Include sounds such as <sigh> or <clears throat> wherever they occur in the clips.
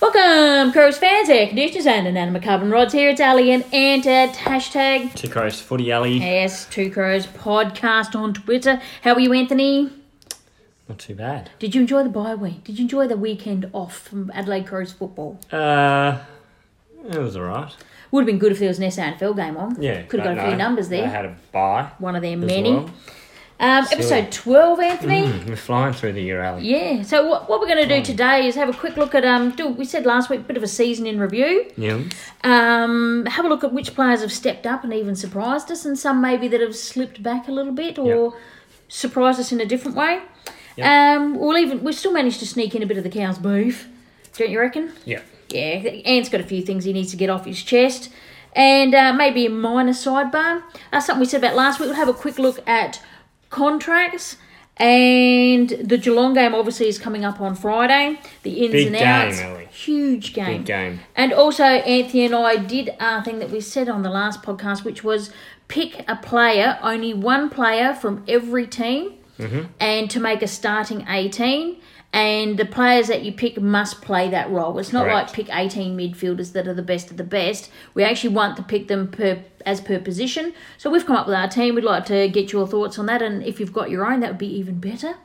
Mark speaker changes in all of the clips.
Speaker 1: Welcome, Crows fans, air conditioners, and inanimate carbon rods here. It's Ali and Ant at hashtag
Speaker 2: To Crows Footy Alley.
Speaker 1: yes, Two Crows podcast on Twitter. How are you, Anthony?
Speaker 2: Not too bad.
Speaker 1: Did you enjoy the bye week? Did you enjoy the weekend off from Adelaide Crows football?
Speaker 2: Uh, it was alright.
Speaker 1: Would have been good if there was an SNFL game on.
Speaker 2: Yeah.
Speaker 1: Could have
Speaker 2: but
Speaker 1: got a few
Speaker 2: no,
Speaker 1: numbers
Speaker 2: They
Speaker 1: there.
Speaker 2: had a buy.
Speaker 1: One of their
Speaker 2: as
Speaker 1: many. <laughs>
Speaker 2: well.
Speaker 1: Um, episode 12, Anthony.
Speaker 2: Mm, We're flying through the year, Ali.
Speaker 1: Yeah, so what, what we're going to do today is have a quick look at, um, do, we said last week, bit of a season in review.
Speaker 2: Yeah.
Speaker 1: um, have a look at which players have stepped up and even surprised us, and some maybe that have slipped back a little bit or surprised us in a different way.
Speaker 2: Yep.
Speaker 1: Um, we'll even we still managed to sneak in a bit of the cow's beef, don't you reckon?
Speaker 2: Yeah.
Speaker 1: Yeah, Ant's got a few things he needs to get off his chest, and uh, maybe a minor sidebar. That's something we said about last week. We'll have a quick look at contracts. And the Geelong game obviously is coming up on Friday. The ins
Speaker 2: Big
Speaker 1: and
Speaker 2: game,
Speaker 1: outs,
Speaker 2: Ellie.
Speaker 1: huge game.
Speaker 2: Big game.
Speaker 1: And also, Anthony and I did a thing that we said on the last podcast, which was pick a player, only one player from every team, and to make a starting 18. And the players that you pick must play that role. It's not
Speaker 2: Correct.
Speaker 1: like pick 18 midfielders that are the best of the best. We actually want to pick them per as per position. So we've come up with our team. We'd like to get your thoughts on that. And if you've got your own, that would be even better.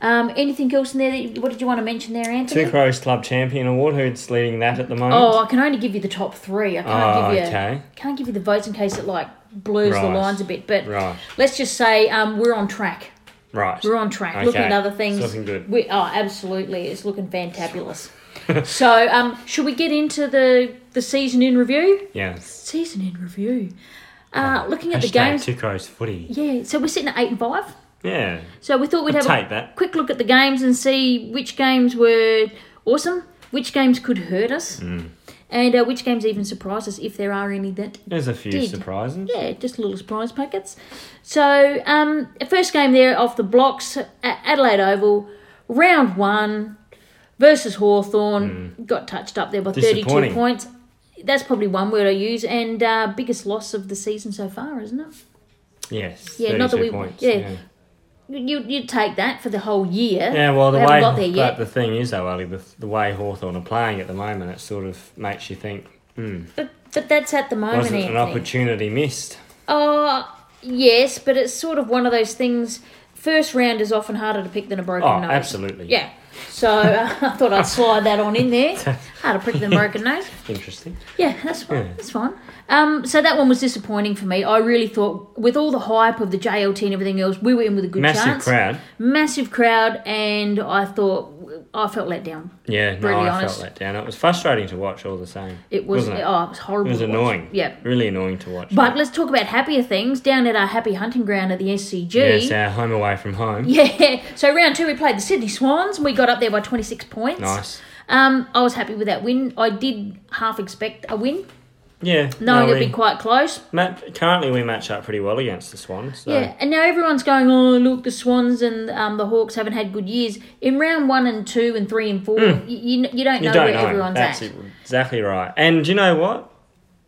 Speaker 1: Um, anything else in there? That you, what did you want to mention there, Anthony?
Speaker 2: Two Crows Club Champion Award. Who's leading that at the moment?
Speaker 1: Oh, I can only give you the top three. I can't
Speaker 2: Oh,
Speaker 1: give you.
Speaker 2: okay.
Speaker 1: Can't give you the votes in case it like blurs the
Speaker 2: Right.
Speaker 1: lines a bit. But
Speaker 2: Right.
Speaker 1: let's just say um, we're on track.
Speaker 2: Right.
Speaker 1: We're on track. Looking at
Speaker 2: Okay.
Speaker 1: other things.
Speaker 2: It's looking good.
Speaker 1: We, oh, absolutely, it's looking
Speaker 2: <laughs>
Speaker 1: fantabulous. so, um, should we get into the the season in review?
Speaker 2: Yeah.
Speaker 1: Season in review. Uh, looking at the
Speaker 2: Oh, Hashtag
Speaker 1: games.
Speaker 2: Two Crows Footy.
Speaker 1: Yeah, so we're sitting at eight and five.
Speaker 2: Yeah.
Speaker 1: So we thought we'd have
Speaker 2: Take
Speaker 1: a
Speaker 2: that.
Speaker 1: quick look at the games and see which games were awesome, which games could hurt us,
Speaker 2: Hmm.
Speaker 1: and uh, which games even surprise us if there are any that
Speaker 2: There's a few
Speaker 1: Did.
Speaker 2: surprises.
Speaker 1: yeah, just little surprise packets. So um, first game there off the blocks at Adelaide Oval, round one versus Hawthorn got touched up there by thirty two
Speaker 2: Hmm. Disappointing.
Speaker 1: points. That's probably one word I use, and uh, biggest loss of the season so far, isn't it?
Speaker 2: Yes.
Speaker 1: Yeah, not that
Speaker 2: 32
Speaker 1: we-
Speaker 2: Points.
Speaker 1: yeah.
Speaker 2: yeah.
Speaker 1: You you take that for the whole year.
Speaker 2: Yeah, well, the
Speaker 1: They
Speaker 2: way
Speaker 1: haven't got there yet.
Speaker 2: but the thing is though, Ali, with the way Hawthorn are playing at the moment, it sort of makes you think, hmm,
Speaker 1: But but that's at the moment,
Speaker 2: was it an
Speaker 1: Anthony.
Speaker 2: opportunity missed?
Speaker 1: Oh, yes, but it's sort of one of those things. First round is often harder to pick than a broken
Speaker 2: Oh,
Speaker 1: nose.
Speaker 2: absolutely.
Speaker 1: Yeah. So <laughs> uh, I thought I'd slide that on in
Speaker 2: <laughs>
Speaker 1: there. Hard to prick than a broken nose.
Speaker 2: Interesting.
Speaker 1: Yeah, that's fine.
Speaker 2: Yeah.
Speaker 1: That's fine. Um, so that one was disappointing for me. I really thought, with all the hype of the JLT and everything else, we were in with a good
Speaker 2: Massive
Speaker 1: chance.
Speaker 2: crowd.
Speaker 1: Massive crowd, and I thought I felt let down.
Speaker 2: Yeah, no,
Speaker 1: Brutally
Speaker 2: I
Speaker 1: honest.
Speaker 2: felt let down. It was frustrating to watch all the same.
Speaker 1: It was
Speaker 2: Wasn't it?
Speaker 1: oh, it was horrible.
Speaker 2: It was
Speaker 1: to watch.
Speaker 2: annoying.
Speaker 1: Yeah,
Speaker 2: Really annoying to watch.
Speaker 1: But let's talk about happier things down at our happy hunting ground at the SCG.
Speaker 2: yes, our home away from home.
Speaker 1: Yeah. So round two, we played the Sydney Swans and we got up there by 26 points.
Speaker 2: Nice.
Speaker 1: Um, I was happy with that win. I did half expect a win,
Speaker 2: Yeah.
Speaker 1: knowing
Speaker 2: we-
Speaker 1: it'd be quite close.
Speaker 2: ma- currently we match up pretty well against the Swans. So.
Speaker 1: Yeah. And now everyone's going, oh, look, the Swans and um, the Hawks haven't had good years. In round one and two and three and four, y you, you, don't know
Speaker 2: Hmm. You don't
Speaker 1: where
Speaker 2: know.
Speaker 1: everyone's
Speaker 2: That's
Speaker 1: at.
Speaker 2: it- exactly right. And do you know what?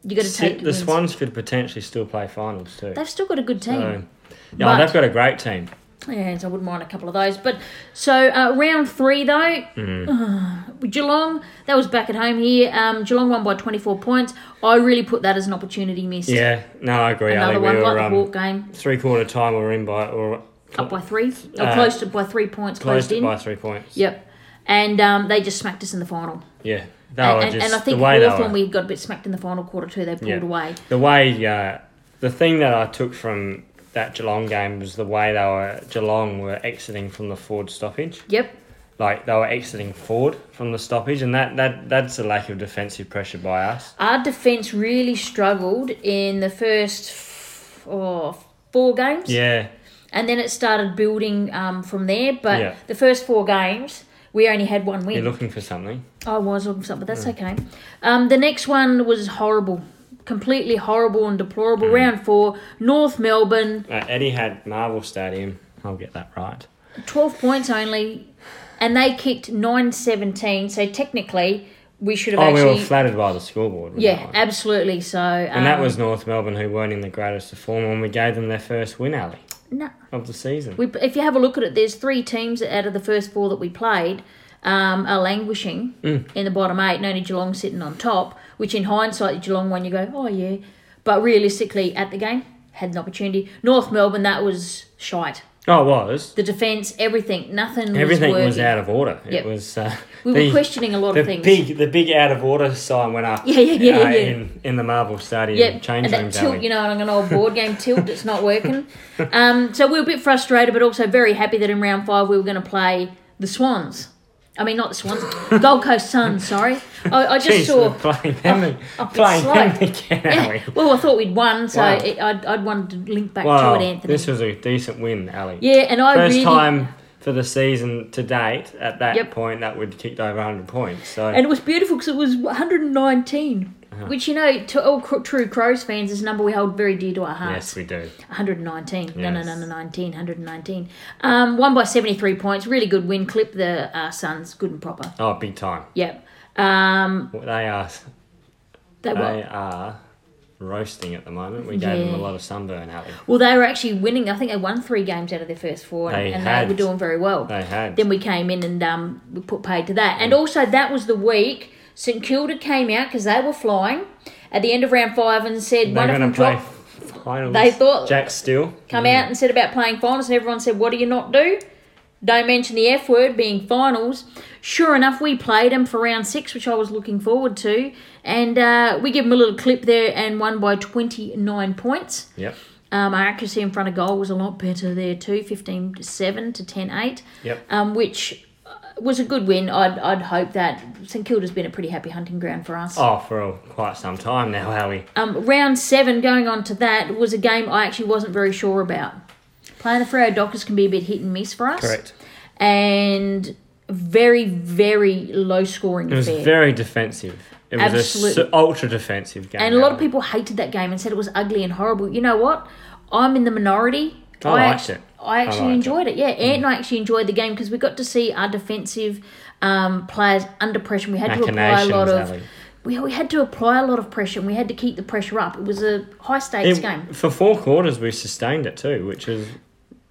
Speaker 1: you got to
Speaker 2: Si-
Speaker 1: take
Speaker 2: the
Speaker 1: the wins.
Speaker 2: Swans could potentially still play finals too.
Speaker 1: They've still got a good team.
Speaker 2: So, yeah, oh,
Speaker 1: But-
Speaker 2: they've got a great team.
Speaker 1: Yeah, so I wouldn't mind a couple of those. But so uh, round three though,
Speaker 2: Mm.
Speaker 1: uh, Geelong that was back at home here. Um, Geelong won by twenty four points. I really put that as an opportunity missed.
Speaker 2: Yeah, no, I agree. I
Speaker 1: another
Speaker 2: think
Speaker 1: one
Speaker 2: we
Speaker 1: like
Speaker 2: were
Speaker 1: the Hawk
Speaker 2: um,
Speaker 1: game,
Speaker 2: three quarter time. We were in by or
Speaker 1: up by three, or
Speaker 2: uh,
Speaker 1: close to by three points, closed,
Speaker 2: closed it
Speaker 1: in.
Speaker 2: by three points.
Speaker 1: Yep, and um, they just smacked us in the final.
Speaker 2: Yeah, they
Speaker 1: And,
Speaker 2: were
Speaker 1: and,
Speaker 2: Oh, just
Speaker 1: and I think
Speaker 2: the way they were.
Speaker 1: Hawthorn we got a bit smacked in the final quarter too. They pulled
Speaker 2: Yeah.
Speaker 1: away.
Speaker 2: The way, uh, the thing that I took from that Geelong game was the way they were Geelong were exiting from the Ford stoppage.
Speaker 1: Yep,
Speaker 2: Like they were exiting forward from the stoppage, and that, that that's a lack of defensive pressure by us.
Speaker 1: our defense really struggled in the first f- oh, four games.
Speaker 2: Yeah,
Speaker 1: and then it started building um, from there. But
Speaker 2: Yeah.
Speaker 1: the first four games, we only had one
Speaker 2: you're
Speaker 1: win.
Speaker 2: looking for something.
Speaker 1: I was on something, but
Speaker 2: Hmm.
Speaker 1: that's okay. Um, the next one was horrible, completely horrible and
Speaker 2: Hmm.
Speaker 1: deplorable. Round four, North Melbourne,
Speaker 2: Uh, Eddie had Marvel Stadium. I'll get that right.
Speaker 1: twelve points only, and they kicked nine seventeen. So technically, we should have
Speaker 2: Oh, we
Speaker 1: actually.
Speaker 2: were flattered by the scoreboard. with that
Speaker 1: yeah,
Speaker 2: one.
Speaker 1: absolutely. So, um,
Speaker 2: And that was North Melbourne, who weren't in the greatest of form, and we gave them their first win, Ali,
Speaker 1: no.
Speaker 2: of the season.
Speaker 1: We, if you have a look at it, there's three teams out of the first four that we played um, are languishing
Speaker 2: Mm.
Speaker 1: in the bottom eight, and only Geelong sitting on top. Which in hindsight, the Geelong one, you go, oh yeah, but realistically, at the game, had an opportunity. North Melbourne, that was shite.
Speaker 2: Oh, it was.
Speaker 1: The defence, everything, nothing. was
Speaker 2: Everything was,
Speaker 1: working.
Speaker 2: out of order.
Speaker 1: Yep.
Speaker 2: It was. Uh,
Speaker 1: We were
Speaker 2: the,
Speaker 1: questioning a lot
Speaker 2: the
Speaker 1: of things.
Speaker 2: big the big out of order sign went
Speaker 1: <laughs>
Speaker 2: up. uh,
Speaker 1: Yeah, yeah, yeah, yeah.
Speaker 2: In, in the Marvel Stadium
Speaker 1: Yep,
Speaker 2: change
Speaker 1: and
Speaker 2: room
Speaker 1: that tilt, you
Speaker 2: alley.
Speaker 1: know, I'm an
Speaker 2: <laughs>
Speaker 1: old board game tilt. It's not working. Um, so we were a bit frustrated, but also very happy that in round five we were going to play the Swans. I mean, not the Swans, Gold Coast Suns. Sorry, I, I just
Speaker 2: <laughs> Jeez,
Speaker 1: saw.
Speaker 2: we're playing them,
Speaker 1: I've been
Speaker 2: playing
Speaker 1: slow.
Speaker 2: them <laughs> again, are we?
Speaker 1: Yeah, well, I thought we'd won, so
Speaker 2: Wow.
Speaker 1: it, I'd, I'd wanted to link back
Speaker 2: Wow,
Speaker 1: to it, Anthony.
Speaker 2: this was a decent win, Ali.
Speaker 1: yeah, and I
Speaker 2: First
Speaker 1: really
Speaker 2: time for the season to date at that
Speaker 1: Yep.
Speaker 2: point that we'd kicked over 100 points. So
Speaker 1: and it was beautiful because it was 119,
Speaker 2: Uh-huh.
Speaker 1: which you know, to all cr- true Crows fans, is a number we hold very dear to our hearts.
Speaker 2: yes, we do.
Speaker 1: 119. No, no,
Speaker 2: Yes.
Speaker 1: no, no, 19, 119. Um, won by 73 points. Really good win clip. The uh, Suns, good and proper.
Speaker 2: Oh, big time.
Speaker 1: Yep. Um,
Speaker 2: Well, They are
Speaker 1: they
Speaker 2: they
Speaker 1: were,
Speaker 2: are roasting at the moment. We gave them a
Speaker 1: Yeah.
Speaker 2: lot of sunburn, Ali.
Speaker 1: well, they were actually winning. I think they won three games out of their first four, and,
Speaker 2: They
Speaker 1: and
Speaker 2: had.
Speaker 1: they were doing very well.
Speaker 2: They had. Mm.
Speaker 1: Then we came in and um, we put paid to that. And also, that was the week St Kilda came out because they were flying at the end of round five and said
Speaker 2: They're
Speaker 1: one of
Speaker 2: going
Speaker 1: them
Speaker 2: to play
Speaker 1: dropped,
Speaker 2: finals.
Speaker 1: They thought-
Speaker 2: Jack Steele.
Speaker 1: come out and said about playing finals, and everyone said, "What do you not do?" Don't mention the F word being finals. Sure enough, we played them for round six, which I was looking forward to, and uh, we give them a little clip there and won by twenty nine points.
Speaker 2: Mm, Yep.
Speaker 1: Um, our accuracy in front of goal was a lot better there too, 15 to 7 to 10 8,
Speaker 2: Yep.
Speaker 1: um, which uh, was a good win. I'd, I'd hope that St Kilda's been a pretty happy hunting ground for us.
Speaker 2: Oh, for a- quite some time now, Ali.
Speaker 1: Um, round 7, going on to that, was a game I actually wasn't very sure about. Playing the Freo Dockers can be a bit hit and miss for us. And very, very low scoring
Speaker 2: It was
Speaker 1: affair.
Speaker 2: very defensive. It was a
Speaker 1: Absolutely.
Speaker 2: s- ultra defensive game.
Speaker 1: And a lot of
Speaker 2: Ali.
Speaker 1: people hated that game and said it was ugly and horrible. You know what? I'm in the minority.
Speaker 2: Oh, I liked
Speaker 1: act-
Speaker 2: it.
Speaker 1: I actually
Speaker 2: liked it. Mm.
Speaker 1: enjoyed it. Yeah, Ant and I actually enjoyed the game because we got to see our defensive um, players under pressure. We had to apply a lot
Speaker 2: Machinations,
Speaker 1: of.
Speaker 2: Ali.
Speaker 1: We, we had to apply a lot of pressure and we had to keep the pressure up. It was a high stakes
Speaker 2: It-
Speaker 1: game.
Speaker 2: For four quarters, we sustained it too, which is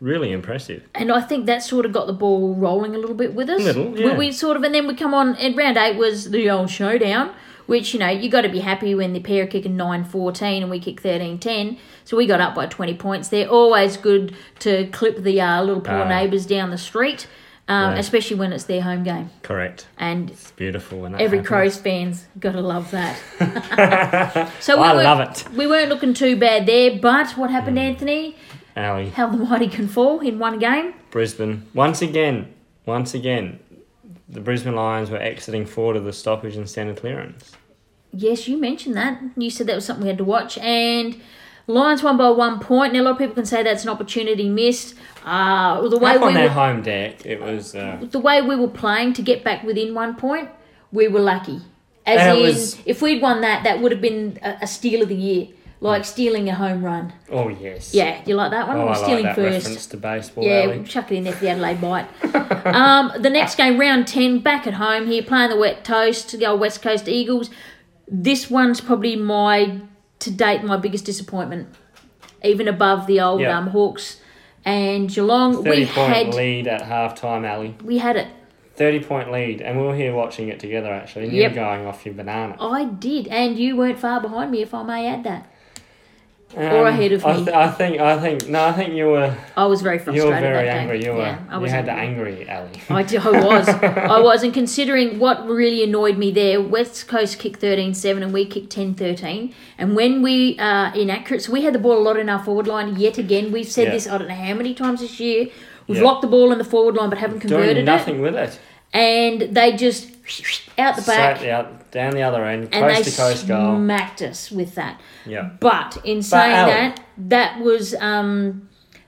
Speaker 2: really impressive.
Speaker 1: And I think that sort of got the ball rolling a little bit with us.
Speaker 2: Little,
Speaker 1: We-
Speaker 2: yeah.
Speaker 1: we, sort of, and then we come on, and round eight was the old showdown, which, you know, you got to be happy when the pair are kicking 9 14 and we kick 13 10. So we got up by 20 points. They're always good to clip the uh, little poor
Speaker 2: Ah.
Speaker 1: neighbours down the street, um,
Speaker 2: Yeah.
Speaker 1: especially when it's their home game.
Speaker 2: Correct.
Speaker 1: And
Speaker 2: It's beautiful. When that
Speaker 1: every
Speaker 2: happens.
Speaker 1: Crows fan's got to love that.
Speaker 2: <laughs>
Speaker 1: <laughs> so
Speaker 2: I
Speaker 1: weren't-
Speaker 2: love it. Hmm.
Speaker 1: We weren't looking too bad there, but what happened, Anthony?
Speaker 2: Ali.
Speaker 1: How the mighty can fall in one game.
Speaker 2: Brisbane. Once again, once again, the Brisbane Lions were exiting forward of the stoppage and centre clearance.
Speaker 1: Yes, you mentioned that. You said that was something we had to watch. And Lions won by one point. Now, a lot of people can say that's an opportunity missed. Uh, the way
Speaker 2: Up on
Speaker 1: we
Speaker 2: their
Speaker 1: were,
Speaker 2: home deck, it was. Uh,
Speaker 1: the way we were playing to get back within one point, we were lucky. As
Speaker 2: And it
Speaker 1: in,
Speaker 2: was-
Speaker 1: if we'd won that, that would have been a, a steal of the year, like stealing a home run.
Speaker 2: oh, yes.
Speaker 1: Yeah, you like that one?
Speaker 2: Oh,
Speaker 1: We're
Speaker 2: I like
Speaker 1: stealing
Speaker 2: that
Speaker 1: first.
Speaker 2: reference to baseball,
Speaker 1: Yeah,
Speaker 2: Ali.
Speaker 1: chuck it in there for the Adelaide
Speaker 2: <laughs>
Speaker 1: bite. um, the next game, round 10, back at home here, playing the wet toast to go West Coast Eagles. This one's probably my, to date, my biggest disappointment, even above the old
Speaker 2: Yeah.
Speaker 1: um, Hawks and Geelong.
Speaker 2: 30
Speaker 1: We
Speaker 2: point
Speaker 1: had,
Speaker 2: lead at half time, Ali.
Speaker 1: we had it.
Speaker 2: 30 point lead, and we were here watching it together actually. And
Speaker 1: Yep.
Speaker 2: you're going off your banana.
Speaker 1: I did, and you weren't far behind me, if I may add that.
Speaker 2: Um,
Speaker 1: or ahead of
Speaker 2: I
Speaker 1: me.
Speaker 2: th- I think, I think, no, I think you were,
Speaker 1: I was very
Speaker 2: you
Speaker 1: frustrated.
Speaker 2: were very
Speaker 1: that day.
Speaker 2: angry. You were,
Speaker 1: Yeah, I
Speaker 2: you
Speaker 1: was
Speaker 2: had
Speaker 1: angry.
Speaker 2: the angry, Ali.
Speaker 1: I, do- I was. I was. And considering what really annoyed me there, West Coast kicked 13 7 and we kicked 10 13. And when we are inaccurate, so we had the ball a lot in our forward line yet again. We've said
Speaker 2: Yeah.
Speaker 1: this, I don't know how many times this year. We've
Speaker 2: Yeah.
Speaker 1: locked the ball in the forward line but haven't converted
Speaker 2: Doing nothing with it.
Speaker 1: it. And they just out the back
Speaker 2: Straight the oth- down the other end,
Speaker 1: and
Speaker 2: coast
Speaker 1: they
Speaker 2: to coast goal.
Speaker 1: smacked us with that.
Speaker 2: Yeah.
Speaker 1: But in saying
Speaker 2: Ali-
Speaker 1: that, that was. um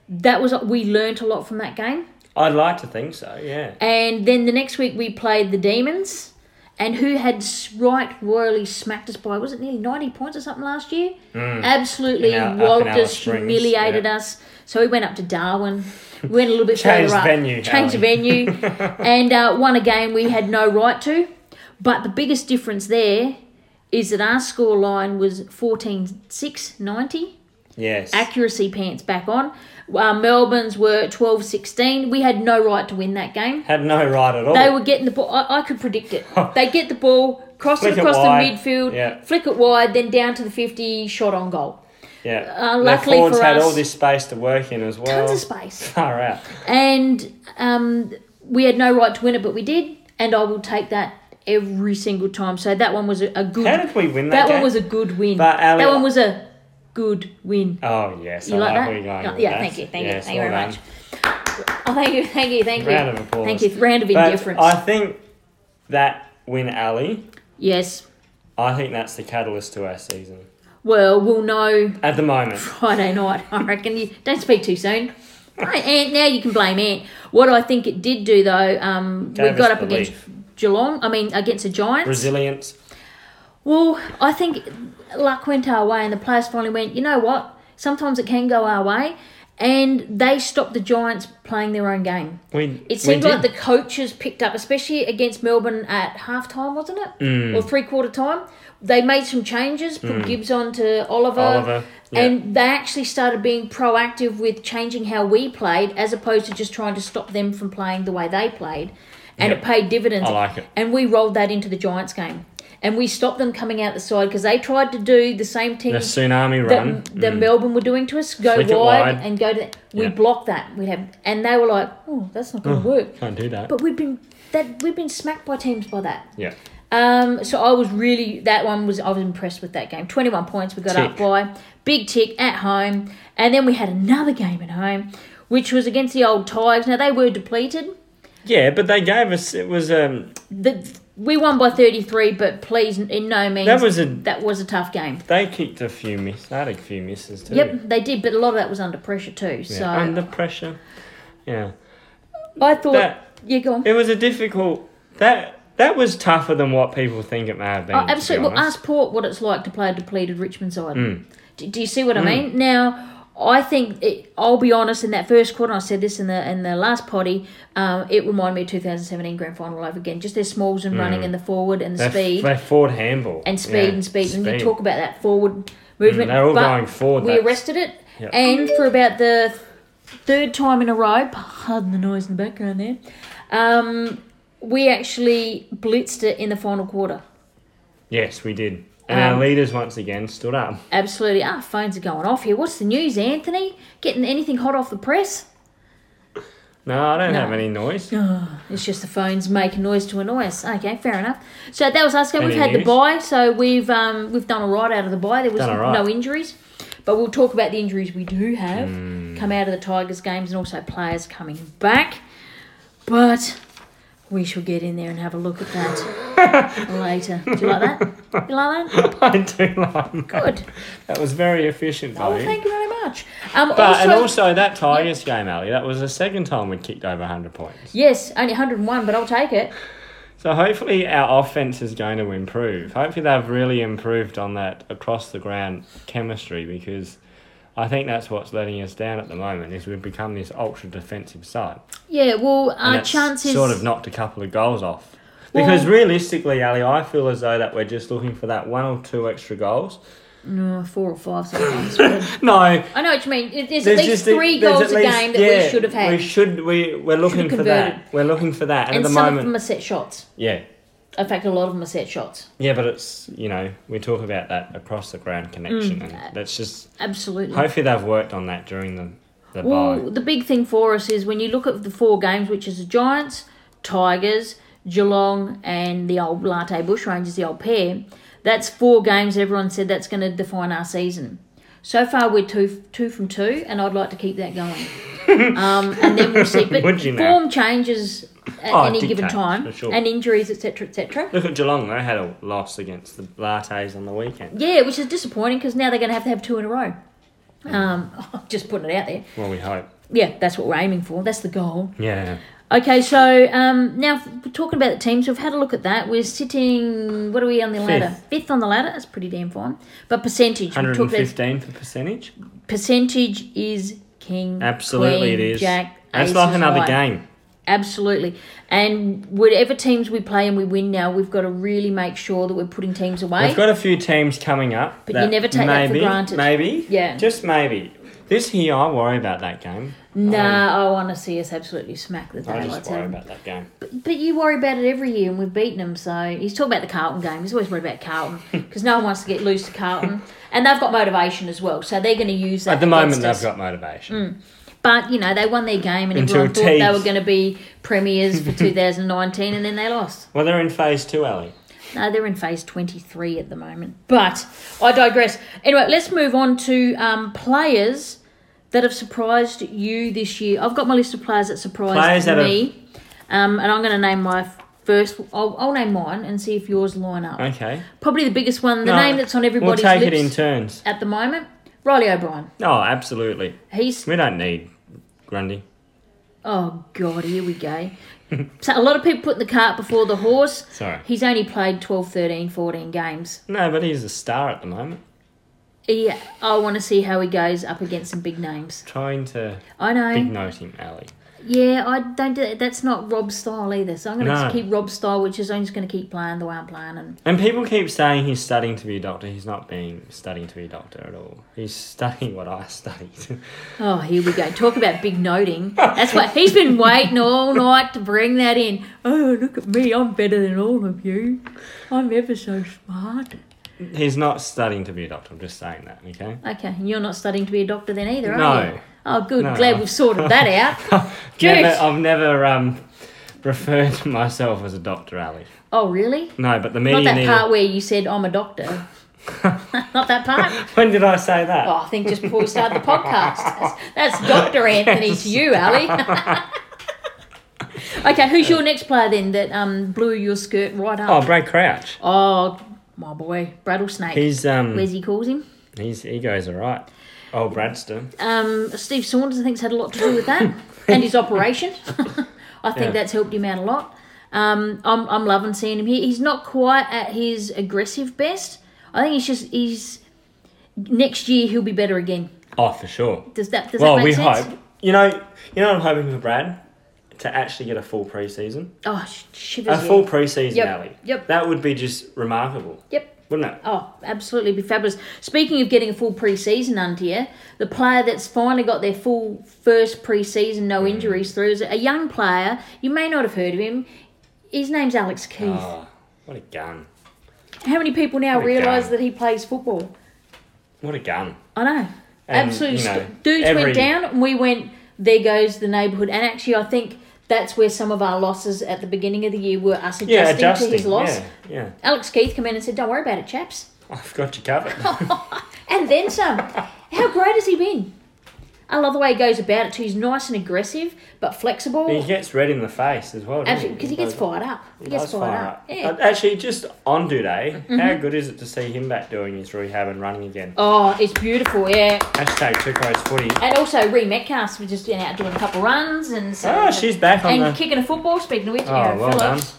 Speaker 1: that was we learnt a lot from that game.
Speaker 2: I'd like to think so, yeah.
Speaker 1: And then the next week we played the Demons, and who had s- right royally smacked us by was it nearly ninety points or something last year? Absolutely
Speaker 2: Mm. In our- up in
Speaker 1: walloped
Speaker 2: Alice
Speaker 1: us,
Speaker 2: Springs,
Speaker 1: humiliated
Speaker 2: yeah.
Speaker 1: us. So we went up to Darwin, went a little bit
Speaker 2: Changed
Speaker 1: further up,
Speaker 2: venue,
Speaker 1: changed
Speaker 2: Ali.
Speaker 1: venue,
Speaker 2: <laughs>
Speaker 1: and uh, won a game we had no right to. But the biggest difference there is that our score line was 14 6 90
Speaker 2: Yes.
Speaker 1: accuracy pants back on. Uh, Melbourne's were 12 16. We had no right to win that game.
Speaker 2: Had no right at all.
Speaker 1: They were getting the ball. I, I could predict it. they get the ball, cross
Speaker 2: Flick
Speaker 1: it
Speaker 2: it
Speaker 1: across the
Speaker 2: wide.
Speaker 1: midfield,
Speaker 2: Yeah.
Speaker 1: flick it wide, then down to the 50, shot on goal.
Speaker 2: yeah.
Speaker 1: uh,
Speaker 2: Their
Speaker 1: luckily
Speaker 2: forwards
Speaker 1: for
Speaker 2: had
Speaker 1: us-
Speaker 2: all this space to work in as well.
Speaker 1: Tons of space.
Speaker 2: Far out.
Speaker 1: And um, we had no right to win it, but we did. And I will take that every single time. So that one was a, a good
Speaker 2: How did we win that?
Speaker 1: That one
Speaker 2: game?
Speaker 1: was a good win.
Speaker 2: But Ali-
Speaker 1: that one was a good win.
Speaker 2: Oh yes,
Speaker 1: You
Speaker 2: I
Speaker 1: like
Speaker 2: like
Speaker 1: that?
Speaker 2: where you're going.
Speaker 1: Yeah,
Speaker 2: with
Speaker 1: yeah,
Speaker 2: that.
Speaker 1: thank you, thank you,
Speaker 2: Yes,
Speaker 1: thank you
Speaker 2: well
Speaker 1: very
Speaker 2: done.
Speaker 1: much. Oh, thank you, thank you, thank you.
Speaker 2: Round of applause.
Speaker 1: Thank you. Round of
Speaker 2: But
Speaker 1: indifference.
Speaker 2: I think that win alley.
Speaker 1: yes.
Speaker 2: I think that's the catalyst to our season
Speaker 1: Well, we'll know
Speaker 2: at the moment.
Speaker 1: Friday night. I reckon you don't speak too soon. Right, Ant, now you can blame Ant. What I think it did do though, um, we
Speaker 2: Gave us
Speaker 1: got up
Speaker 2: belief.
Speaker 1: against Geelong. I mean, against the Giants.
Speaker 2: Resilience.
Speaker 1: Well, I think luck went our way, and the players finally went, you know what? Sometimes it can go our way. And they stopped the Giants playing their own game.
Speaker 2: We.
Speaker 1: It seemed
Speaker 2: we
Speaker 1: like the
Speaker 2: did.
Speaker 1: coaches picked up, especially against Melbourne at half time, wasn't it?
Speaker 2: Mm.
Speaker 1: Or three quarter time. They made some changes, put Gibbs on to Oliver.
Speaker 2: Oliver, yeah.
Speaker 1: And they actually started being proactive with changing how we played as opposed to just trying to stop them from playing the way they played. And it
Speaker 2: Yeah.
Speaker 1: paid dividends.
Speaker 2: I like it.
Speaker 1: And we rolled that into the Giants game. And we stopped them coming out the side because they tried to do the same thing
Speaker 2: the tsunami
Speaker 1: that,
Speaker 2: run. Mm.
Speaker 1: that Melbourne were doing to us, go
Speaker 2: Flick
Speaker 1: wide,
Speaker 2: it wide.
Speaker 1: and go to. we
Speaker 2: Yeah.
Speaker 1: blocked that. We have, and they were like, "Oh, that's not going to work."
Speaker 2: Can't do that.
Speaker 1: But we've been that we've been smacked by teams by that.
Speaker 2: yeah.
Speaker 1: Um, so I was really that one was I was impressed with that game. Twenty one points we got up
Speaker 2: Tick.
Speaker 1: by big tick at home, and then we had another game at home, which was against the old Tigers. Now they were depleted.
Speaker 2: Yeah, but they gave us. It was um.
Speaker 1: The, we won by thirty three, but please, in no means
Speaker 2: That was a.
Speaker 1: that was a tough game.
Speaker 2: They kicked a few miss. They had a few misses too.
Speaker 1: Yep, they did, but a lot of that was under pressure too.
Speaker 2: Yeah.
Speaker 1: So
Speaker 2: Under pressure. Yeah.
Speaker 1: I thought,
Speaker 2: That-
Speaker 1: yeah, go on.
Speaker 2: It was a difficult. That that was tougher than what people think it may have been.
Speaker 1: Oh,
Speaker 2: to be
Speaker 1: absolutely. Well,
Speaker 2: honest. Hmm.
Speaker 1: ask Port what it's like to play a depleted Richmond side. Do, do you see what I mean? Now, I think it, I'll be honest. In that first quarter, I said this in the in the last potty. Um, it reminded me of 2017 Grand Final all over again. Just their smalls
Speaker 2: Hmm.
Speaker 1: and running and the forward and the
Speaker 2: They-
Speaker 1: speed
Speaker 2: They forward handball.
Speaker 1: and speed
Speaker 2: Yeah,
Speaker 1: and speed. And you talk about that forward movement.
Speaker 2: they're all
Speaker 1: but
Speaker 2: going forward,
Speaker 1: We
Speaker 2: that's-
Speaker 1: arrested it,
Speaker 2: Yep.
Speaker 1: and for about the third time in a row, pardon the noise in the background there, um, we actually blitzed it in the final quarter.
Speaker 2: Yes, we did. And
Speaker 1: Um,
Speaker 2: our leaders once again stood up.
Speaker 1: Absolutely. Our phones are going off here. What's the news, Anthony? Getting anything hot off the press?
Speaker 2: No, I don't
Speaker 1: No.
Speaker 2: have any noise.
Speaker 1: It's just the phones making noise to annoy us. Okay, fair enough. So that was us. We've
Speaker 2: Any
Speaker 1: had the
Speaker 2: news?
Speaker 1: buy, so we've um, we've done all right out of the buy. There was
Speaker 2: Done all right.
Speaker 1: no injuries, but we'll talk about the injuries we do have
Speaker 2: Hmm.
Speaker 1: come out of the Tigers games and also players coming back. But we shall get in there and have a look at that
Speaker 2: <laughs>
Speaker 1: later. Do you like that? You like that?
Speaker 2: <laughs> I do like that. <laughs>
Speaker 1: Good.
Speaker 2: That was very efficient,
Speaker 1: Oh,
Speaker 2: buddy.
Speaker 1: thank you very much. Um,
Speaker 2: but and also that Tigers game, Ali, that was the second time we kicked over 100 points.
Speaker 1: yes, only 101, but I'll take it.
Speaker 2: So hopefully our offense is going to improve. Hopefully they've really improved on that across the ground chemistry because I think that's what's letting us down at the moment is we've become this ultra defensive side.
Speaker 1: Yeah, well,
Speaker 2: And
Speaker 1: our
Speaker 2: that's
Speaker 1: chances.
Speaker 2: sort of knocked a couple of goals off. Because
Speaker 1: Well-
Speaker 2: realistically, Ali, I feel as though that we're just looking for that one or two extra goals.
Speaker 1: No, four or five sometimes. but-
Speaker 2: No,
Speaker 1: I know what you mean. There's,
Speaker 2: there's
Speaker 1: at least
Speaker 2: just the-
Speaker 1: three
Speaker 2: there's
Speaker 1: goals
Speaker 2: at
Speaker 1: a
Speaker 2: least-
Speaker 1: game that
Speaker 2: yeah,
Speaker 1: we should have had.
Speaker 2: We should. We we're looking for
Speaker 1: converted.
Speaker 2: that. We're looking for that. And,
Speaker 1: and
Speaker 2: at the
Speaker 1: some of
Speaker 2: moment,
Speaker 1: them are set shots.
Speaker 2: yeah,
Speaker 1: In fact, a lot of them are set shots.
Speaker 2: yeah, but it's you know we talk about that across the ground connection,
Speaker 1: Mm.
Speaker 2: and that's just
Speaker 1: Absolutely.
Speaker 2: hopefully they've worked on that during the the
Speaker 1: well,
Speaker 2: bye.
Speaker 1: the big thing for us is when you look at the four games, which is the Giants, Tigers, Geelong, and the old Latte Bushrangers, the old pair. That's four games. Everyone said that's going to define our season. So far, we're two two from two, and I'd like to keep that going.
Speaker 2: <laughs>
Speaker 1: um, and then we'll see. But
Speaker 2: Would you now?
Speaker 1: form changes at
Speaker 2: Oh, it
Speaker 1: any given
Speaker 2: dictates,
Speaker 1: time,
Speaker 2: for sure.
Speaker 1: and injuries, etc., etc.
Speaker 2: Look at Geelong; they had a loss against the Lattes on the weekend.
Speaker 1: Yeah, which is disappointing because now they're going to have to have two in a row. Um, <laughs> just putting it out there.
Speaker 2: Well, we hope.
Speaker 1: Yeah, that's what we're aiming for. That's the goal.
Speaker 2: Yeah.
Speaker 1: Okay, so um, now f- we're talking about the teams. We've had a look at that. We're sitting. What are we on the ladder? Fifth on the ladder. That's pretty damn fine. But percentage. We talked about
Speaker 2: 115 for percentage.
Speaker 1: percentage is king.
Speaker 2: Absolutely,
Speaker 1: queen,
Speaker 2: it is.
Speaker 1: Jack.
Speaker 2: That's
Speaker 1: ace
Speaker 2: like
Speaker 1: is
Speaker 2: another
Speaker 1: high.
Speaker 2: game.
Speaker 1: Absolutely. And whatever teams we play and we win now, we've got to really make sure that we're putting teams away.
Speaker 2: We've got a few teams coming up.
Speaker 1: Eh? But you never take that for granted.
Speaker 2: Maybe.
Speaker 1: Yeah.
Speaker 2: Just maybe. This year, I worry about that game.
Speaker 1: nah, I want to see us absolutely smack the
Speaker 2: I just
Speaker 1: daylights out
Speaker 2: worry
Speaker 1: of 'em.
Speaker 2: about that game.
Speaker 1: But, but you worry about it every year, and we've beaten them. So he's talking about the Carlton game. He's always worried about Carlton because no one wants to get loose to Carlton, and they've got motivation as well. So they're going to use that
Speaker 2: At the moment,
Speaker 1: against
Speaker 2: they've
Speaker 1: us.
Speaker 2: got
Speaker 1: Mm.
Speaker 2: motivation.
Speaker 1: But you know, they won their game, and
Speaker 2: Until
Speaker 1: everyone thought they
Speaker 2: Teague-
Speaker 1: were going to be premiers
Speaker 2: <laughs>
Speaker 1: for 2019, and then they lost.
Speaker 2: Well, they're in phase two, Ellie.
Speaker 1: No, they're in phase 23 at the moment. But I digress. Anyway, let's move on to um, players that have surprised you this year. I've got my list of players that surprised
Speaker 2: Players that
Speaker 1: me. Um, and I'm going to name my first. I'll, I'll name mine and see if yours line up.
Speaker 2: Okay.
Speaker 1: Probably the biggest one, the
Speaker 2: No,
Speaker 1: name that's on everybody's
Speaker 2: We'll take
Speaker 1: lips
Speaker 2: it in turns.
Speaker 1: at the moment Riley O'Brien.
Speaker 2: Oh, absolutely.
Speaker 1: He's.
Speaker 2: We don't need Grundy.
Speaker 1: Oh, God, here we
Speaker 2: <laughs>
Speaker 1: go. so a lot of people put the cart before the horse.
Speaker 2: Sorry.
Speaker 1: He's only played 12, 13, 14 games.
Speaker 2: No, but he's a star at the moment.
Speaker 1: Yeah, I want to see how he goes up against some big names.
Speaker 2: Trying to
Speaker 1: I know.
Speaker 2: big note him, Ellie.
Speaker 1: Yeah, I don't. Do, that's not Rob's style either. So I'm going to
Speaker 2: No.
Speaker 1: just keep Rob's style, which is I'm just going to keep playing the way I'm playing. And
Speaker 2: And people keep saying he's studying to be a doctor. He's not being studying to be a doctor at all. He's studying what I <laughs> studied.
Speaker 1: oh, here we go. Talk about big noting. That's what he's
Speaker 2: <laughs>
Speaker 1: been waiting all night to bring that in. Oh, look at me! I'm better than all of you. I'm ever so smart.
Speaker 2: he's not studying to be a doctor. I'm just saying that, okay?
Speaker 1: Okay, and you're not studying to be a doctor then either, are
Speaker 2: No.
Speaker 1: you? Oh, good.
Speaker 2: No.
Speaker 1: Glad we've sorted that
Speaker 2: <laughs>
Speaker 1: out.
Speaker 2: Never,
Speaker 1: Jeez.
Speaker 2: I've never um, referred to myself as a doctor, Ali.
Speaker 1: Oh, really?
Speaker 2: No, but the
Speaker 1: Not
Speaker 2: media.
Speaker 1: that
Speaker 2: need-
Speaker 1: part where you said I'm a doctor.
Speaker 2: <laughs>
Speaker 1: <laughs> not that part.
Speaker 2: When did I say that?
Speaker 1: Oh, I think just before we started the podcast. That's, that's
Speaker 2: <laughs>
Speaker 1: Dr. Anthony to you, Ali. <laughs> okay, who's your next player then that um, blew your skirt right
Speaker 2: Oh,
Speaker 1: up?
Speaker 2: Brad Crouch.
Speaker 1: Oh, my boy, Brattlesnake.
Speaker 2: He's um,
Speaker 1: Where's he calls him?
Speaker 2: he's he goes alright. Oh, Bradston.
Speaker 1: Um, Steve Saunders, I think, has had a lot to do with
Speaker 2: <laughs>
Speaker 1: that and his operation. <laughs> I think
Speaker 2: Yeah.
Speaker 1: that's helped him out a lot. Um, I'm, I'm loving seeing him here. He's not quite at his aggressive best. I think he's just, he's, next year he'll be better again.
Speaker 2: Oh, for sure.
Speaker 1: Does that, does
Speaker 2: well,
Speaker 1: that
Speaker 2: we
Speaker 1: make sense?
Speaker 2: hope. You know, you know, what I'm hoping for Brad to actually get a full preseason.
Speaker 1: Oh, sh- shivers.
Speaker 2: A
Speaker 1: yeah.
Speaker 2: full preseason,
Speaker 1: Yep,
Speaker 2: Ali.
Speaker 1: yep.
Speaker 2: That would be just remarkable,
Speaker 1: Yep.
Speaker 2: wouldn't it?
Speaker 1: Oh, absolutely be fabulous. Speaking of getting a full pre-season under you, the player that's finally got their full first pre-season,
Speaker 2: Mm.
Speaker 1: no injuries through, is a young player. You may not have heard of him. His name's Alex Keith.
Speaker 2: Oh, what a gun!
Speaker 1: How many people now
Speaker 2: what a
Speaker 1: realise
Speaker 2: guy.
Speaker 1: that he plays football?
Speaker 2: What a gun!
Speaker 1: I know.
Speaker 2: And,
Speaker 1: Absolutely.
Speaker 2: you know,
Speaker 1: st- dudes
Speaker 2: every-
Speaker 1: went down and we went, there goes the neighbourhood. And actually, I think that's where some of our losses at the beginning of the year were us adjusting,
Speaker 2: Yeah, adjusting.
Speaker 1: to his loss.
Speaker 2: Yeah, yeah.
Speaker 1: Alex Keith came in and said, don't worry about it, chaps.
Speaker 2: I've got you covered.
Speaker 1: And then some. How great has he been? I love the way he goes about it too. He's nice and aggressive, but
Speaker 2: he
Speaker 1: flexible.
Speaker 2: gets red in the face as well, doesn't
Speaker 1: Absolutely, because he gets fired up. He gets
Speaker 2: does
Speaker 1: fired
Speaker 2: fire
Speaker 1: up.
Speaker 2: up.
Speaker 1: Yeah. Mm-hmm.
Speaker 2: But Actually, just on Duday, how good is it to see him back doing his rehab and running again?
Speaker 1: Oh, it's beautiful. Yeah.
Speaker 2: Hashtag Two Crows Footy.
Speaker 1: And also Ree Metcalf was just been out doing a couple runs and so.
Speaker 2: Oh, she's back on
Speaker 1: and
Speaker 2: the.
Speaker 1: kicking a football. Speaking of which,
Speaker 2: Oh,
Speaker 1: Aaron
Speaker 2: well done.
Speaker 1: Phillips.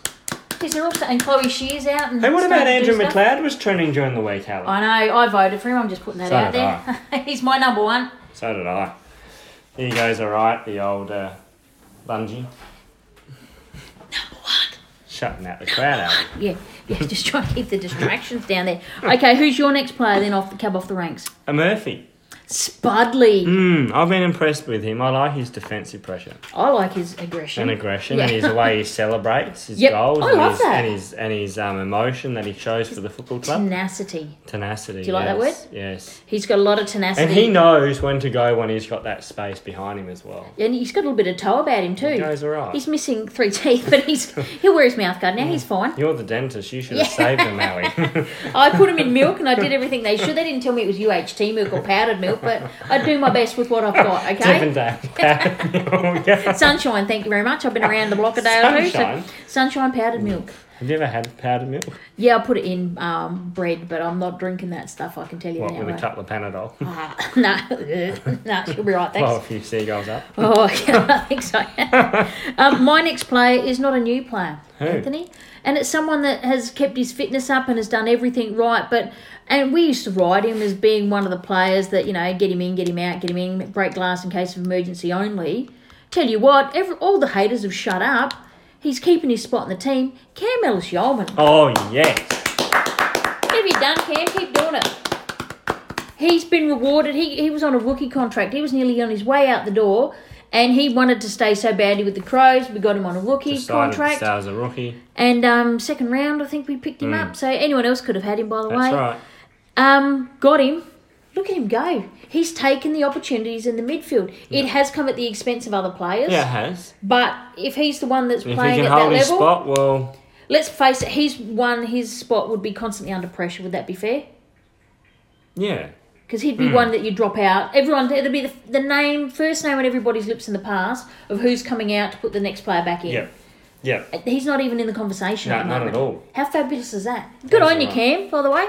Speaker 1: Yes, they're also and Chloe Shears out and.
Speaker 2: Hey, what about
Speaker 1: starting to
Speaker 2: Andrew
Speaker 1: do stuff.
Speaker 2: McLeod was trending during the week, Alan?
Speaker 1: I know. I voted for him. I'm just putting that
Speaker 2: So
Speaker 1: out
Speaker 2: did
Speaker 1: there. <laughs> He's my number one.
Speaker 2: So did I. He goes all right, the old uh, bungee.
Speaker 1: Number one.
Speaker 2: Shutting out the crowd out.
Speaker 1: Yeah, yeah. Just try and keep the distractions down
Speaker 2: <laughs>
Speaker 1: there. Okay, who's your next player then off the cab off the ranks?
Speaker 2: A Uh, Murphy.
Speaker 1: Spudley.
Speaker 2: Hmm, I've been impressed with him. I like his defensive pressure
Speaker 1: I like his aggression.
Speaker 2: and aggression
Speaker 1: Yeah.
Speaker 2: and his
Speaker 1: <laughs>
Speaker 2: way he celebrates his
Speaker 1: Yep,
Speaker 2: goals
Speaker 1: I
Speaker 2: and,
Speaker 1: love
Speaker 2: his,
Speaker 1: that.
Speaker 2: and his and his um, emotion that he shows for the football club.
Speaker 1: tenacity.
Speaker 2: Tenacity. Do
Speaker 1: you like that
Speaker 2: that word? Yes.
Speaker 1: He's got a lot of tenacity.
Speaker 2: And he knows when to go when he's got that space behind him as well.
Speaker 1: And he's got a little bit of toe about him too.
Speaker 2: He goes all right.
Speaker 1: He's missing three teeth, but
Speaker 2: <laughs>
Speaker 1: he's he'll wear his mouth guard now. He's fine.
Speaker 2: You're the dentist. You should have saved
Speaker 1: <laughs>
Speaker 2: him, <laughs> Allie.
Speaker 1: I put him in milk, and I did everything they should. They didn't tell me it was UHT milk or powdered milk, but I do my best with what
Speaker 2: <laughs>
Speaker 1: I've got. Okay. <laughs>
Speaker 2: Devondale. Have
Speaker 1: Sunshine, thank you very much. I've been around the block a day or two. So
Speaker 2: Sunshine?
Speaker 1: sunshine powdered milk.
Speaker 2: you ever had powdered milk?
Speaker 1: Yeah, I put it in um, bread, but I'm not drinking that stuff. I can tell you
Speaker 2: What,
Speaker 1: now.
Speaker 2: with a
Speaker 1: right?
Speaker 2: couple of Panadol?
Speaker 1: Ah, <laughs> no, <laughs> no, she'll be right. Thanks.
Speaker 2: Oh, a few seagulls up.
Speaker 1: <laughs> Oh, yeah, I think so. um, my next player is not a new player,
Speaker 2: Who?
Speaker 1: Anthony, and it's someone that has kept his fitness up and has done everything right. But and we used to ride him as being one of the players that you know get him in, get him out, get him in, break glass in case of emergency only. Tell you what, every, all the haters have shut up. He's keeping his spot in the team. Cam Ellis Yeoman.
Speaker 2: Oh, yes.
Speaker 1: What have you done, Cam? Keep doing it. He's been rewarded. He, he was on a rookie contract. He was nearly on his way out the door, and he wanted to stay so badly with the Crows. We got him on a rookie
Speaker 2: Decided to
Speaker 1: contract.
Speaker 2: start as a rookie.
Speaker 1: And um, second round, I think we picked him up. So anyone else could have had him, by the
Speaker 2: Hmm. That's
Speaker 1: way.
Speaker 2: right.
Speaker 1: Um, got him. Look at him go. He's taken the opportunities in the midfield. It has come at the expense of other players.
Speaker 2: Yeah, it has.
Speaker 1: But if he's the one that's
Speaker 2: If he
Speaker 1: playing
Speaker 2: can
Speaker 1: at that
Speaker 2: hold his
Speaker 1: level,
Speaker 2: spot, well,
Speaker 1: let's face it, he's one. His spot would be constantly under pressure. Would that be fair?
Speaker 2: yeah.
Speaker 1: Because he'd be
Speaker 2: Hmm.
Speaker 1: one that you drop out. Everyone, it'd be the, the name, first name on everybody's lips in the past of who's coming out to put the next player back in. Uh,
Speaker 2: Yep. Yep.
Speaker 1: He's not even in the conversation.
Speaker 2: No,
Speaker 1: at the
Speaker 2: not
Speaker 1: moment.
Speaker 2: at all.
Speaker 1: How fabulous is that? Good on you,
Speaker 2: right.
Speaker 1: Cam, by the way.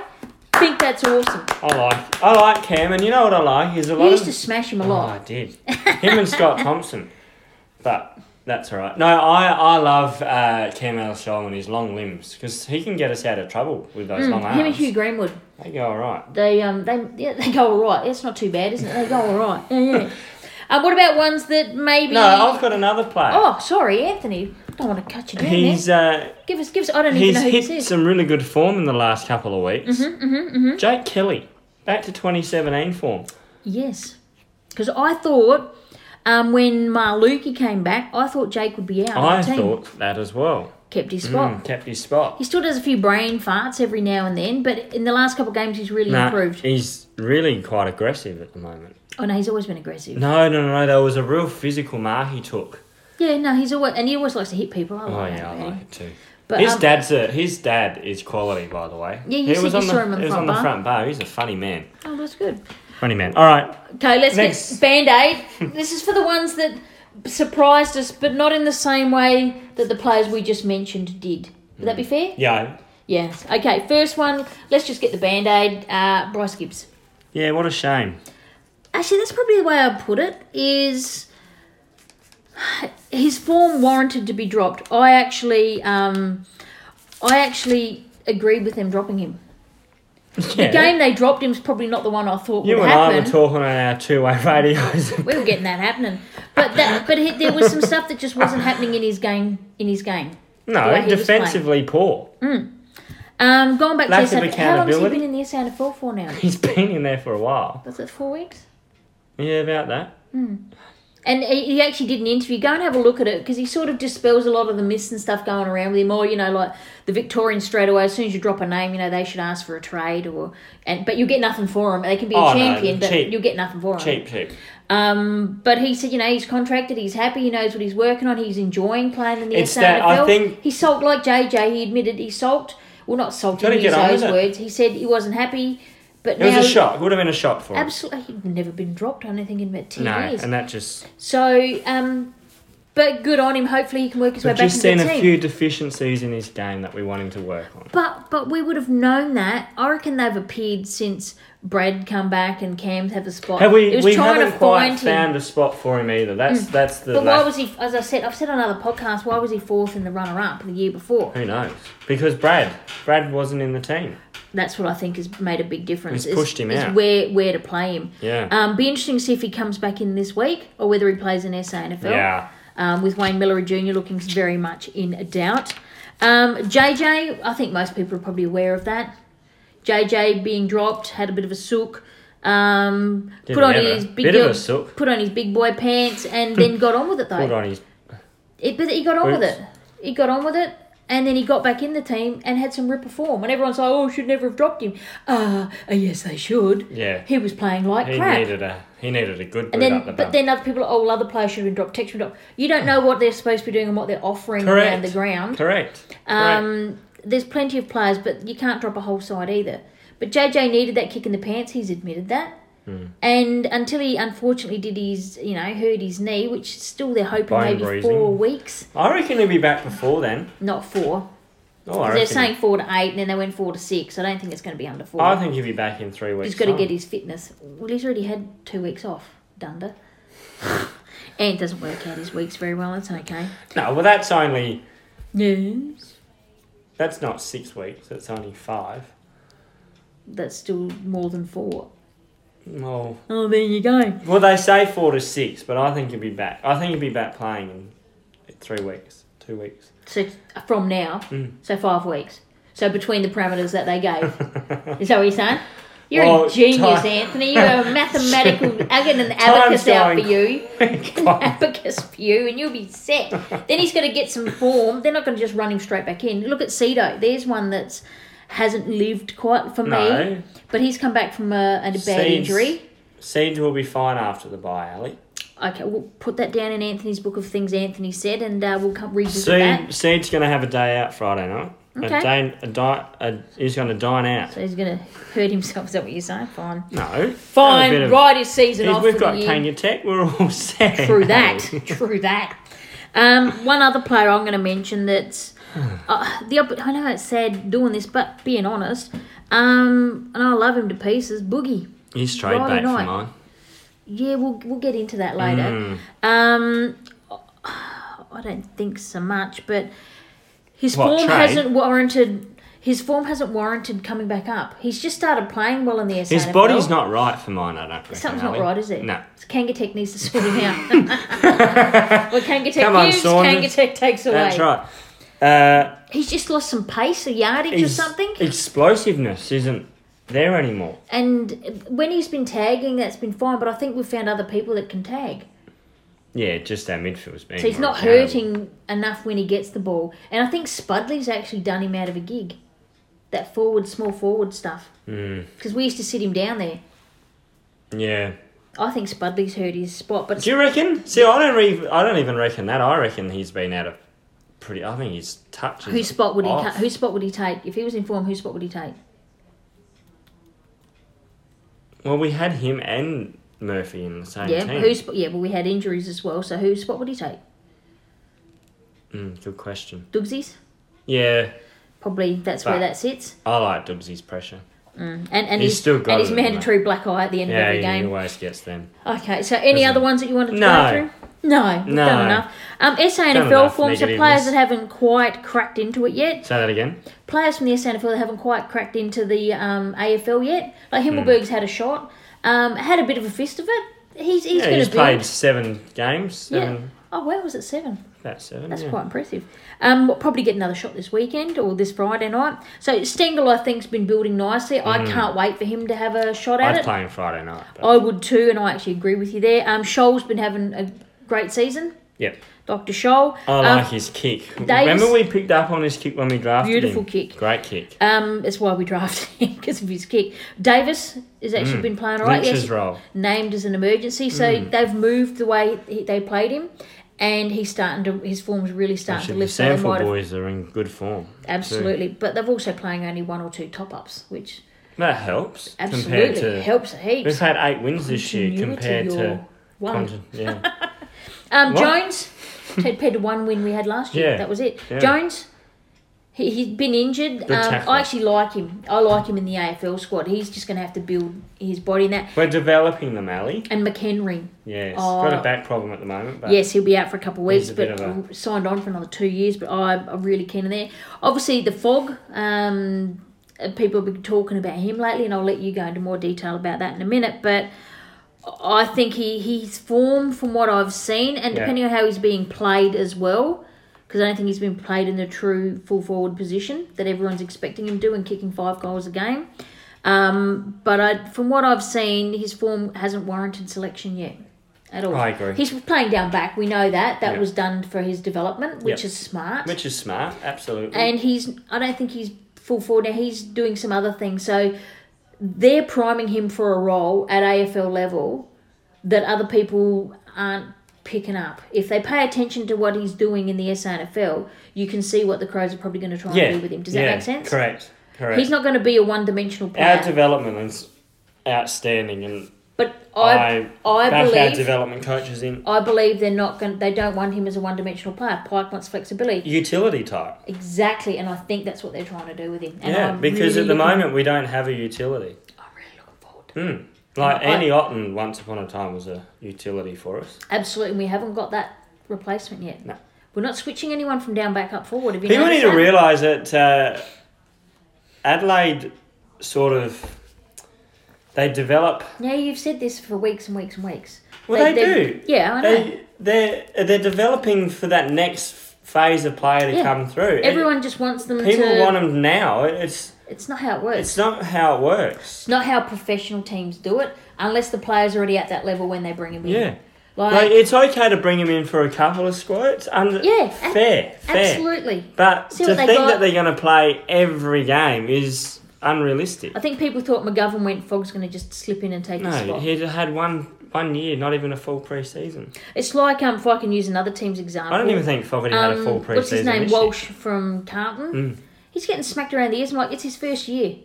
Speaker 1: Think that's awesome.
Speaker 2: I like I like Cam, and you know what I like? He's a lot
Speaker 1: You used
Speaker 2: of
Speaker 1: to smash him a
Speaker 2: Oh, I
Speaker 1: lot.
Speaker 2: did. Him and Scott Thompson. But that's all right. No, I, I love uh, Cam ellis and his long limbs because he can get us out of trouble with those long
Speaker 1: Hmm, Him and
Speaker 2: arms.
Speaker 1: Hugh Greenwood.
Speaker 2: They go all right.
Speaker 1: They um they yeah, they go all right. It's not too bad, isn't it? They go all right. Yeah,
Speaker 2: <laughs>
Speaker 1: yeah. um, what about ones that maybe?
Speaker 2: No, I've got another player.
Speaker 1: Oh, sorry, Anthony. Don't want to cut you down. there.
Speaker 2: He's uh,
Speaker 1: Give us, give us. I don't even
Speaker 2: he's
Speaker 1: know who this
Speaker 2: hit
Speaker 1: is.
Speaker 2: some really good form in the last couple of weeks. Mm-hmm, mm-hmm, mm-hmm. Jake Kelly, back to 2017 form.
Speaker 1: Yes, because I thought um when Marluki came back, I thought Jake would be out. of
Speaker 2: I
Speaker 1: the team.
Speaker 2: thought that as well.
Speaker 1: kept his spot.
Speaker 2: Mm, kept his spot.
Speaker 1: He still does a few brain farts every now and then, but in the last couple of games, he's really
Speaker 2: Nah,
Speaker 1: improved.
Speaker 2: he's really quite aggressive at the moment.
Speaker 1: Oh no, he's always been aggressive.
Speaker 2: No, no, no, no. There was a real physical mark he took.
Speaker 1: Yeah, no, he's always and he always likes to hit people. I like
Speaker 2: Oh
Speaker 1: that
Speaker 2: yeah, I
Speaker 1: about him.
Speaker 2: like it too.
Speaker 1: But
Speaker 2: his
Speaker 1: um,
Speaker 2: dad's a, his dad is quality, by the way.
Speaker 1: Yeah, you
Speaker 2: he
Speaker 1: said
Speaker 2: was
Speaker 1: you
Speaker 2: on
Speaker 1: saw
Speaker 2: the,
Speaker 1: him on the
Speaker 2: he was
Speaker 1: front
Speaker 2: on the
Speaker 1: bar.
Speaker 2: front bar. He's a funny man.
Speaker 1: oh, that's good.
Speaker 2: Funny man. All right.
Speaker 1: Okay, let's get
Speaker 2: Next.
Speaker 1: Band
Speaker 2: <laughs>
Speaker 1: Aid. this is for the ones that surprised us, but not in the same way that the players we just mentioned did. Would that be fair?
Speaker 2: Mm. Yeah.
Speaker 1: Yes. Okay, first one, let's just get the Band Aid, uh, Bryce Gibbs.
Speaker 2: Yeah. What a shame.
Speaker 1: Actually, that's probably the way I put it. Is his form warranted to be dropped? I actually, um, I actually agreed with them dropping him.
Speaker 2: Yeah.
Speaker 1: The game they dropped him is probably not the one I thought
Speaker 2: you
Speaker 1: would
Speaker 2: and
Speaker 1: happen.
Speaker 2: I were talking on our two-way <laughs> radios.
Speaker 1: we were getting that happening, but that, but he, there was some stuff that just wasn't happening in his game. In his game, The way
Speaker 2: no,
Speaker 1: he was
Speaker 2: defensively poor.
Speaker 1: um, going back
Speaker 2: Lack of
Speaker 1: to SNFL, how long has he
Speaker 2: accountability.
Speaker 1: been in the SNFL for now?
Speaker 2: He's been in there for a while.
Speaker 1: Was it four weeks?
Speaker 2: Yeah, about that.
Speaker 1: And he he actually did an interview. Go and have a look at it because he sort of dispels a lot of the myths and stuff going around with him. Or you know, like the Victorians straight away. As soon as you drop a name, you know they should ask for a trade. Or and but you get nothing for him. They can be
Speaker 2: Oh,
Speaker 1: a
Speaker 2: no,
Speaker 1: champion, but
Speaker 2: cheap.
Speaker 1: you'll get nothing for him.
Speaker 2: Cheap, cheap.
Speaker 1: Um, but he said, you know, he's contracted. He's happy. He knows what he's working on. He's enjoying playing in the
Speaker 2: It's
Speaker 1: SNFL.
Speaker 2: that- I think-
Speaker 1: he sulked like JJ. He admitted he sulked. Well, not sulked.
Speaker 2: Gotta
Speaker 1: He used
Speaker 2: get on
Speaker 1: those
Speaker 2: with it.
Speaker 1: words. He said he wasn't happy. But
Speaker 2: It was
Speaker 1: now
Speaker 2: a shock. It would have been a shock for him.
Speaker 1: Absolutely, he'd never been dropped. I don't think in about ten
Speaker 2: No,
Speaker 1: years.
Speaker 2: and that just.
Speaker 1: So, um, but good on him. Hopefully, he can work his way
Speaker 2: We've
Speaker 1: back
Speaker 2: just
Speaker 1: into the
Speaker 2: seen a
Speaker 1: team.
Speaker 2: few deficiencies in his game that we want him to work on.
Speaker 1: But but we would have known that. I reckon they've appeared since Brad come back and Cam's have a spot.
Speaker 2: Have
Speaker 1: It
Speaker 2: we?
Speaker 1: was
Speaker 2: We
Speaker 1: trying
Speaker 2: haven't
Speaker 1: to
Speaker 2: quite
Speaker 1: find him.
Speaker 2: found a spot for him either. That's that's the.
Speaker 1: But why
Speaker 2: lack-
Speaker 1: was he? As I said, I've said on other podcasts. Why was he fourth in the runner-up the year before?
Speaker 2: Who knows? Because Brad, Brad wasn't in the team.
Speaker 1: That's what I think has made a big difference.
Speaker 2: He's
Speaker 1: is-
Speaker 2: pushed him
Speaker 1: is
Speaker 2: out.
Speaker 1: Where where to play him?
Speaker 2: Yeah.
Speaker 1: Um, be interesting to see if he comes back in this week or whether he plays in SANFL.
Speaker 2: Yeah.
Speaker 1: um, with Wayne Miller Jr. looking very much in doubt. Um, JJ, I think most people are probably aware of that. JJ being dropped, had a bit of a sook, um,
Speaker 2: Did
Speaker 1: put on
Speaker 2: he ever?
Speaker 1: his big
Speaker 2: Bit of
Speaker 1: girl-
Speaker 2: a sook.
Speaker 1: put on his big boy pants,
Speaker 2: <laughs>
Speaker 1: and then got on with it
Speaker 2: Hold
Speaker 1: though.
Speaker 2: on, he's
Speaker 1: It, but he got on with
Speaker 2: Boots.
Speaker 1: it. He got on with it, and then he got back in the team and had some ripper form. And everyone's like, "Oh, should never have dropped him." Ah, uh, yes, they should.
Speaker 2: yeah. He,
Speaker 1: He was playing like crap.
Speaker 2: needed a he needed a good boot
Speaker 1: And then,
Speaker 2: up the
Speaker 1: but
Speaker 2: bum.
Speaker 1: then other people, oh, well, other players should have been dropped. Tech should have been dropped. You don't know what they're supposed to be doing and what they're offering around
Speaker 2: Correct.
Speaker 1: the ground.
Speaker 2: Correct. Correct.
Speaker 1: Um, there's plenty of players, but you can't drop a whole side either. But JJ needed that kick in the pants. He's admitted that.
Speaker 2: Hmm.
Speaker 1: And until he unfortunately did his, you know, hurt his knee, which still they're hoping
Speaker 2: Bone
Speaker 1: maybe
Speaker 2: bruising.
Speaker 1: four weeks,
Speaker 2: I reckon he'll be back before then.
Speaker 1: not four.
Speaker 2: Oh, I
Speaker 1: They're
Speaker 2: reckon.
Speaker 1: saying four to eight, and then they went four to six. I don't think it's going to be under four.
Speaker 2: I think he'll be back in three weeks. Oh.
Speaker 1: He's got to
Speaker 2: time.
Speaker 1: get his fitness. Well, he's already had two weeks off, Dunder. and it doesn't work out his weeks very well. That's okay.
Speaker 2: No, well, that's only
Speaker 1: Yes.
Speaker 2: that's not six weeks. That's only five.
Speaker 1: That's still more than four.
Speaker 2: No.
Speaker 1: Oh, there you go.
Speaker 2: Well, they say four to six, but I think he'll be back. I think he'll be back playing in three weeks, two weeks.
Speaker 1: So from now,
Speaker 2: Mm.
Speaker 1: so five weeks. So between the parameters that they
Speaker 2: <laughs>
Speaker 1: gave, is that what you're saying? You're
Speaker 2: Well,
Speaker 1: a genius,
Speaker 2: time-
Speaker 1: Anthony. You're a
Speaker 2: <laughs>
Speaker 1: mathematical. I get an
Speaker 2: Time's
Speaker 1: abacus out
Speaker 2: going
Speaker 1: for
Speaker 2: <laughs>
Speaker 1: you.
Speaker 2: God.
Speaker 1: abacus for you, and you'll be set. then he's going to get some form. They're not going to just run him straight back in. Look at Cedo. There's one that's hasn't lived quite for me,
Speaker 2: no.
Speaker 1: but he's come back from a, a bad
Speaker 2: Seeds.
Speaker 1: injury.
Speaker 2: Seeds will be fine after the bye, Ali.
Speaker 1: Okay, we'll put that down in Anthony's book of things Anthony said, and uh, we'll come revisit
Speaker 2: Seed,
Speaker 1: that.
Speaker 2: Seed's going to have a day out Friday night.
Speaker 1: Okay.
Speaker 2: A day, a di- a, he's going to dine out.
Speaker 1: So he's going to hurt himself. Is that what you're saying? Fine.
Speaker 2: No. Have a bit
Speaker 1: Fine.
Speaker 2: of-
Speaker 1: Right, his season
Speaker 2: If
Speaker 1: off.
Speaker 2: we've
Speaker 1: for the
Speaker 2: got
Speaker 1: year.
Speaker 2: Kenya Tech, we're all <laughs> set.
Speaker 1: True that. True that. Um, one other player I'm going to mention that's uh, the opp- I know it's sad doing this, but being honest, um, and I love him to pieces. Boogie.
Speaker 2: He's trade
Speaker 1: Friday
Speaker 2: bait for
Speaker 1: night.
Speaker 2: mine.
Speaker 1: Yeah, we'll we'll get into that later.
Speaker 2: Mm.
Speaker 1: Um, I don't think so much, but his
Speaker 2: What,
Speaker 1: form
Speaker 2: trade?
Speaker 1: hasn't warranted. His form hasn't warranted coming back up. He's just started playing well in the SNFL.
Speaker 2: His body's not right for mine, I don't reckon.
Speaker 1: Something's
Speaker 2: Ali.
Speaker 1: not right, is it?
Speaker 2: No.
Speaker 1: So Kangatek needs to sort him
Speaker 2: <laughs>
Speaker 1: out. well, Kangatek
Speaker 2: Come on,
Speaker 1: gives,
Speaker 2: Saunders.
Speaker 1: Kangatek takes away.
Speaker 2: That's right. Uh,
Speaker 1: He's just lost some pace, a yardage or
Speaker 2: his
Speaker 1: something.
Speaker 2: Explosiveness isn't there anymore.
Speaker 1: And when he's been tagging, that's been fine. But I think we've found other people that can tag.
Speaker 2: Yeah, just our midfield's being.
Speaker 1: So he's
Speaker 2: more
Speaker 1: not
Speaker 2: accountable.
Speaker 1: hurting enough when he gets the ball. And I think Spudley's actually done him out of a gig. That forward, small forward stuff.
Speaker 2: Hmm.
Speaker 1: Because we used to sit him down there.
Speaker 2: Yeah.
Speaker 1: I think Spudley's hurt his spot, but
Speaker 2: Do you reckon? See, I don't. Re- I don't even reckon that. I reckon he's been out of pretty. I think his touch. is
Speaker 1: whose spot would he?
Speaker 2: off.
Speaker 1: ta- Whose spot would he take if he was in form? Whose spot would he take?
Speaker 2: Well, we had him and Murphy in the same
Speaker 1: Yeah,
Speaker 2: team.
Speaker 1: whose? Yeah, but we had injuries as well. So whose spot would he take?
Speaker 2: Mm, good question.
Speaker 1: Dougsy's.
Speaker 2: Yeah,
Speaker 1: Probably that's where
Speaker 2: But-
Speaker 1: that sits.
Speaker 2: I like Dubsy's pressure.
Speaker 1: And and
Speaker 2: He's
Speaker 1: his,
Speaker 2: still got
Speaker 1: and his
Speaker 2: it, isn't he?
Speaker 1: mandatory black eye at the end of
Speaker 2: Yeah,
Speaker 1: every
Speaker 2: he
Speaker 1: game.
Speaker 2: always gets them.
Speaker 1: Okay, so any
Speaker 2: Isn't
Speaker 1: other
Speaker 2: it?
Speaker 1: ones that you wanted to
Speaker 2: No.
Speaker 1: go through? No, we've
Speaker 2: No.
Speaker 1: done enough. Um, SANFL
Speaker 2: enough
Speaker 1: forms are
Speaker 2: negativeness.
Speaker 1: players that haven't quite cracked into it yet.
Speaker 2: Say that again.
Speaker 1: Players from the SANFL that haven't quite cracked into the um, AFL yet. Like
Speaker 2: Hmm.
Speaker 1: Himmelberg's had a shot, um, had a bit of a fist of it. He's he's
Speaker 2: yeah,
Speaker 1: going
Speaker 2: he's
Speaker 1: to be.
Speaker 2: played seven games. Seven,
Speaker 1: Oh, where was it seven?
Speaker 2: About seven.
Speaker 1: That's
Speaker 2: yeah.
Speaker 1: quite impressive. Um, we'll probably get another shot this weekend or this Friday night. So Stengel, I think, has been building nicely.
Speaker 2: Mm.
Speaker 1: I can't wait for him to have a shot at
Speaker 2: I'd
Speaker 1: it.
Speaker 2: play him Friday night. But,
Speaker 1: I would too, and I actually agree with you there. Um, Shoal's been having a great season,
Speaker 2: Yep.
Speaker 1: Dr. Shoal.
Speaker 2: I
Speaker 1: um,
Speaker 2: like his kick. Remember we picked up on his kick when we drafted
Speaker 1: Beautiful
Speaker 2: him?
Speaker 1: kick.
Speaker 2: Great kick.
Speaker 1: um, it's why we <laughs> drafted him because of his kick. Davis has actually
Speaker 2: Mm.
Speaker 1: been playing all right.
Speaker 2: Lynch's
Speaker 1: Yes,
Speaker 2: role.
Speaker 1: named as an emergency, so
Speaker 2: Mm.
Speaker 1: they've moved the way he, they played him, and he's starting to his form's really starting to
Speaker 2: Actually, the
Speaker 1: lift. So they
Speaker 2: Sanford
Speaker 1: might have,
Speaker 2: boys are in good form.
Speaker 1: absolutely, but they've also playing only one or two top ups, which
Speaker 2: That helps. Compared
Speaker 1: absolutely
Speaker 2: to,
Speaker 1: helps a heap.
Speaker 2: We've had eight wins this year
Speaker 1: Continuity
Speaker 2: compared to.
Speaker 1: or one.
Speaker 2: Conti-
Speaker 1: <laughs>
Speaker 2: yeah.
Speaker 1: Um,
Speaker 2: What?
Speaker 1: Jones, compared to one win we had last year,
Speaker 2: Yeah.
Speaker 1: that was it.
Speaker 2: Yeah.
Speaker 1: Jones, he, he's been injured.
Speaker 2: Good
Speaker 1: Um,
Speaker 2: tackler.
Speaker 1: I actually like him. I like him in the AFL squad. He's just going to have to build his body in that.
Speaker 2: We're developing them, Ali.
Speaker 1: And McHenry,
Speaker 2: Yes.
Speaker 1: Oh.
Speaker 2: Got a back problem at the moment. But
Speaker 1: yes, he'll be out for a couple of weeks,
Speaker 2: He's a bit
Speaker 1: but
Speaker 2: of
Speaker 1: signed on for another two years. But I, I'm really keen on there. Obviously, the fog. Um, uh, people have been talking about him lately, and I'll let you go into more detail about that in a minute. But I think he he's form from what I've seen, and
Speaker 2: Yeah.
Speaker 1: depending on how he's being played as well, because I don't think he's been played in the true full forward position that everyone's expecting him to, and kicking five goals a game. Um, but I, from what I've seen, his form hasn't warranted selection yet. At all.
Speaker 2: I agree.
Speaker 1: He's playing down back. We know that. That
Speaker 2: Yeah.
Speaker 1: was done for his development, which
Speaker 2: Yeah.
Speaker 1: is smart.
Speaker 2: Which is smart, absolutely.
Speaker 1: and he's, I don't think he's full forward now. He's doing some other things. So they're priming him for a role at AFL level that other people aren't picking up. If they pay attention to what he's doing in the SNFL, you can see what the Crows are probably going to try
Speaker 2: yeah.
Speaker 1: and do with him. Does
Speaker 2: yeah,
Speaker 1: that make sense?
Speaker 2: Correct. Correct.
Speaker 1: He's not going to be a one dimensional player.
Speaker 2: Our development is outstanding, and
Speaker 1: but I,
Speaker 2: I,
Speaker 1: I,
Speaker 2: back our
Speaker 1: believe.
Speaker 2: development coaches in
Speaker 1: I believe they're not going. They don't want him as a one-dimensional player. Pike wants flexibility.
Speaker 2: utility type.
Speaker 1: Exactly, and I think that's what they're trying to do with him. And
Speaker 2: Yeah,
Speaker 1: I'm
Speaker 2: because
Speaker 1: really
Speaker 2: at the
Speaker 1: looking-
Speaker 2: moment we don't have a utility.
Speaker 1: I'm really looking forward. to it.
Speaker 2: Mm. Like
Speaker 1: I-
Speaker 2: Andy Otten, once upon a time, was a utility for us.
Speaker 1: Absolutely, and we haven't got that replacement yet.
Speaker 2: No.
Speaker 1: We're not switching anyone from down back up forward. Have you
Speaker 2: People need
Speaker 1: noticed
Speaker 2: to
Speaker 1: that?
Speaker 2: realise that uh, Adelaide sort of They develop.
Speaker 1: Now you've said this for weeks and weeks and weeks.
Speaker 2: Well, they,
Speaker 1: they're-
Speaker 2: do.
Speaker 1: Yeah, I know.
Speaker 2: They they're they're developing for that next phase of player to
Speaker 1: Yeah.
Speaker 2: come through.
Speaker 1: Everyone just wants them
Speaker 2: And people
Speaker 1: to.
Speaker 2: want them now. It's
Speaker 1: It's not how it works.
Speaker 2: it's not how it works.
Speaker 1: It's not how professional teams do it, unless the player's already at that level when they bring him in.
Speaker 2: Yeah.
Speaker 1: Like,
Speaker 2: Like it's okay to bring him in for a couple of squirts. Under
Speaker 1: Yeah, a-
Speaker 2: fair, fair.
Speaker 1: absolutely.
Speaker 2: But
Speaker 1: See
Speaker 2: to
Speaker 1: what they
Speaker 2: think
Speaker 1: got.
Speaker 2: that they're going to play every game is unrealistic.
Speaker 1: I think people thought McGovern went, Fogg's going to just slip in and take his
Speaker 2: No,
Speaker 1: spot.
Speaker 2: he had one one year, not even a full preseason.
Speaker 1: It's like, um, if I can use another team's example.
Speaker 2: I don't even think Fogarty had a
Speaker 1: um,
Speaker 2: full preseason. Hmm.
Speaker 1: What's his name?
Speaker 2: this year.
Speaker 1: Walsh from Carlton. He's getting smacked around the ears. I'm like, it's his first year.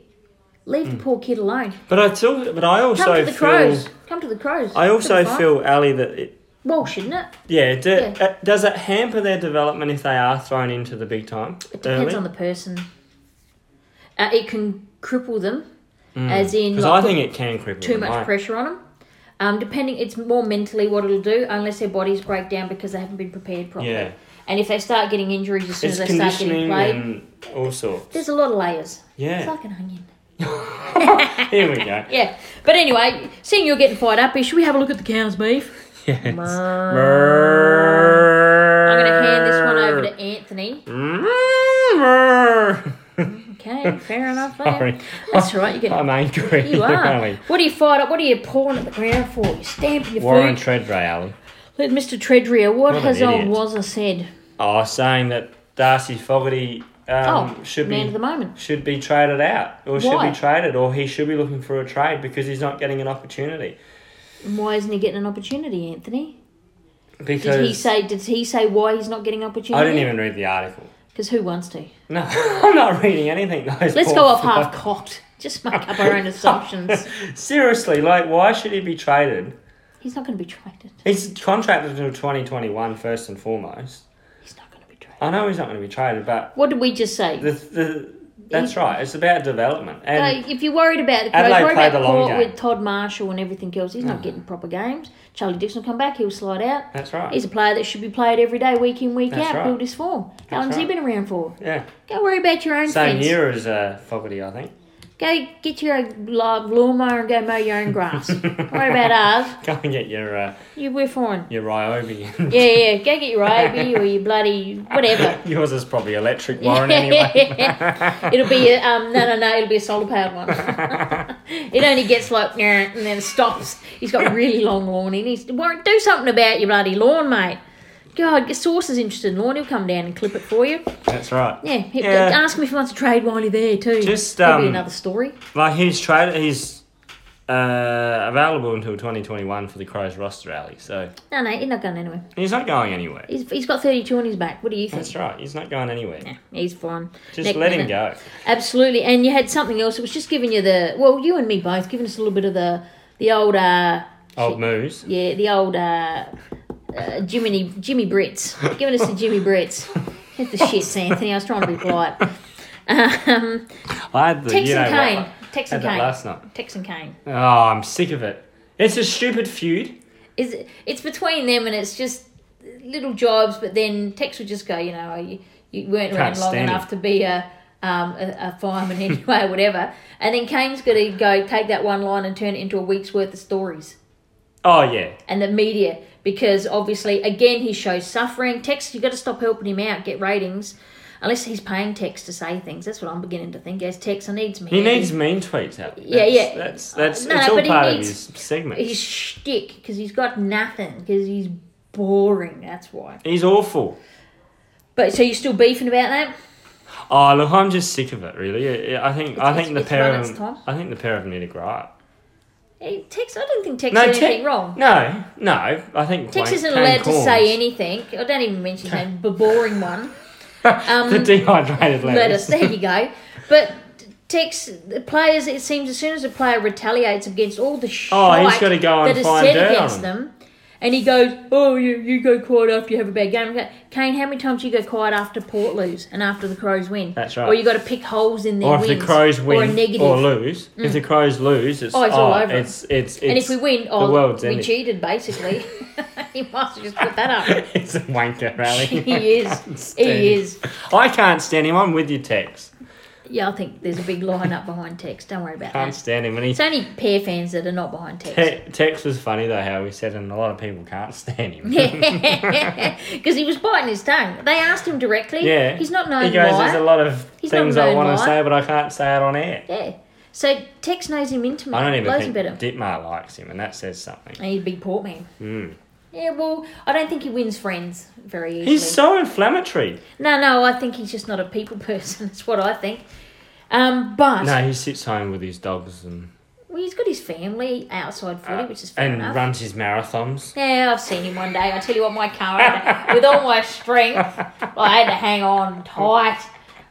Speaker 1: Leave
Speaker 2: Hmm.
Speaker 1: the poor kid alone.
Speaker 2: But I still, but I
Speaker 1: Come
Speaker 2: also
Speaker 1: to the
Speaker 2: feel,
Speaker 1: Crows. Come to the Crows.
Speaker 2: I also
Speaker 1: Could've won.
Speaker 2: feel Ali that it,
Speaker 1: Walsh, isn't it?
Speaker 2: yeah, do,
Speaker 1: Yeah.
Speaker 2: uh, does it hamper their development if they are thrown into the big time?
Speaker 1: It depends on the person. Uh, it can cripple them, as in like,
Speaker 2: because Hmm. I
Speaker 1: put
Speaker 2: think it can cripple
Speaker 1: too
Speaker 2: them,
Speaker 1: much
Speaker 2: right?
Speaker 1: pressure on them. Um, depending, it's more mentally what it'll do, unless their bodies break down because they haven't been prepared properly.
Speaker 2: Yeah.
Speaker 1: And if they start getting injuries as soon
Speaker 2: It's
Speaker 1: as they start getting
Speaker 2: conditioning
Speaker 1: played,
Speaker 2: and all sorts.
Speaker 1: there's a lot of layers. It's
Speaker 2: Yeah,
Speaker 1: like an onion.
Speaker 2: here
Speaker 1: <laughs>
Speaker 2: we go.
Speaker 1: Yeah. But anyway, seeing you're getting fired up, should we have a look at the cow's beef?
Speaker 2: Yes. I'm
Speaker 1: I'm going
Speaker 2: gonna
Speaker 1: to hand this one over to Anthony. Okay, fair enough there.
Speaker 2: Sorry.
Speaker 1: That's all right, you get
Speaker 2: <laughs> I'm angry.
Speaker 1: You are.
Speaker 2: <laughs> Ali.
Speaker 1: What are you fired up? What are you pawing at the ground for? You're stamping your
Speaker 2: Warren
Speaker 1: food.
Speaker 2: Treadray, Ali.
Speaker 1: Let Mr. Treadrier, what,
Speaker 2: What an
Speaker 1: has old
Speaker 2: idiot.
Speaker 1: Wazza said?
Speaker 2: Oh, saying that Darcy Fogarty um,
Speaker 1: oh,
Speaker 2: should
Speaker 1: man
Speaker 2: be
Speaker 1: of the moment.
Speaker 2: should be traded out, or
Speaker 1: Why?
Speaker 2: should be traded, or he should be looking for a trade because he's not getting an opportunity.
Speaker 1: And Why isn't he getting an opportunity, Anthony? Did he
Speaker 2: Because
Speaker 1: say? Did he say why he's not getting opportunity?
Speaker 2: I didn't even read the article. <laughs>
Speaker 1: Because who wants to?
Speaker 2: No, I'm not reading anything. Those
Speaker 1: Let's
Speaker 2: poor
Speaker 1: go off
Speaker 2: fellas.
Speaker 1: half cocked. Just make up our own assumptions.
Speaker 2: <laughs> Seriously, like, why should he be traded?
Speaker 1: He's not going to be traded.
Speaker 2: He's contracted until 2021, first and foremost.
Speaker 1: He's not going to be traded.
Speaker 2: I know he's not going to be traded, but
Speaker 1: What did we just say?
Speaker 2: the, the that's right. It's about development, and
Speaker 1: Like, if you're worried about the Crows,
Speaker 2: Adelaide
Speaker 1: worry
Speaker 2: played
Speaker 1: about
Speaker 2: the long
Speaker 1: Port
Speaker 2: game.
Speaker 1: with Todd Marshall and everything else. He's not getting proper games. Charlie Dixon will come back. He'll slide out.
Speaker 2: that's right.
Speaker 1: He's a player that should be played every day, week in, week
Speaker 2: That's
Speaker 1: out.
Speaker 2: right.
Speaker 1: Build his form. How long's he
Speaker 2: right.
Speaker 1: been around for?
Speaker 2: yeah,
Speaker 1: Go worry about your own
Speaker 2: same
Speaker 1: fence.
Speaker 2: year as uh, Fogarty, I think. <laughs>
Speaker 1: Go get your own law- lawnmower and go mow your own
Speaker 2: <laughs>
Speaker 1: grass. Don't worry about ours.
Speaker 2: Go and get your uh,
Speaker 1: You, we're fine.
Speaker 2: your Ryobi.
Speaker 1: Yeah, yeah. Go get your AB or your bloody
Speaker 2: <laughs>
Speaker 1: whatever.
Speaker 2: Yours is probably electric,
Speaker 1: <laughs>
Speaker 2: Warren. Anyway,
Speaker 1: it'll be a, um no no no it'll be a solar powered one.
Speaker 2: <laughs>
Speaker 1: it only gets like "Nah," and then stops. He's got a really long lawn. He needs to Warren, do something about your bloody lawn, mate. God, your source is interested in lawn. He'll come down and clip it for you.
Speaker 2: that's right.
Speaker 1: Yeah, he,
Speaker 2: Yeah.
Speaker 1: ask him if he wants to trade while you're there too.
Speaker 2: Just,
Speaker 1: Probably
Speaker 2: um,
Speaker 1: another story.
Speaker 2: Like he's traded, he's uh, available until 2021 for the Crows roster rally. So
Speaker 1: No, no, he's not going anywhere.
Speaker 2: he's not going anywhere.
Speaker 1: He's, he's got 32 on his back. What do you think?
Speaker 2: That's right. He's not going anywhere.
Speaker 1: Yeah, he's fine.
Speaker 2: Just
Speaker 1: Neck
Speaker 2: let him
Speaker 1: minute.
Speaker 2: go.
Speaker 1: Absolutely, and you had something else. It was just giving you the well, you and me both giving us a little bit of the the old uh,
Speaker 2: Old moves.
Speaker 1: Yeah, the old uh, uh, Jiminy Jimmy Brits. Giving us the Jimmy Brits. Hit the shits, Anthony. I was trying to be polite. Um,
Speaker 2: I had the
Speaker 1: Tex
Speaker 2: you know
Speaker 1: and
Speaker 2: what,
Speaker 1: Kane. Tex
Speaker 2: had
Speaker 1: and
Speaker 2: that
Speaker 1: Kane.
Speaker 2: last night.
Speaker 1: Tex and Kane.
Speaker 2: Oh, I'm sick of it. It's a stupid feud.
Speaker 1: Is it, it's between them and it's just little jobs, but then Tex would just go, you know, "Oh, you, you weren't around long
Speaker 2: stand
Speaker 1: enough to be a. Um, a, a fireman <laughs> anyway, or whatever, and then Kane's got to go take that one line and turn it into a week's worth of stories.
Speaker 2: Oh yeah,
Speaker 1: and the media because obviously again he shows suffering text you got to stop helping him out get ratings unless he's paying text to say things that's what i'm beginning to think as text i need some
Speaker 2: he
Speaker 1: handy-
Speaker 2: needs mean tweets out.
Speaker 1: Yeah,
Speaker 2: that's,
Speaker 1: yeah.
Speaker 2: That's that's
Speaker 1: Uh, no,
Speaker 2: it's all
Speaker 1: but he
Speaker 2: part of his
Speaker 1: needs-
Speaker 2: segment.
Speaker 1: his
Speaker 2: He's,
Speaker 1: shtick because he's got nothing because he's boring that's why
Speaker 2: awful.
Speaker 1: but so you're still beefing about that
Speaker 2: Oh look, I'm just sick of it. Really, I I think I think
Speaker 1: it's-
Speaker 2: the
Speaker 1: it's
Speaker 2: pair
Speaker 1: run
Speaker 2: of
Speaker 1: its time.
Speaker 2: I think the pair of them need to grow up.
Speaker 1: hey, text i don't think text
Speaker 2: No,
Speaker 1: did
Speaker 2: Tex-
Speaker 1: anything wrong
Speaker 2: No, no. I think
Speaker 1: text
Speaker 2: Wayne-
Speaker 1: isn't
Speaker 2: Kane
Speaker 1: allowed to
Speaker 2: Corns.
Speaker 1: say anything i don't even mention his name the boring one
Speaker 2: <laughs>
Speaker 1: Um,
Speaker 2: the
Speaker 1: <laughs>
Speaker 2: dehydrated
Speaker 1: Let
Speaker 2: lettuce.
Speaker 1: us. There you go. But Tex, the players, it seems as soon as a player retaliates against all the shit
Speaker 2: Oh, he's gotta go and
Speaker 1: that is
Speaker 2: find
Speaker 1: said
Speaker 2: dirt
Speaker 1: against
Speaker 2: on
Speaker 1: them, and he goes, "Oh, you you go quiet after you have a bad game." Okay, Kane, how many times do you go quiet after Port lose and after the Crows win?
Speaker 2: That's right.
Speaker 1: Or you got to pick holes in their
Speaker 2: Or if
Speaker 1: wins,
Speaker 2: the Crows
Speaker 1: or a
Speaker 2: win
Speaker 1: negative.
Speaker 2: or, lose, if the Crows lose, it's,
Speaker 1: Oh, it's all over.
Speaker 2: It's, it's, it's,
Speaker 1: and if we win, oh,
Speaker 2: world's
Speaker 1: we
Speaker 2: ending.
Speaker 1: cheated basically. <laughs> he must have just put that up.
Speaker 2: <laughs> it's a wanker
Speaker 1: <laughs>
Speaker 2: rally. <laughs>
Speaker 1: he is.
Speaker 2: stand
Speaker 1: He is.
Speaker 2: I can't stand him. I'm with you, Tex.
Speaker 1: Yeah, I think there's a big line up behind Tex. Don't worry about
Speaker 2: Can't
Speaker 1: that.
Speaker 2: stand him. And he,
Speaker 1: It's only Pear fans that are not behind Tex. <laughs>
Speaker 2: te- Tex was funny though, how he said, and a lot of people can't
Speaker 1: <laughs>
Speaker 2: stand him.
Speaker 1: Because he was biting his tongue. They asked him directly.
Speaker 2: Yeah.
Speaker 1: He's not known
Speaker 2: He goes,
Speaker 1: why.
Speaker 2: there's a lot of
Speaker 1: He's not
Speaker 2: things I
Speaker 1: known
Speaker 2: want to
Speaker 1: why."
Speaker 2: say, but I can't say it on air.
Speaker 1: Yeah. So Tex knows him intimately.
Speaker 2: I don't even
Speaker 1: Loads
Speaker 2: think
Speaker 1: about him.
Speaker 2: Ditmar likes him, and that says something.
Speaker 1: And he's a big port man.
Speaker 2: Hmm.
Speaker 1: Yeah, well, I don't think he wins friends very easily.
Speaker 2: He's so inflammatory.
Speaker 1: no, no, I think he's just not a people <laughs> person. That's what I think. Um, but
Speaker 2: No, he sits home with his dogs and
Speaker 1: well, he's got his family outside footy, which is fair
Speaker 2: Uh, and
Speaker 1: enough.
Speaker 2: runs his marathons.
Speaker 1: Yeah, I've seen him one day. I tell you what, my car, I had to- with all my
Speaker 2: <laughs>
Speaker 1: strength, I had to hang on tight.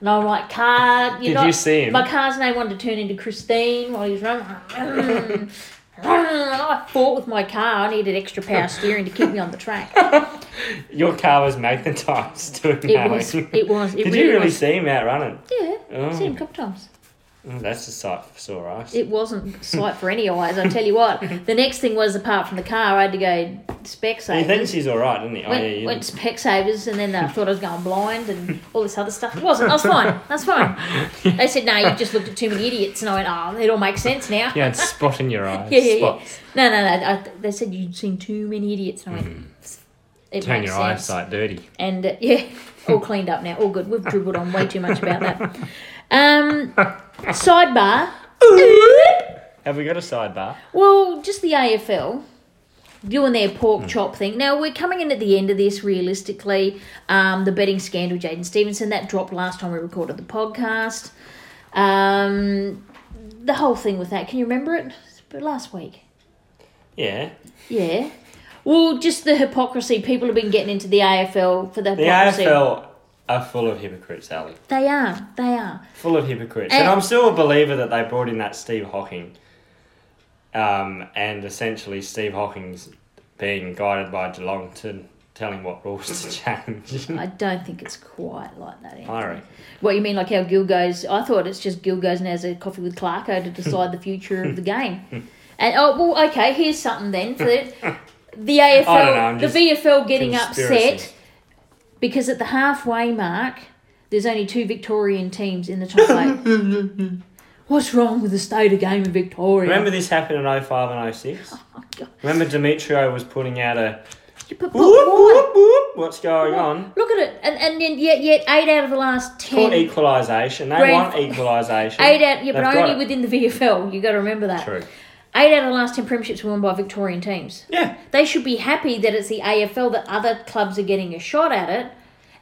Speaker 1: And I'm like, car, you're
Speaker 2: Did
Speaker 1: not-
Speaker 2: you see him?
Speaker 1: My car's name wanted to turn into Christine while he was running. <laughs> And I fought with my car. I needed extra power steering to keep me on the
Speaker 2: <laughs>
Speaker 1: track.
Speaker 2: Your car was magnetized <laughs> to it.
Speaker 1: It was. It was. It
Speaker 2: Did you really
Speaker 1: was.
Speaker 2: see him out running?
Speaker 1: Yeah,
Speaker 2: Oh.
Speaker 1: I've seen him a couple times.
Speaker 2: Mm, that's a sight for sore eyes.
Speaker 1: It wasn't sight for any eyes, I tell you
Speaker 2: <laughs>
Speaker 1: what. The next thing was, apart from the car, I had to go
Speaker 2: he
Speaker 1: Specsavers.
Speaker 2: thinks he's all right, doesn't he?
Speaker 1: went,
Speaker 2: oh, yeah, you
Speaker 1: went to Specsavers and
Speaker 2: <laughs>
Speaker 1: then I thought I was going blind and all this other stuff. It wasn't. I was fine. That's
Speaker 2: <laughs>
Speaker 1: fine. They said, no, you just looked at too many idiots. And I went, oh, it all makes sense now.
Speaker 2: yeah, it's spot
Speaker 1: <laughs>
Speaker 2: in your eyes.
Speaker 1: yeah, yeah. yeah.
Speaker 2: Spots.
Speaker 1: No, no, no. I, they said you'd seen too many idiots. And I went, it
Speaker 2: Hmm. Turn
Speaker 1: makes
Speaker 2: your
Speaker 1: sense.
Speaker 2: eyesight dirty.
Speaker 1: And uh, yeah, <laughs> all cleaned up now. All good. We've dribbled on way too much about that. Um, sidebar.
Speaker 2: <laughs> Have we got a sidebar?
Speaker 1: Well, just the AFL doing their pork chop thing. Now we're coming in at the end of this. Realistically, um, the betting scandal, Jaden Stevenson, that dropped last time we recorded the podcast. Um, the whole thing with that. Can you remember it? It's about Last week.
Speaker 2: Yeah.
Speaker 1: Yeah. Well, just the hypocrisy. People have been getting into the AFL for the
Speaker 2: The
Speaker 1: hypocrisy.
Speaker 2: AFL are full of hypocrites, Ali.
Speaker 1: They are. They are.
Speaker 2: Full of hypocrites.
Speaker 1: And-
Speaker 2: and I'm still a believer that they brought in that Steve Hawking. Um, and essentially, Steve Hawking's being guided by Geelong to tell him what rules to <laughs> change.
Speaker 1: I don't think it's quite like that. Anthony.
Speaker 2: I reckon.
Speaker 1: What you mean, like how Gil goes? I thought it's just Gil goes and has a coffee with
Speaker 2: <laughs>
Speaker 1: Clarko to decide the future of the game. And oh well, okay. Here's something then
Speaker 2: <laughs>
Speaker 1: for the, the AFL,
Speaker 2: I don't know, I'm
Speaker 1: the
Speaker 2: just-
Speaker 1: VFL getting
Speaker 2: Conspiracy.
Speaker 1: upset because at the halfway mark, there's only two Victorian teams in the
Speaker 2: <laughs>
Speaker 1: top eight. What's wrong with the state of game in Victoria?
Speaker 2: Remember this happened in 05 and 06?
Speaker 1: Oh, God.
Speaker 2: Remember Demetrio was putting out a
Speaker 1: You put-
Speaker 2: whoop,
Speaker 1: why?
Speaker 2: whoop, whoop, what's going on?
Speaker 1: Look at it, and and then yet yet eight out of the last
Speaker 2: Called
Speaker 1: ten,
Speaker 2: equalisation. They
Speaker 1: Grand-
Speaker 2: want equalisation.
Speaker 1: eight out yeah, but
Speaker 2: They've got
Speaker 1: only
Speaker 2: it.
Speaker 1: within the VFL. You got to remember that.
Speaker 2: True.
Speaker 1: Eight out of the last ten premierships were won by Victorian teams.
Speaker 2: Yeah.
Speaker 1: They should be happy that it's the AFL that other clubs are getting a shot at it,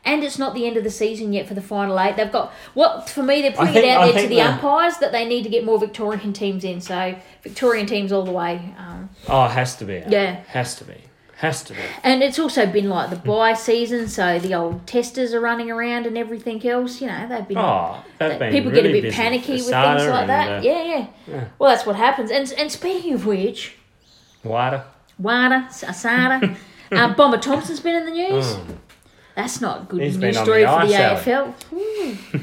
Speaker 1: and it's not the end of the season yet for the final eight. They've got what for me they're putting
Speaker 2: think-
Speaker 1: it out
Speaker 2: I
Speaker 1: there to
Speaker 2: think
Speaker 1: the
Speaker 2: the-
Speaker 1: umpires that they need to get more Victorian teams in. So Victorian teams all the way. Um,
Speaker 2: Oh, it has to be. Ali.
Speaker 1: Yeah.
Speaker 2: Has to be. Has to be.
Speaker 1: and it's also been like the bye season, so the old testers are running around and everything else. You know they've been
Speaker 2: Oh, they've been
Speaker 1: people
Speaker 2: really
Speaker 1: get a bit
Speaker 2: busy.
Speaker 1: panicky with things
Speaker 2: Asada
Speaker 1: like
Speaker 2: and,
Speaker 1: that.
Speaker 2: uh,
Speaker 1: yeah, yeah, Well, that's what happens. And and speaking of which,
Speaker 2: Wider.
Speaker 1: WADA,
Speaker 2: <laughs>
Speaker 1: Asada, uh, Bomber Thompson's been in the news. That's not a good
Speaker 2: Oh. He's
Speaker 1: news
Speaker 2: been on
Speaker 1: story
Speaker 2: the
Speaker 1: for the
Speaker 2: ice, <laughs>
Speaker 1: AFL. Hmm.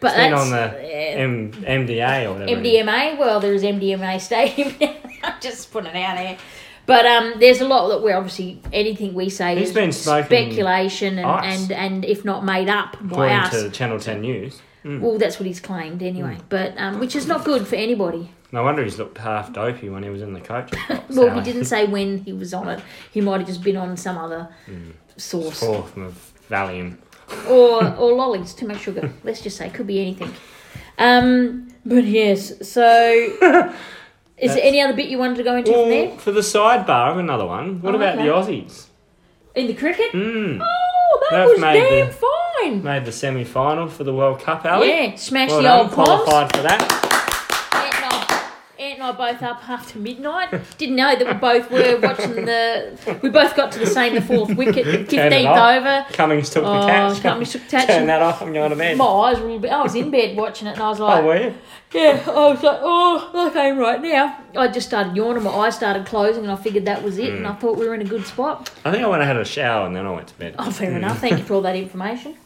Speaker 1: But
Speaker 2: Been
Speaker 1: that's
Speaker 2: on the M- MDA or whatever. it is.
Speaker 1: MDMA. Well, there's MDMA Stadium. <laughs> I'm just putting it out there. But um, there's a lot that we're obviously anything we say
Speaker 2: He's
Speaker 1: is
Speaker 2: been smoking
Speaker 1: speculation and,
Speaker 2: ice.
Speaker 1: and, and if not made up by
Speaker 2: According
Speaker 1: us.
Speaker 2: to Mm. Channel 10 News.
Speaker 1: Well, that's what he's claimed anyway. But um, which is not good for anybody.
Speaker 2: No wonder he's looked half dopey when he was in the coaching box.
Speaker 1: <laughs> Well,
Speaker 2: Ali.
Speaker 1: he didn't say when he was on it. He might have just been on some other
Speaker 2: Mm.
Speaker 1: source
Speaker 2: Fourth of Valium.
Speaker 1: or or lollies, too much
Speaker 2: <laughs>
Speaker 1: sugar. Let's just say could be anything. Um, but yes, so
Speaker 2: <laughs>
Speaker 1: is there any other bit you wanted to go into from
Speaker 2: Well,
Speaker 1: there
Speaker 2: for the sidebar of another one, what
Speaker 1: Oh,
Speaker 2: about
Speaker 1: okay.
Speaker 2: the Aussies?
Speaker 1: in the cricket?
Speaker 2: Mm,
Speaker 1: Oh, that
Speaker 2: They've
Speaker 1: was
Speaker 2: made
Speaker 1: damn
Speaker 2: the-
Speaker 1: fine.
Speaker 2: made the semi final for the World Cup, Ali.
Speaker 1: Yeah, smash
Speaker 2: Well
Speaker 1: the
Speaker 2: done,
Speaker 1: old poms.
Speaker 2: qualified for that.
Speaker 1: Ant and, I, Ant and I both up after midnight.
Speaker 2: <laughs>
Speaker 1: Didn't know that we both were watching the. We both got to the same the fourth
Speaker 2: <laughs>
Speaker 1: wicket,
Speaker 2: Turn it
Speaker 1: fifteenth
Speaker 2: off.
Speaker 1: over.
Speaker 2: Cummings took
Speaker 1: Oh,
Speaker 2: the catch.
Speaker 1: Cummings
Speaker 2: <laughs>
Speaker 1: took catch
Speaker 2: Turn
Speaker 1: and-
Speaker 2: that off, I'm going to bed.
Speaker 1: My eyes were a bit. I was in bed watching it, and I was like,
Speaker 2: Oh, were you?
Speaker 1: Yeah, I was like, oh, look, I'm right now. I just started yawning, my eyes started closing, and I figured that was it, and I thought we were in a good spot.
Speaker 2: I think I went and had a shower and then I went to bed.
Speaker 1: Oh, fair enough. Thank you for all that information.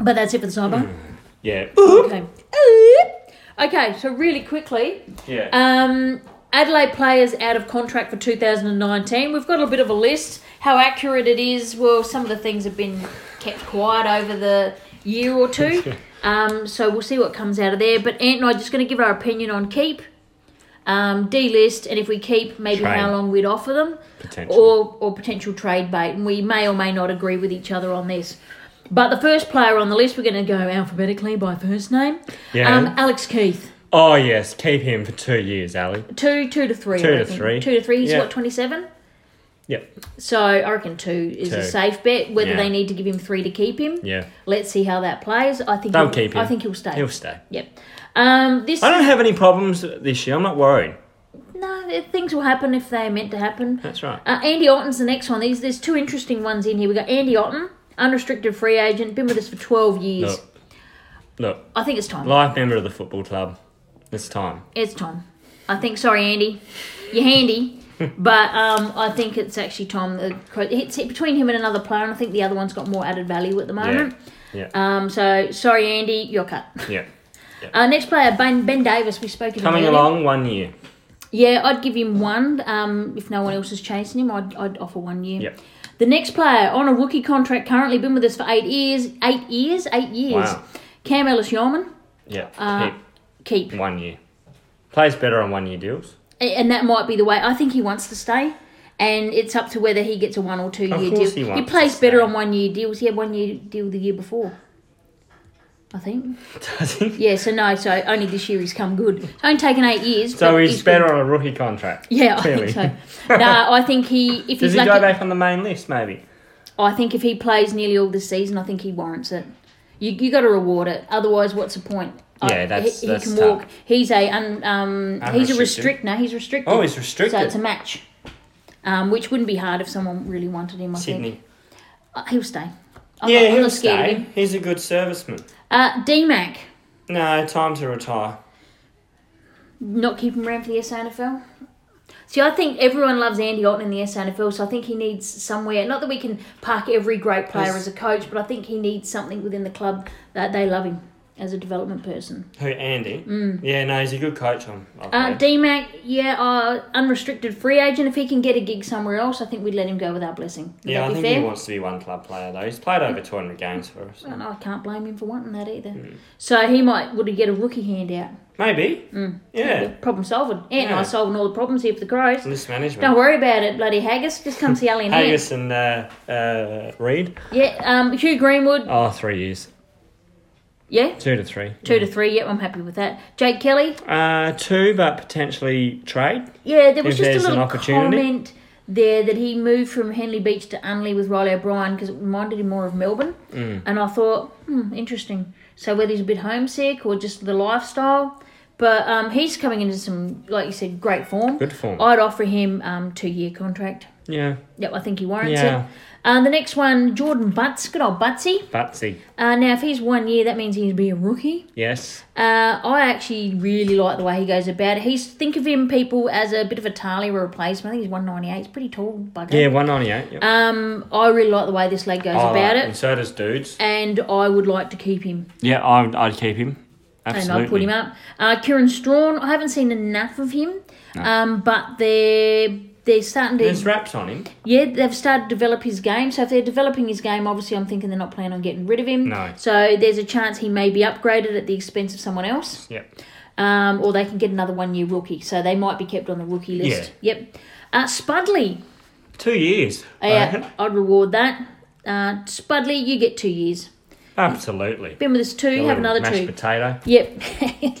Speaker 1: But that's it for the sidebar.
Speaker 2: Yeah.
Speaker 1: Okay. Okay, so really quickly,
Speaker 2: Yeah.
Speaker 1: um, Adelaide players out of contract for 2019. We've got a bit of a list. How accurate it is? Well, some of the things have been kept quiet over the year or two. Um, so we'll see what comes out of there. But Ant and I are just going to give our opinion on keep, um, delist, and if we keep, maybe
Speaker 2: Trade.
Speaker 1: how long we'd offer them,
Speaker 2: Potential.
Speaker 1: or or potential trade bait. And we may or may not agree with each other on this. But the first player on the list, we're going to go alphabetically by first name.
Speaker 2: Yeah.
Speaker 1: Um, Alex Keith,
Speaker 2: Oh yes, keep him for two years, Ali.
Speaker 1: two two to three. I
Speaker 2: Two to
Speaker 1: reckon.
Speaker 2: three.
Speaker 1: Two to three. He's
Speaker 2: Yeah.
Speaker 1: what twenty seven.
Speaker 2: Yep.
Speaker 1: So I reckon two is
Speaker 2: Two.
Speaker 1: a safe bet. Whether
Speaker 2: Yeah.
Speaker 1: they need to give him three to keep him,
Speaker 2: Yeah.
Speaker 1: let's see how that plays. I think
Speaker 2: They'll
Speaker 1: he'll-
Speaker 2: keep him.
Speaker 1: I think he'll stay.
Speaker 2: He'll stay.
Speaker 1: Yep. Um, this
Speaker 2: I don't have any problems this year. I'm not worried.
Speaker 1: no th- things will happen if they're meant to happen.
Speaker 2: That's right.
Speaker 1: Uh, Andy Otten's the next one. These there's two interesting ones in here. We got Andy Otten, unrestricted free agent, been with us for twelve years.
Speaker 2: Look, look,
Speaker 1: I think it's time.
Speaker 2: life member of the football club. It's time.
Speaker 1: It's time. I think. Sorry, Andy, you're
Speaker 2: <laughs>
Speaker 1: handy, but um, I think it's actually Tom. that- It's between him and another player, and I think the other one's got more added value at the moment.
Speaker 2: Yeah.
Speaker 1: Um, so sorry, Andy, you're cut.
Speaker 2: yeah.
Speaker 1: Uh, next player, Ben, ben Davis. We spoke of him
Speaker 2: Coming
Speaker 1: earlier.
Speaker 2: along one year.
Speaker 1: Yeah, I'd give him one. Um, if no one else is chasing him, I'd, I'd offer one year.
Speaker 2: Yep.
Speaker 1: The next player on a rookie contract currently been with us for eight years. Eight years. Eight years.
Speaker 2: Wow.
Speaker 1: Cam Ellis Yeoman.
Speaker 2: Yeah.
Speaker 1: Uh, keep.
Speaker 2: keep one year. Plays better on one year deals. <laughs>
Speaker 1: A- And that might be the way. I think he wants to stay. And it's up to whether he gets a one or two
Speaker 2: Of
Speaker 1: year deal.
Speaker 2: course he wants to
Speaker 1: plays better
Speaker 2: stay.
Speaker 1: on one year deals. He had one year deal the year before. I think.
Speaker 2: Does he?
Speaker 1: Yeah, so no, so only this year he's come good. It's only taken eight years.
Speaker 2: So
Speaker 1: but
Speaker 2: he's,
Speaker 1: good.
Speaker 2: better on a rookie contract.
Speaker 1: Yeah, I
Speaker 2: clearly.
Speaker 1: think
Speaker 2: <laughs>
Speaker 1: so. no, I think he if
Speaker 2: Does
Speaker 1: he's
Speaker 2: he
Speaker 1: lucky,
Speaker 2: go back on the main list? Maybe.
Speaker 1: I think if he plays nearly all this season, I think he warrants it. You you got to reward it. Otherwise, what's the point? I-
Speaker 2: Yeah, that's-
Speaker 1: he,
Speaker 2: that's
Speaker 1: he can
Speaker 2: tough.
Speaker 1: walk. He's a un, um he's a
Speaker 2: Unrestricted.
Speaker 1: restrictor. He's restricted.
Speaker 2: Oh, he's restricted.
Speaker 1: so it's a match. Um, which wouldn't be hard if someone really wanted him. I think
Speaker 2: Sydney.
Speaker 1: Uh, he'll stay. I'm
Speaker 2: Yeah,
Speaker 1: not, I'm
Speaker 2: he'll
Speaker 1: not scared Of
Speaker 2: stay.
Speaker 1: him.
Speaker 2: He's a good serviceman.
Speaker 1: Uh, DMAC,
Speaker 2: No, time to retire.
Speaker 1: not keep him around for the SANFL. See, I think everyone loves Andy Otten in the SANFL, so I think he needs somewhere. Not that we can park every great player
Speaker 2: Yes.
Speaker 1: as a coach, but I think he needs something within the club that they love him as a development person.
Speaker 2: Who Andy? Yeah, no, he's a good coach. I'm. I've
Speaker 1: Mm. Uh,
Speaker 2: heard.
Speaker 1: DMAC, yeah, uh, unrestricted free agent. If he can get a gig somewhere else, I think we'd let him go with our blessing. Would
Speaker 2: yeah,
Speaker 1: that
Speaker 2: I
Speaker 1: be
Speaker 2: think
Speaker 1: fair?
Speaker 2: he wants to be one club player though. He's played
Speaker 1: Mm.
Speaker 2: over 200 games for us.
Speaker 1: And I can't blame him for wanting that either.
Speaker 2: Hmm.
Speaker 1: So he might would he get a rookie handout?
Speaker 2: Maybe.
Speaker 1: Mm.
Speaker 2: Yeah.
Speaker 1: Problem solving. Ant and I
Speaker 2: Yeah.
Speaker 1: solving all the problems here for the Crows.
Speaker 2: Mismanagement.
Speaker 1: Don't worry about it, bloody haggis. Just come see Ali and Ant.
Speaker 2: Haggis and uh, uh, Reed.
Speaker 1: Yeah, um, Hugh Greenwood.
Speaker 2: Oh, three years.
Speaker 1: Yeah,
Speaker 2: Two to three.
Speaker 1: two to three. Yep, I'm happy with that. Jake Kelly.
Speaker 2: Uh, two, but potentially trade.
Speaker 1: Yeah, there was
Speaker 2: If
Speaker 1: just a
Speaker 2: there's an
Speaker 1: little
Speaker 2: opportunity.
Speaker 1: comment there that he moved from Henley Beach to Unley with Riley O'Brien because it reminded him more of Melbourne. And I thought, hmm, interesting. So whether he's a bit homesick or just the lifestyle, but um, he's coming into some, like you said, great form.
Speaker 2: Good form.
Speaker 1: I'd offer him um, two year contract.
Speaker 2: Yeah.
Speaker 1: Yep, I think he warrants
Speaker 2: Yeah.
Speaker 1: it. Uh, the next one, Jordan Butts, good old Buttsy.
Speaker 2: Butsy.
Speaker 1: Uh, now, if he's one year, that means he'd be a rookie.
Speaker 2: Yes.
Speaker 1: Uh, I actually really like the way he goes about it. He's think of him people as a bit of a Talia replacement. I think he's one ninety eight. He's pretty tall, bugger.
Speaker 2: Yeah, 198. Yep.
Speaker 1: Um, I really like the way this leg goes about
Speaker 2: And
Speaker 1: it,
Speaker 2: so does Dudes.
Speaker 1: and I would like to keep him.
Speaker 2: Yeah, I'd, I'd keep him. Absolutely.
Speaker 1: And I put him up. Uh, Kieran Strawn. I haven't seen enough of him, um, but they're they're starting to
Speaker 2: There's wraps on him.
Speaker 1: yeah, they've started to develop his game. So if they're developing his game, obviously I'm thinking they're not planning on getting rid of him.
Speaker 2: No.
Speaker 1: So there's a chance he may be upgraded at the expense of someone else.
Speaker 2: Yep.
Speaker 1: um, or they can get another one year rookie. So they might be kept on the rookie list. Yep. Uh, Spudley,
Speaker 2: Two years.
Speaker 1: Oh, yeah, I'd reward that. Uh, Spudley, you get two years.
Speaker 2: Absolutely.
Speaker 1: Been with us two,
Speaker 2: A
Speaker 1: have
Speaker 2: little
Speaker 1: another
Speaker 2: mashed
Speaker 1: two.
Speaker 2: potato.
Speaker 1: Yep,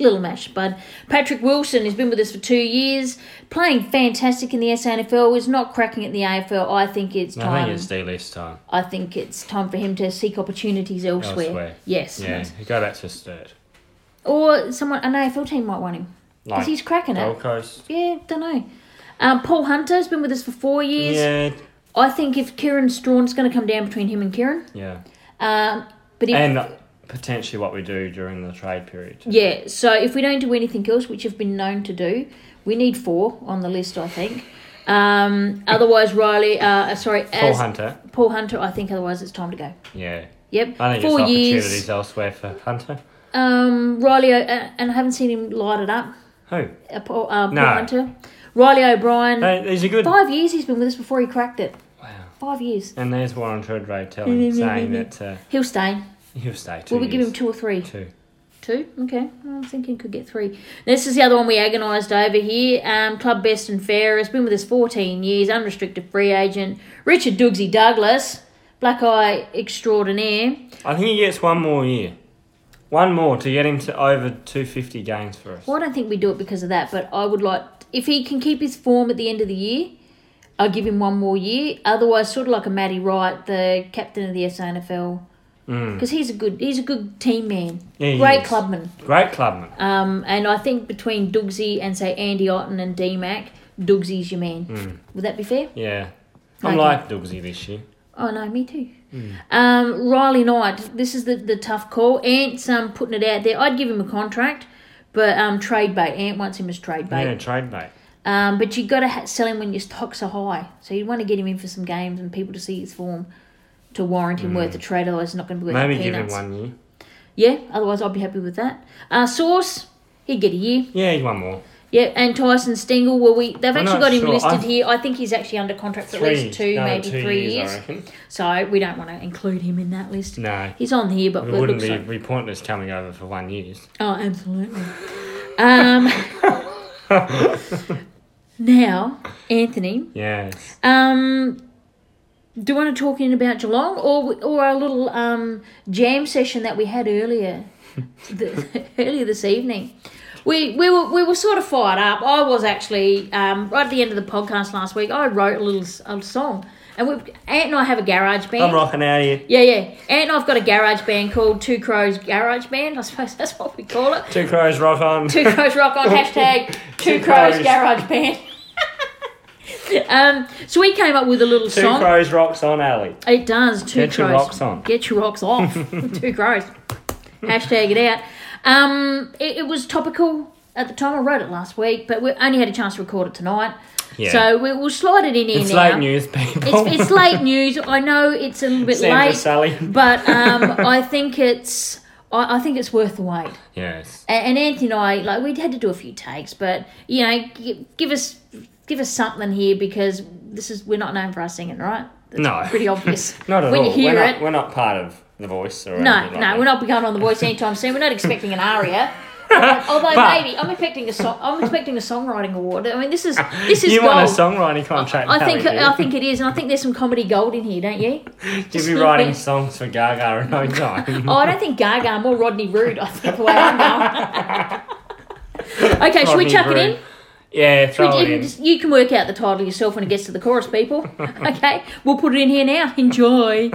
Speaker 1: <laughs> little mash, bud. Patrick Wilson has been with us for two years, playing fantastic in the SANFL. Is not cracking at the AFL. I think it's
Speaker 2: I
Speaker 1: time.
Speaker 2: think it's D list time.
Speaker 1: I think it's time for him to seek opportunities elsewhere.
Speaker 2: Elsewhere.
Speaker 1: Yes.
Speaker 2: Yeah, go back to Sturt.
Speaker 1: Or someone an AFL team might want him because
Speaker 2: Like
Speaker 1: he's cracking it.
Speaker 2: Gold Coast.
Speaker 1: Yeah, don't know. Um, Paul Hunter's been with us for four years.
Speaker 2: Yeah,
Speaker 1: I think if Kieran Strawn's going to come down between him and Kieran,
Speaker 2: yeah.
Speaker 1: um, but if
Speaker 2: And potentially what we do during the trade period.
Speaker 1: yeah, so if we don't do anything else, which have been known to do, we need four on the list, I think. Um, otherwise, Riley, uh, uh, sorry,
Speaker 2: Paul
Speaker 1: as
Speaker 2: Hunter.
Speaker 1: Paul Hunter, I think otherwise it's time to go.
Speaker 2: Yeah.
Speaker 1: Yep,
Speaker 2: I think
Speaker 1: four
Speaker 2: it's opportunities
Speaker 1: years.
Speaker 2: elsewhere for Hunter.
Speaker 1: Um, Riley, O- uh, and I haven't seen him light it up.
Speaker 2: Who?
Speaker 1: Uh, Paul, uh, Paul
Speaker 2: No.
Speaker 1: Hunter, Riley O'Brien.
Speaker 2: Hey, These are good.
Speaker 1: Five years he's been with us before he cracked it.
Speaker 2: Wow.
Speaker 1: Five years.
Speaker 2: And there's Warren Turdray telling, saying that uh,
Speaker 1: He'll stay.
Speaker 2: He'll stay two
Speaker 1: Will we give
Speaker 2: years.
Speaker 1: him two or three?
Speaker 2: two.
Speaker 1: Two? Okay. I'm thinking could get three. This is the other one we agonised over here. Um, Club Best and Fairest. Been with us 14 years. Unrestricted free agent. Richard Doogsy Douglas. Black Eye Extraordinaire.
Speaker 2: I think he gets one more year. One more to get him to over 250 games for us.
Speaker 1: Well, I don't think we do it because of that, but I would like if he can keep his form at the end of the year, I'll give him one more year. Otherwise, sort of like a Matty Wright, the captain of the SANFL, because he's a good he's a good team man,
Speaker 2: Mm. Yeah, he
Speaker 1: great
Speaker 2: is.
Speaker 1: clubman.
Speaker 2: Great clubman.
Speaker 1: Um, and I think between Doogsy and say Andy Otten and D Mac, Doogsy's your man.
Speaker 2: Mm.
Speaker 1: Would that be fair?
Speaker 2: Yeah.
Speaker 1: Okay.
Speaker 2: I'm like Dougsy this year.
Speaker 1: Oh no, me too.
Speaker 2: Mm.
Speaker 1: Um, Riley Knight, this is the, the tough call. Ant's um, putting it out there. I'd give him a contract, but um, trade bait. Ant wants him as trade bait.
Speaker 2: Yeah, trade bait.
Speaker 1: Um, but you got to ha- sell him when your stocks are high. So you want to get him in for some games and people to see his form to warrant him worth a trade. Otherwise, it's not going to be worth
Speaker 2: Mm. Maybe
Speaker 1: the
Speaker 2: give him
Speaker 1: peanuts.
Speaker 2: one year.
Speaker 1: Yeah, otherwise I'll be happy with that. Uh, Source, he'd get a year.
Speaker 2: Yeah, one more.
Speaker 1: Yeah, and Tyson Stengel. Well, we they've
Speaker 2: I'm
Speaker 1: actually
Speaker 2: not
Speaker 1: got him
Speaker 2: sure.
Speaker 1: listed
Speaker 2: I-
Speaker 1: here. I think he's actually under contract for at least two,
Speaker 2: No,
Speaker 1: maybe
Speaker 2: two
Speaker 1: three years.
Speaker 2: I reckon.
Speaker 1: So we don't want to include him in that list.
Speaker 2: No.
Speaker 1: He's on here, but
Speaker 2: It
Speaker 1: it
Speaker 2: wouldn't
Speaker 1: looks
Speaker 2: be,
Speaker 1: like
Speaker 2: be pointless coming over for one year.
Speaker 1: Oh, absolutely.
Speaker 2: <laughs>
Speaker 1: um, <laughs> now, Anthony.
Speaker 2: Yeah.
Speaker 1: Um, do you want to talk in about Geelong or or our little um, jam session that we had earlier the, <laughs> earlier this evening? We, we were we were sort of fired up. I was actually um, right at the end of the podcast last week. I wrote a little s- a song, and we Ant and I have a garage band.
Speaker 2: I'm rocking out here.
Speaker 1: Yeah, yeah. Ant and I've got a garage band called Two Crows Garage Band. I suppose <laughs> that's what we call it.
Speaker 2: Two crows rock on.
Speaker 1: Two Crows Rock
Speaker 2: <laughs>
Speaker 1: on hashtag Two,
Speaker 2: Two
Speaker 1: Crows,
Speaker 2: Crows.
Speaker 1: Garage Band. <laughs> um, so we came up with a little
Speaker 2: Two
Speaker 1: song.
Speaker 2: crows rocks on alley.
Speaker 1: It does. Two
Speaker 2: Get your
Speaker 1: crows.
Speaker 2: rocks on.
Speaker 1: Get your rocks
Speaker 2: <laughs>
Speaker 1: off. two crows. Hashtag it out. Um, it, it was topical at the time. I wrote it last week, but we only had a chance to record it tonight.
Speaker 2: Yeah.
Speaker 1: So we, we'll slide it in here
Speaker 2: It's
Speaker 1: now.
Speaker 2: late news, people.
Speaker 1: It's, it's
Speaker 2: <laughs>
Speaker 1: late news. I know it's a little bit
Speaker 2: Sandra
Speaker 1: late,
Speaker 2: Sally.
Speaker 1: but um, I think it's I, I think it's worth the wait.
Speaker 2: Yes.
Speaker 1: A- And Anthony and I, like, we had to do a few takes, but you know, gi- give us give us something here because this is we're not known for our singing, right? That's
Speaker 2: No.
Speaker 1: pretty obvious.
Speaker 2: <laughs> Not at
Speaker 1: when
Speaker 2: all.
Speaker 1: you hear
Speaker 2: we're,
Speaker 1: it.
Speaker 2: Not, we're not part of The Voice or
Speaker 1: no, no,
Speaker 2: anything like that.
Speaker 1: we're not going on the voice anytime soon. We're not expecting an
Speaker 2: <laughs>
Speaker 1: aria. Although
Speaker 2: But-
Speaker 1: maybe I'm expecting a song. I'm expecting a songwriting award. I mean, this
Speaker 2: <laughs>
Speaker 1: is this is
Speaker 2: You
Speaker 1: gold.
Speaker 2: want a songwriting contract?
Speaker 1: I think
Speaker 2: don't you?
Speaker 1: I think it is, and I think there's some comedy gold in here, don't you?
Speaker 2: <laughs> You'll be
Speaker 1: sneak
Speaker 2: writing
Speaker 1: it.
Speaker 2: songs for Gaga in
Speaker 1: <laughs>
Speaker 2: no time.
Speaker 1: Oh, I don't think Gaga, more Rodney Rude. I think the way I'm going.
Speaker 2: <laughs>
Speaker 1: okay, should we
Speaker 2: Rodney
Speaker 1: chuck it
Speaker 2: Brew.
Speaker 1: in?
Speaker 2: Yeah, throw
Speaker 1: But
Speaker 2: it
Speaker 1: you,
Speaker 2: in.
Speaker 1: just- you can work out the title yourself when it gets to the chorus, people. Okay, we'll put it in here now. Enjoy.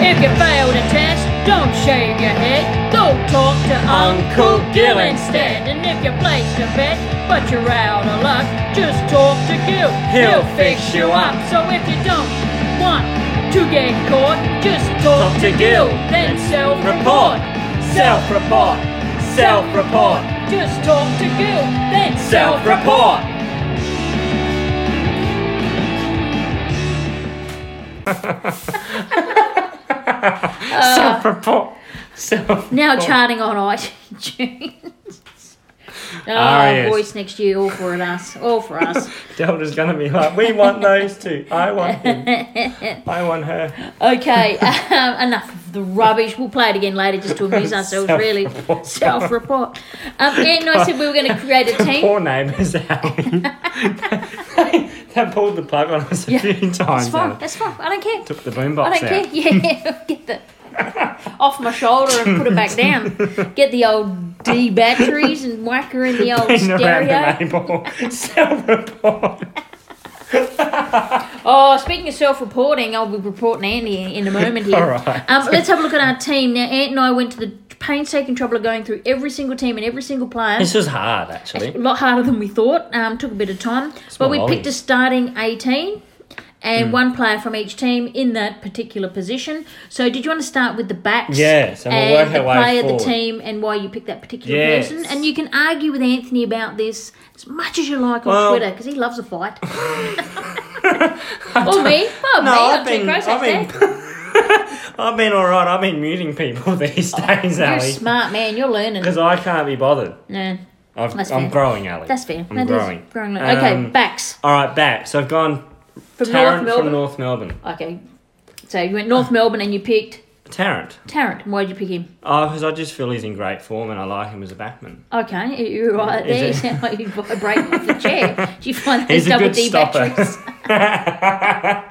Speaker 1: If you failed a test, don't shave your head. Go talk to Uncle Gil instead. And if you placed a bet, but you're out of luck, just talk to Gil.
Speaker 2: He'll fix you up.
Speaker 1: So if you don't want to get caught, just talk, to Gil. Then self-report.
Speaker 2: Self-report. Self-report.
Speaker 1: Just talk to Gil. Then
Speaker 2: Self-report. Self-report. Self.
Speaker 1: Uh, Now charting on iTunes. <laughs> Oh,
Speaker 2: Ah, yes.
Speaker 1: voice next year, all for us, all for us.
Speaker 2: Delta's gonna be like, we want those two. I want him. I want her.
Speaker 1: Okay, <laughs> um, enough of the rubbish. We'll play it again later just
Speaker 2: <laughs>
Speaker 1: to amuse ourselves, really.
Speaker 2: Self-report.
Speaker 1: Self report. Um, Ant and I said we were going to create
Speaker 2: <laughs>
Speaker 1: a team.
Speaker 2: Poor
Speaker 1: <laughs>
Speaker 2: neighbours out. they pulled the plug on us a few times.
Speaker 1: That's fine,
Speaker 2: Alan.
Speaker 1: that's fine. I don't care.
Speaker 2: Took the boombox
Speaker 1: I
Speaker 2: out.
Speaker 1: don't care. Yeah, <laughs> get
Speaker 2: <laughs>
Speaker 1: the off my shoulder and put it back down.
Speaker 2: <laughs>
Speaker 1: Get the old D batteries and whack her in the old
Speaker 2: Been around
Speaker 1: stereo.
Speaker 2: the maple. Self-report.
Speaker 1: Oh, speaking of self-reporting, I'll be reporting Andy in a moment here.
Speaker 2: <laughs> All right.
Speaker 1: Um, let's have a look at our team now. Ant and I went to the painstaking trouble of going through every single team and every single player.
Speaker 2: This was hard, actually.
Speaker 1: A lot harder than we thought. Um, took a bit of time,
Speaker 2: Small
Speaker 1: but we
Speaker 2: ollies.
Speaker 1: picked a starting eighteen and
Speaker 2: Hmm.
Speaker 1: one player from each team in that particular position. So, did you want to start with the backs?
Speaker 2: Yeah, so we'll
Speaker 1: and
Speaker 2: work
Speaker 1: the
Speaker 2: our way
Speaker 1: player,
Speaker 2: forward.
Speaker 1: the team, and why you picked that particular
Speaker 2: Yes.
Speaker 1: person. And you can argue with Anthony about this as much as you like on
Speaker 2: Well-
Speaker 1: Twitter because he loves a
Speaker 2: <laughs>
Speaker 1: fight. <laughs> or me? Oh, me? I'm too close.
Speaker 2: I've <laughs>
Speaker 1: hashtag.
Speaker 2: been, <laughs> I've been all right. I've been muting people <laughs> these days,
Speaker 1: Oh, You're a
Speaker 2: Ali,
Speaker 1: smart man. You're learning.
Speaker 2: because I can't be bothered.
Speaker 1: No,
Speaker 2: I've,
Speaker 1: That's
Speaker 2: I'm
Speaker 1: fair.
Speaker 2: growing, Ali.
Speaker 1: that's fair.
Speaker 2: I'm
Speaker 1: That is
Speaker 2: growing.
Speaker 1: growing. Okay,
Speaker 2: Um,
Speaker 1: backs
Speaker 2: All right, back. So I've gone
Speaker 1: from
Speaker 2: Tarrant
Speaker 1: North
Speaker 2: from
Speaker 1: Melbourne.
Speaker 2: North Melbourne.
Speaker 1: Okay, so you went North Melbourne and you picked
Speaker 2: Tarrant.
Speaker 1: Tarrant. Why'd you pick him?
Speaker 2: Oh, because I just feel he's in great form and I like him as a backman.
Speaker 1: Okay, <laughs> you're right
Speaker 2: Is
Speaker 1: there. You
Speaker 2: it-
Speaker 1: sound like you vibrating off the chair. Do you find those
Speaker 2: He's a
Speaker 1: double
Speaker 2: good
Speaker 1: D
Speaker 2: stopper.
Speaker 1: batteries?
Speaker 2: <laughs>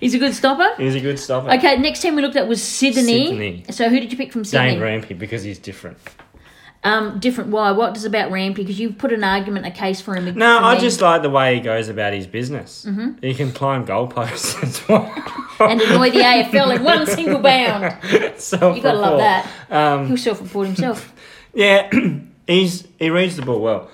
Speaker 1: He's a good stopper.
Speaker 2: He's a good stopper.
Speaker 1: Okay, next team we looked at was Sydney.
Speaker 2: Sydney.
Speaker 1: So who did you pick from Sydney?
Speaker 2: Dane Rampy because he's different.
Speaker 1: Um, different. Why? What does about Rampy? Because you put an argument, a case for him.
Speaker 2: No,
Speaker 1: for
Speaker 2: I
Speaker 1: me.
Speaker 2: just like the way he goes about his business. Mm-hmm. He can climb goalposts <laughs> as well.
Speaker 1: and annoy the AFL in one single bound.
Speaker 2: so
Speaker 1: You gotta love that.
Speaker 2: Um,
Speaker 1: He'll self-report
Speaker 2: <clears throat>
Speaker 1: himself.
Speaker 2: yeah, he's he reads the ball well.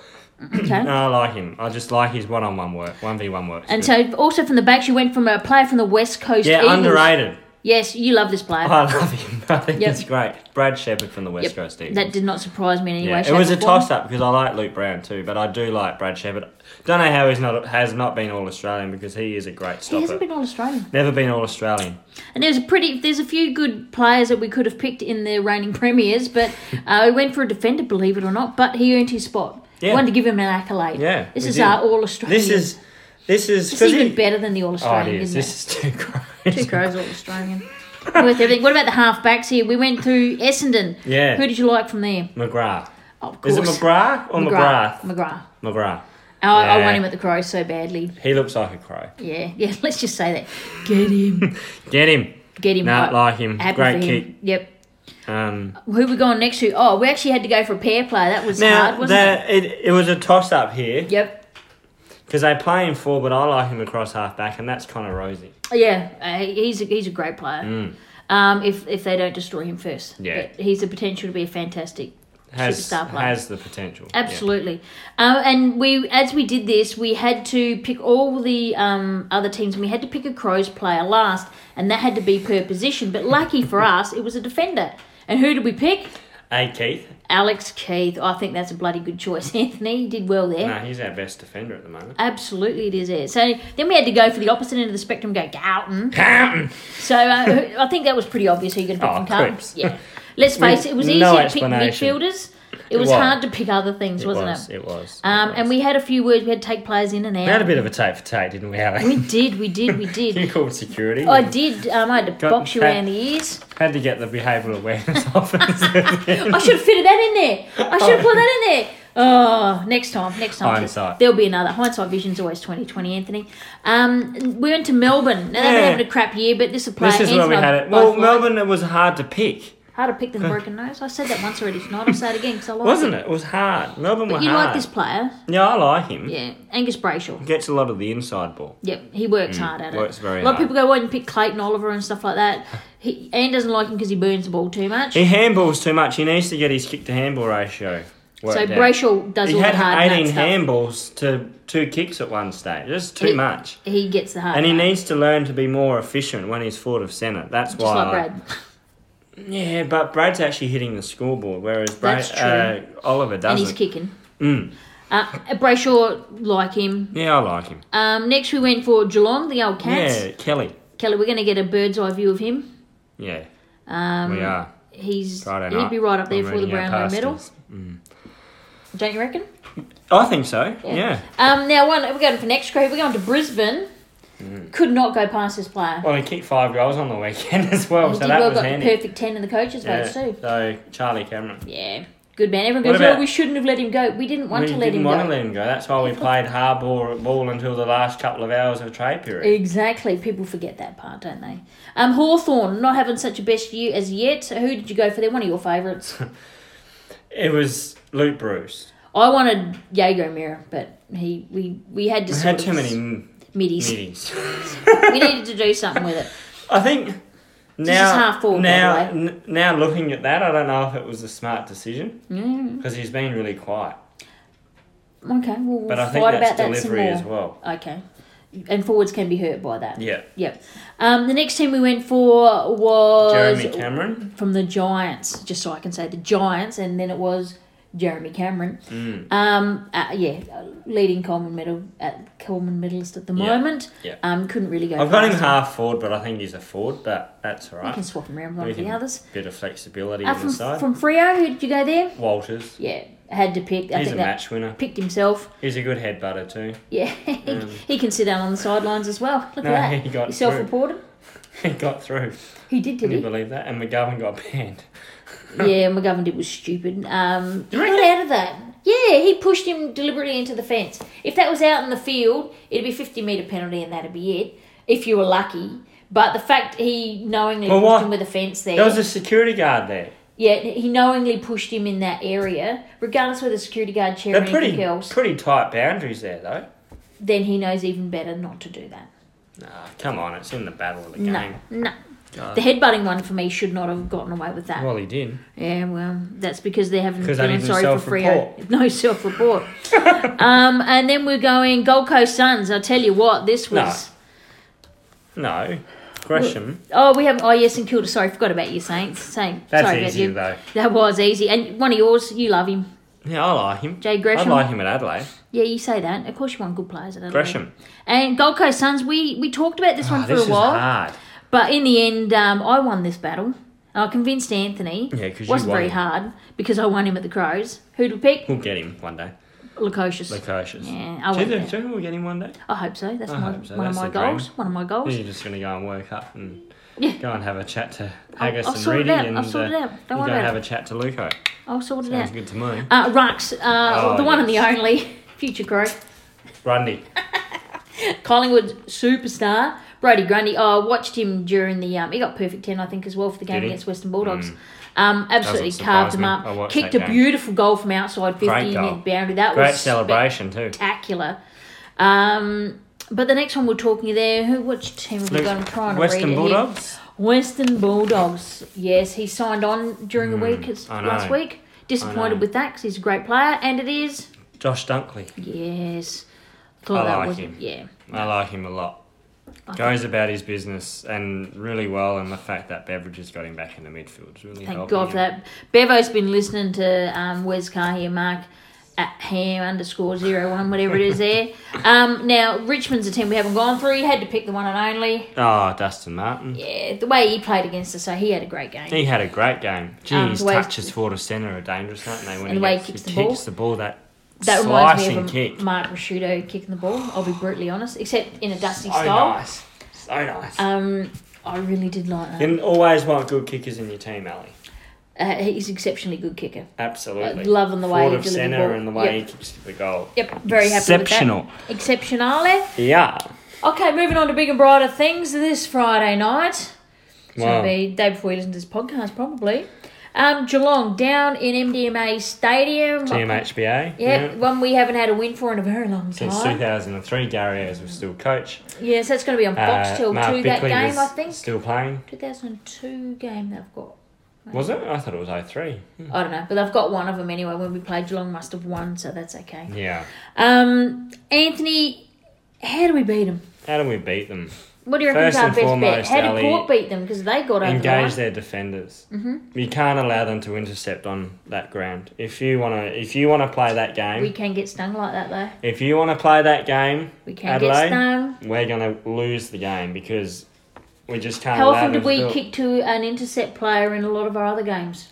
Speaker 1: Okay.
Speaker 2: No, I like him. I just like his one-on-one work, one v one work.
Speaker 1: And so, also from the backs, you went from a player from the West Coast.
Speaker 2: yeah,
Speaker 1: Eagles.
Speaker 2: underrated. <laughs>
Speaker 1: Yes, you love this player.
Speaker 2: I love him. I think
Speaker 1: Yep.
Speaker 2: he's great. Brad Shepard from the West
Speaker 1: Yep.
Speaker 2: Coast Eagles.
Speaker 1: That did not surprise me in any
Speaker 2: Yeah,
Speaker 1: way.
Speaker 2: it
Speaker 1: shape,
Speaker 2: was
Speaker 1: or
Speaker 2: a
Speaker 1: form.
Speaker 2: toss up because I like Luke Brown too, but I do like Brad Shepard. Don't know how he's not has not been all Australian because he is a great
Speaker 1: He
Speaker 2: stopper.
Speaker 1: hasn't been all Australian.
Speaker 2: Never been all Australian.
Speaker 1: And there's a pretty, there's a few good players that we could have picked in the reigning <laughs> premiers, but uh, we went for a defender, believe it or not. But he earned his spot.
Speaker 2: Yeah.
Speaker 1: Wanted to give him an accolade.
Speaker 2: Yeah,
Speaker 1: This
Speaker 2: we
Speaker 1: is
Speaker 2: did.
Speaker 1: our all Australian.
Speaker 2: This is this is
Speaker 1: It's even
Speaker 2: 'cause he-
Speaker 1: better than the All
Speaker 2: Oh,
Speaker 1: Australian,
Speaker 2: it is.
Speaker 1: isn't it?
Speaker 2: This is too <laughs> crazy.
Speaker 1: Two
Speaker 2: <laughs>
Speaker 1: crows All Australian. Worth everything. What about the halfbacks here? We went through Essendon.
Speaker 2: Yeah.
Speaker 1: Who did you like from there?
Speaker 2: McGrath.
Speaker 1: Oh, of course.
Speaker 2: Is it McGrath or
Speaker 1: McGrath.
Speaker 2: McGrath?
Speaker 1: McGrath.
Speaker 2: McGrath.
Speaker 1: I, I want
Speaker 2: Yeah.
Speaker 1: him at the Crows so badly.
Speaker 2: He looks like a crow.
Speaker 1: Yeah, <laughs> yeah. Let's just say that. Get him.
Speaker 2: Get him.
Speaker 1: Get him.
Speaker 2: No,
Speaker 1: right.
Speaker 2: like him.
Speaker 1: Happy
Speaker 2: Great
Speaker 1: for him.
Speaker 2: kick.
Speaker 1: Yep.
Speaker 2: Um,
Speaker 1: Who we going next to? Oh, we actually had to go for a pair play. That was hard,
Speaker 2: now
Speaker 1: wasn't it?
Speaker 2: that it? It, was a toss up here
Speaker 1: Yep.
Speaker 2: because they play him four, but I like him across half back, and that's Connor Rosie.
Speaker 1: Yeah, uh, he- he's a, he's a great player. Um, if if they don't destroy him first,
Speaker 2: Mm. Yeah.
Speaker 1: But he's the potential to be a fantastic
Speaker 2: Has
Speaker 1: superstar player.
Speaker 2: has the potential. Yeah.
Speaker 1: Absolutely. Um, and we, as we did this, we had to pick all the um, other teams and we had to pick a Crows player last, and that had to be per position. But lucky
Speaker 2: <laughs>
Speaker 1: for us, it was a defender. And who did we pick?
Speaker 2: Hey Keith.
Speaker 1: Alex Keith. I think that's a bloody good choice, <laughs> Anthony. You did well there.
Speaker 2: No, he's our best defender at the moment.
Speaker 1: Absolutely, it is there. So then we had to go for the opposite end of the spectrum, go Carlton.
Speaker 2: Carlton.
Speaker 1: So uh, <laughs> I think that was pretty obvious who you're going to pick
Speaker 2: Oh,
Speaker 1: from Carlton.
Speaker 2: clips.
Speaker 1: Yeah. Let's face it, it was
Speaker 2: no
Speaker 1: easy to pick
Speaker 2: explanation.
Speaker 1: midfielders. It was
Speaker 2: was.
Speaker 1: hard to pick other things, wasn't
Speaker 2: was,
Speaker 1: it?
Speaker 2: It was.
Speaker 1: Um,
Speaker 2: it was.
Speaker 1: and we had a few words. We had to take players in and out.
Speaker 2: we had a bit of a tape for tape, didn't we,
Speaker 1: We
Speaker 2: Ali?
Speaker 1: did, we did, we
Speaker 2: you <laughs>
Speaker 1: did.
Speaker 2: called security.
Speaker 1: I did. Um, I had to
Speaker 2: Got
Speaker 1: box you
Speaker 2: pat-
Speaker 1: around the ears.
Speaker 2: Had to get the behavioural awareness <laughs> officer.
Speaker 1: I should have fitted that in there. I should have put that in there. Oh, next time, next time.
Speaker 2: Hindsight.
Speaker 1: There'll be another. Hindsight vision's always twenty twenty, Anthony. Um, we went to Melbourne. Now they've
Speaker 2: Yeah.
Speaker 1: been having a crap year, but this is a player.
Speaker 2: this is
Speaker 1: Anthony
Speaker 2: where we
Speaker 1: and I
Speaker 2: had it.
Speaker 1: both
Speaker 2: Well,
Speaker 1: like.
Speaker 2: Melbourne, it was hard to pick,
Speaker 1: Harder pick than the broken nose. I said that once already tonight. I'll say it again because I like
Speaker 2: wasn't it? It was hard. Melbourne were
Speaker 1: You
Speaker 2: hard.
Speaker 1: like this player?
Speaker 2: Yeah, I like him.
Speaker 1: Yeah, Angus Brayshaw.
Speaker 2: Gets a lot of the inside ball.
Speaker 1: Yep, he works hard at it.
Speaker 2: Mm, works very
Speaker 1: a lot
Speaker 2: hard.
Speaker 1: of people go out and pick Clayton Oliver and stuff like that. He, Anne doesn't like him because he burns the ball too much.
Speaker 2: He handballs too much. He needs to get his kick to handball ratio. worked
Speaker 1: So
Speaker 2: out.
Speaker 1: Brayshaw does
Speaker 2: He
Speaker 1: all
Speaker 2: had
Speaker 1: the hard
Speaker 2: 18
Speaker 1: nut stuff.
Speaker 2: handballs to two kicks at one stage. That's too
Speaker 1: He-
Speaker 2: much.
Speaker 1: He gets the hard
Speaker 2: And he
Speaker 1: nut,
Speaker 2: needs to learn to be more efficient when he's forward of centre. That's
Speaker 1: just
Speaker 2: why.
Speaker 1: like
Speaker 2: I-
Speaker 1: Brad.
Speaker 2: Yeah, but Brad's actually hitting the scoreboard, whereas Brad,
Speaker 1: That's true.
Speaker 2: Uh, Oliver
Speaker 1: And
Speaker 2: doesn't.
Speaker 1: he's kicking.
Speaker 2: Mm.
Speaker 1: Uh, Brayshaw like him.
Speaker 2: Yeah, I like him.
Speaker 1: Um, next we went for Geelong, the old cats.
Speaker 2: Yeah, Kelly.
Speaker 1: Kelly, we're going to get a bird's eye view of him.
Speaker 2: Yeah,
Speaker 1: Um,
Speaker 2: we are.
Speaker 1: He's
Speaker 2: Friday
Speaker 1: he'd
Speaker 2: night.
Speaker 1: be right up there
Speaker 2: I'm
Speaker 1: for the
Speaker 2: reading our
Speaker 1: Brownlow medal,
Speaker 2: pasties.
Speaker 1: don't you reckon?
Speaker 2: I think so. Yeah.
Speaker 1: Um, now one we're going for next grade. We're going to Brisbane.
Speaker 2: Mm.
Speaker 1: Could not go past this player.
Speaker 2: Well, he kicked five goals on the weekend <laughs> as well,
Speaker 1: he
Speaker 2: Oh, so
Speaker 1: did
Speaker 2: that
Speaker 1: well,
Speaker 2: was
Speaker 1: got
Speaker 2: handy.
Speaker 1: the perfect ten in the coaches'
Speaker 2: yeah.
Speaker 1: votes too.
Speaker 2: So Charlie Cameron.
Speaker 1: Yeah, good man. Everyone
Speaker 2: What
Speaker 1: goes,
Speaker 2: about-
Speaker 1: "Oh, we shouldn't have let him go. We didn't want
Speaker 2: we
Speaker 1: to
Speaker 2: didn't
Speaker 1: let him
Speaker 2: want to
Speaker 1: go."
Speaker 2: let him go. That's why we played hard ball, ball until the last couple of hours of trade period.
Speaker 1: Exactly. People forget that part, don't they? Um, Hawthorn not having such a best year as yet. So who did you go for? They're one of your favourites.
Speaker 2: It was Luke Bruce.
Speaker 1: I wanted Jago Mira, but he we we had to
Speaker 2: We
Speaker 1: sort
Speaker 2: had
Speaker 1: of
Speaker 2: too many
Speaker 1: middies.
Speaker 2: meetings.
Speaker 1: <laughs> we needed to do something with it.
Speaker 2: I think now,
Speaker 1: is half forward, by
Speaker 2: now,
Speaker 1: the
Speaker 2: n- now looking at that, I don't know if it was a smart decision
Speaker 1: Mm,
Speaker 2: because he's been really quiet.
Speaker 1: okay, well, we'll
Speaker 2: But I think
Speaker 1: fight
Speaker 2: that's
Speaker 1: about that some
Speaker 2: delivery
Speaker 1: more.
Speaker 2: as well.
Speaker 1: Okay. And forwards can be hurt by that.
Speaker 2: Yeah,
Speaker 1: Yep. Um, the next team we went for was
Speaker 2: Jeremy Cameron.
Speaker 1: from the Giants, just so I can say the Giants, and then it was Jeremy Cameron.
Speaker 2: Mm.
Speaker 1: Um, uh, yeah, leading Coleman medal at Coleman medalist at the
Speaker 2: Yeah,
Speaker 1: moment.
Speaker 2: yeah.
Speaker 1: Um, couldn't really go.
Speaker 2: I've got him
Speaker 1: past
Speaker 2: half forward, but I think he's a forward, but that's all
Speaker 1: You can
Speaker 2: right.
Speaker 1: swap him around with
Speaker 2: We
Speaker 1: one of the
Speaker 2: can-
Speaker 1: others.
Speaker 2: Bit of flexibility
Speaker 1: Uh,
Speaker 2: on the
Speaker 1: from
Speaker 2: side.
Speaker 1: from Frio, who did you go there?
Speaker 2: Walters.
Speaker 1: Yeah, had to pick. I
Speaker 2: He's a
Speaker 1: think that
Speaker 2: match winner.
Speaker 1: picked himself. <laughs>
Speaker 2: He's a good headbutter too. <laughs>
Speaker 1: Yeah, he can sit down on the sidelines as well. Look
Speaker 2: Um, No,
Speaker 1: at that.
Speaker 2: he got
Speaker 1: self-reported.
Speaker 2: He got through.
Speaker 1: He did, did
Speaker 2: Can you
Speaker 1: he?
Speaker 2: believe that? And McGovern got <laughs> banned.
Speaker 1: yeah, McGovern did was stupid. Um, got out of that. Yeah, he pushed him deliberately into the fence. If that was out in the field, it'd be fifty metre penalty, and that'd be it. If you were lucky. But the fact he knowingly
Speaker 2: Well,
Speaker 1: pushed
Speaker 2: what-
Speaker 1: him with a fence there,
Speaker 2: There was a security guard there.
Speaker 1: yeah, he knowingly pushed him in that area, regardless whether the security guard chair or
Speaker 2: They're
Speaker 1: anything
Speaker 2: pretty
Speaker 1: else.
Speaker 2: pretty tight boundaries there though.
Speaker 1: Then he knows even better not to do that.
Speaker 2: Nah, come on, it's in the battle of the game.
Speaker 1: No, no.
Speaker 2: God.
Speaker 1: The headbutting one for me should not have gotten away with that.
Speaker 2: Well, he did.
Speaker 1: Yeah, well, that's because they haven't
Speaker 2: 'Cause they
Speaker 1: feeling
Speaker 2: didn't
Speaker 1: sorry for Frio. <laughs>
Speaker 2: self-report.
Speaker 1: No self report. um, and then we're going Gold Coast Suns. I tell you what, this
Speaker 2: No.
Speaker 1: was.
Speaker 2: No, Gresham.
Speaker 1: Oh, we haven't. Oh, yes, and Kilda. Sorry, forgot about you, Saints. Same.
Speaker 2: That's
Speaker 1: sorry
Speaker 2: easy
Speaker 1: about
Speaker 2: though.
Speaker 1: you. That was easy. And one of yours, you love him.
Speaker 2: Yeah, I like him.
Speaker 1: Jay Gresham. Mm.
Speaker 2: I like him in Adelaide.
Speaker 1: Yeah, you say that. Of course, you want good players at Adelaide.
Speaker 2: Gresham.
Speaker 1: And Gold Coast Suns, we, we talked about this one
Speaker 2: Oh,
Speaker 1: for
Speaker 2: this
Speaker 1: a
Speaker 2: is
Speaker 1: while.
Speaker 2: hard.
Speaker 1: But in the end, um, I won this battle. I convinced Anthony.
Speaker 2: Yeah, 'cause you
Speaker 1: wasn't
Speaker 2: won
Speaker 1: very
Speaker 2: him.
Speaker 1: hard because I won him at the Crows. Who to pick?
Speaker 2: We'll get him one day.
Speaker 1: Lococious.
Speaker 2: Lococious.
Speaker 1: Yeah, I
Speaker 2: Do you
Speaker 1: went
Speaker 2: think-
Speaker 1: there.
Speaker 2: do you think we'll get him one day?
Speaker 1: I hope so. That's
Speaker 2: I
Speaker 1: my,
Speaker 2: hope so.
Speaker 1: one
Speaker 2: That's
Speaker 1: of my
Speaker 2: the dream.
Speaker 1: goals. One of my goals.
Speaker 2: You're just going to go and work up and
Speaker 1: Yeah.
Speaker 2: go and have a chat to
Speaker 1: I'll-
Speaker 2: Haggis
Speaker 1: I'll
Speaker 2: and
Speaker 1: sort it
Speaker 2: Reedy
Speaker 1: out. I'll
Speaker 2: and uh,
Speaker 1: sort it out. Don't
Speaker 2: you
Speaker 1: worry
Speaker 2: go
Speaker 1: about
Speaker 2: have a chat to Luco.
Speaker 1: I'll sort it
Speaker 2: Sounds
Speaker 1: out.
Speaker 2: good to me.
Speaker 1: Uh, Rux, uh,
Speaker 2: Oh,
Speaker 1: the one and the
Speaker 2: yes.
Speaker 1: only <laughs> future crow,
Speaker 2: Grundy.
Speaker 1: Collingwood superstar Brody Grundy. Oh, I watched him during the. Um, he got perfect ten, I think, as well for the game
Speaker 2: Did he? Hmm.
Speaker 1: against Western Bulldogs. Um, absolutely
Speaker 2: Doesn't
Speaker 1: carved him
Speaker 2: surprise me.
Speaker 1: up.
Speaker 2: I watched
Speaker 1: Kicked a
Speaker 2: that game.
Speaker 1: beautiful goal from outside fifty
Speaker 2: Great
Speaker 1: in
Speaker 2: goal.
Speaker 1: the boundary. That
Speaker 2: Great
Speaker 1: was
Speaker 2: celebration too.
Speaker 1: spectacular. Um, but the next one we're talking there. Who? Which team have we got? I'm trying to read
Speaker 2: Western
Speaker 1: it here.
Speaker 2: Bulldogs.
Speaker 1: Western Bulldogs. Yes, he signed on during the week it's
Speaker 2: Hmm, I
Speaker 1: last
Speaker 2: know.
Speaker 1: week. Disappointed
Speaker 2: know.
Speaker 1: with that because he's a great player, and it is
Speaker 2: Josh Dunkley.
Speaker 1: yes. Thought
Speaker 2: I
Speaker 1: that
Speaker 2: like
Speaker 1: was
Speaker 2: him.
Speaker 1: yeah.
Speaker 2: I like him a lot. Goes about his business and really well, and the fact that Beveridge has got him back in the midfield's really
Speaker 1: Thank
Speaker 2: helping
Speaker 1: God
Speaker 2: him.
Speaker 1: for that. Bevo's been listening to um, Wes Carr here, Mark at ham underscore zero one whatever it is
Speaker 2: <laughs>
Speaker 1: there. Um, now Richmond's a team we haven't gone through. You had to pick the one and only.
Speaker 2: Oh, Dustin Martin.
Speaker 1: Yeah, the way he played against us, so he had a great game.
Speaker 2: He had a great game. Gee,
Speaker 1: Um,
Speaker 2: his
Speaker 1: the way-
Speaker 2: touches forward to centre are dangerous, aren't they? When
Speaker 1: And the way he
Speaker 2: gets-
Speaker 1: kicks the ball.
Speaker 2: kicks the ball, that,
Speaker 1: That reminds me
Speaker 2: slicing
Speaker 1: of a
Speaker 2: kick.
Speaker 1: Mark Rasciuto kicking the ball. I'll be brutally honest, except in a dusty
Speaker 2: So
Speaker 1: style.
Speaker 2: nice. So nice.
Speaker 1: Um, I really did like that.
Speaker 2: you can always want good kickers in your team, Ali.
Speaker 1: Uh, he's an exceptionally good kicker.
Speaker 2: Absolutely.
Speaker 1: Uh, loving the way
Speaker 2: Forward
Speaker 1: he
Speaker 2: of
Speaker 1: delivered the
Speaker 2: centre
Speaker 1: ball.
Speaker 2: and the way
Speaker 1: Yep.
Speaker 2: he kicks the goal.
Speaker 1: Yep, very happy
Speaker 2: Exceptional.
Speaker 1: with that. Exceptionale.
Speaker 2: Yeah.
Speaker 1: Okay, moving on to bigger, brighter things this Friday night. So
Speaker 2: Wow.
Speaker 1: it'll be day before you listen to this podcast, probably. Um, Geelong down in MDMA Stadium.
Speaker 2: GMHBA.
Speaker 1: Yep, one we haven't had a win for in a very long time.
Speaker 2: Since 2003, Gary Ayres was still coach. Uh,
Speaker 1: yes, that's going to be on Foxtel
Speaker 2: Mark
Speaker 1: too. That
Speaker 2: Bickley
Speaker 1: game,
Speaker 2: was
Speaker 1: I think,
Speaker 2: Still playing.
Speaker 1: 2002 game they've got.
Speaker 2: Was it? I thought it was 03.
Speaker 1: I don't know, but they've got one of them anyway. When we played Geelong, must have won, so that's okay.
Speaker 2: Yeah.
Speaker 1: Um, Anthony, how do we beat them?
Speaker 2: How do we beat them?
Speaker 1: What do you reckon's
Speaker 2: First
Speaker 1: our
Speaker 2: and
Speaker 1: best bet?
Speaker 2: foremost,
Speaker 1: How did
Speaker 2: Ali-
Speaker 1: Port beat them? Because they got over
Speaker 2: engage
Speaker 1: the line.
Speaker 2: their defenders. Mm-hmm. You can't allow them to intercept on that ground. If you want to, if you want to play that game,
Speaker 1: We can get stung like that though.
Speaker 2: if you want to play that game,
Speaker 1: We can get
Speaker 2: Adelaide,
Speaker 1: stung.
Speaker 2: we're gonna lose the game because we just can't.
Speaker 1: How
Speaker 2: allow
Speaker 1: often
Speaker 2: them
Speaker 1: did
Speaker 2: to
Speaker 1: we
Speaker 2: do it.
Speaker 1: kick to an intercept player in a lot of our other games?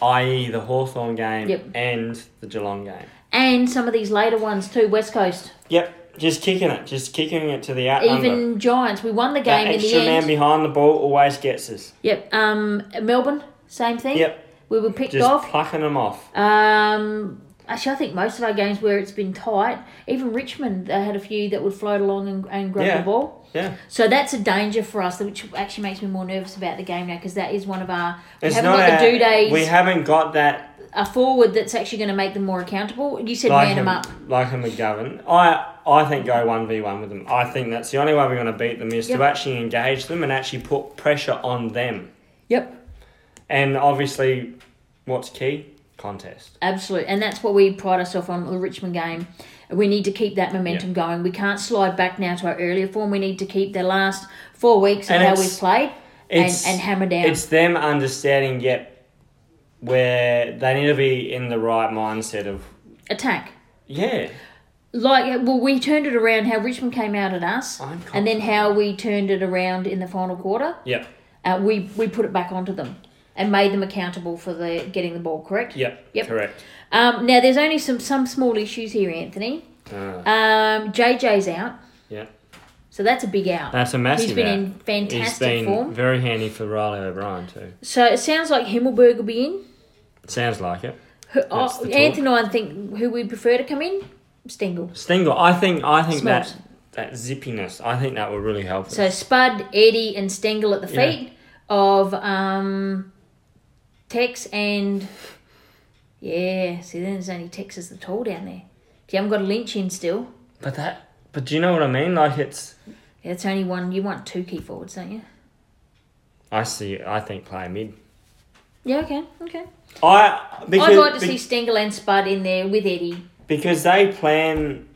Speaker 2: I.e., the Hawthorn game
Speaker 1: Yep.
Speaker 2: and the Geelong game.
Speaker 1: And some of these later ones too, West Coast.
Speaker 2: Yep, just kicking it, just kicking it to the out number.
Speaker 1: Even Giants. We won the
Speaker 2: That
Speaker 1: game in the
Speaker 2: extra man
Speaker 1: end.
Speaker 2: behind the ball always gets us.
Speaker 1: yep. Um Melbourne, same thing.
Speaker 2: Yep,
Speaker 1: We were picked
Speaker 2: just
Speaker 1: off.
Speaker 2: plucking them off.
Speaker 1: Um actually I think most of our games where it's been tight, even Richmond they had a few that would float along and, and grab
Speaker 2: Yeah.
Speaker 1: the ball.
Speaker 2: Yeah,
Speaker 1: So that's a danger for us, which actually makes me more nervous about the game now because that is one of our. We
Speaker 2: it's
Speaker 1: haven't
Speaker 2: not
Speaker 1: got the
Speaker 2: our-
Speaker 1: due days.
Speaker 2: We haven't got that
Speaker 1: a forward that's actually going to make them more accountable. You said
Speaker 2: like
Speaker 1: man
Speaker 2: a,
Speaker 1: them up.
Speaker 2: like a McGovern. I I think go one v one with them. I think that's the only way we're going to beat them is
Speaker 1: Yep.
Speaker 2: to actually engage them and actually put pressure on them.
Speaker 1: Yep.
Speaker 2: And obviously, what's key? Contest.
Speaker 1: Absolutely. And that's what we pride ourselves on the Richmond game. We need to keep that momentum going. We can't slide back now to our earlier form. We need to keep the last four weeks of
Speaker 2: And
Speaker 1: how
Speaker 2: it's-
Speaker 1: we've played and,
Speaker 2: it's-
Speaker 1: and hammer down.
Speaker 2: It's them understanding. Yep, where they need to be in the right mindset of
Speaker 1: Attack.
Speaker 2: yeah.
Speaker 1: Like, well, we turned it around how Richmond came out at us,
Speaker 2: I'm
Speaker 1: and then
Speaker 2: confident.
Speaker 1: how we turned it around in the final quarter.
Speaker 2: Yep.
Speaker 1: Uh, we we put it back onto them and made them accountable for the getting the ball correct.
Speaker 2: Yep.
Speaker 1: Yep.
Speaker 2: Correct.
Speaker 1: Um, now there's only some some small issues here, Anthony.
Speaker 2: Uh,
Speaker 1: Um, JJ's out,
Speaker 2: yeah.
Speaker 1: so that's a big out.
Speaker 2: That's a massive.
Speaker 1: He's been
Speaker 2: out.
Speaker 1: in
Speaker 2: He's
Speaker 1: fantastic
Speaker 2: been
Speaker 1: form.
Speaker 2: very handy for Riley O'Brien too.
Speaker 1: So it sounds like Himmelberg will be in.
Speaker 2: Sounds like it.
Speaker 1: Who,
Speaker 2: That's
Speaker 1: oh,
Speaker 2: the talk.
Speaker 1: Anthony and I think who we prefer to come in, Stengel.
Speaker 2: Stingle. I think. I think
Speaker 1: Smells.
Speaker 2: that that zippiness. I think that will really help. us.
Speaker 1: So Spud, Eddie, and Stengel at the
Speaker 2: Yeah.
Speaker 1: feet of um, Tex and yeah. See, then there's only Tex as the tall down there. If you haven't got a Lynch in still,
Speaker 2: But that. But do you know what I mean? Like it's.
Speaker 1: yeah, it's only one. You want two key forwards, don't you?
Speaker 2: I see. I think play mid.
Speaker 1: Yeah. Okay. Okay.
Speaker 2: I because
Speaker 1: I'd like to
Speaker 2: be-
Speaker 1: see Stengel and Spud in there with Eddie.
Speaker 2: because they plan.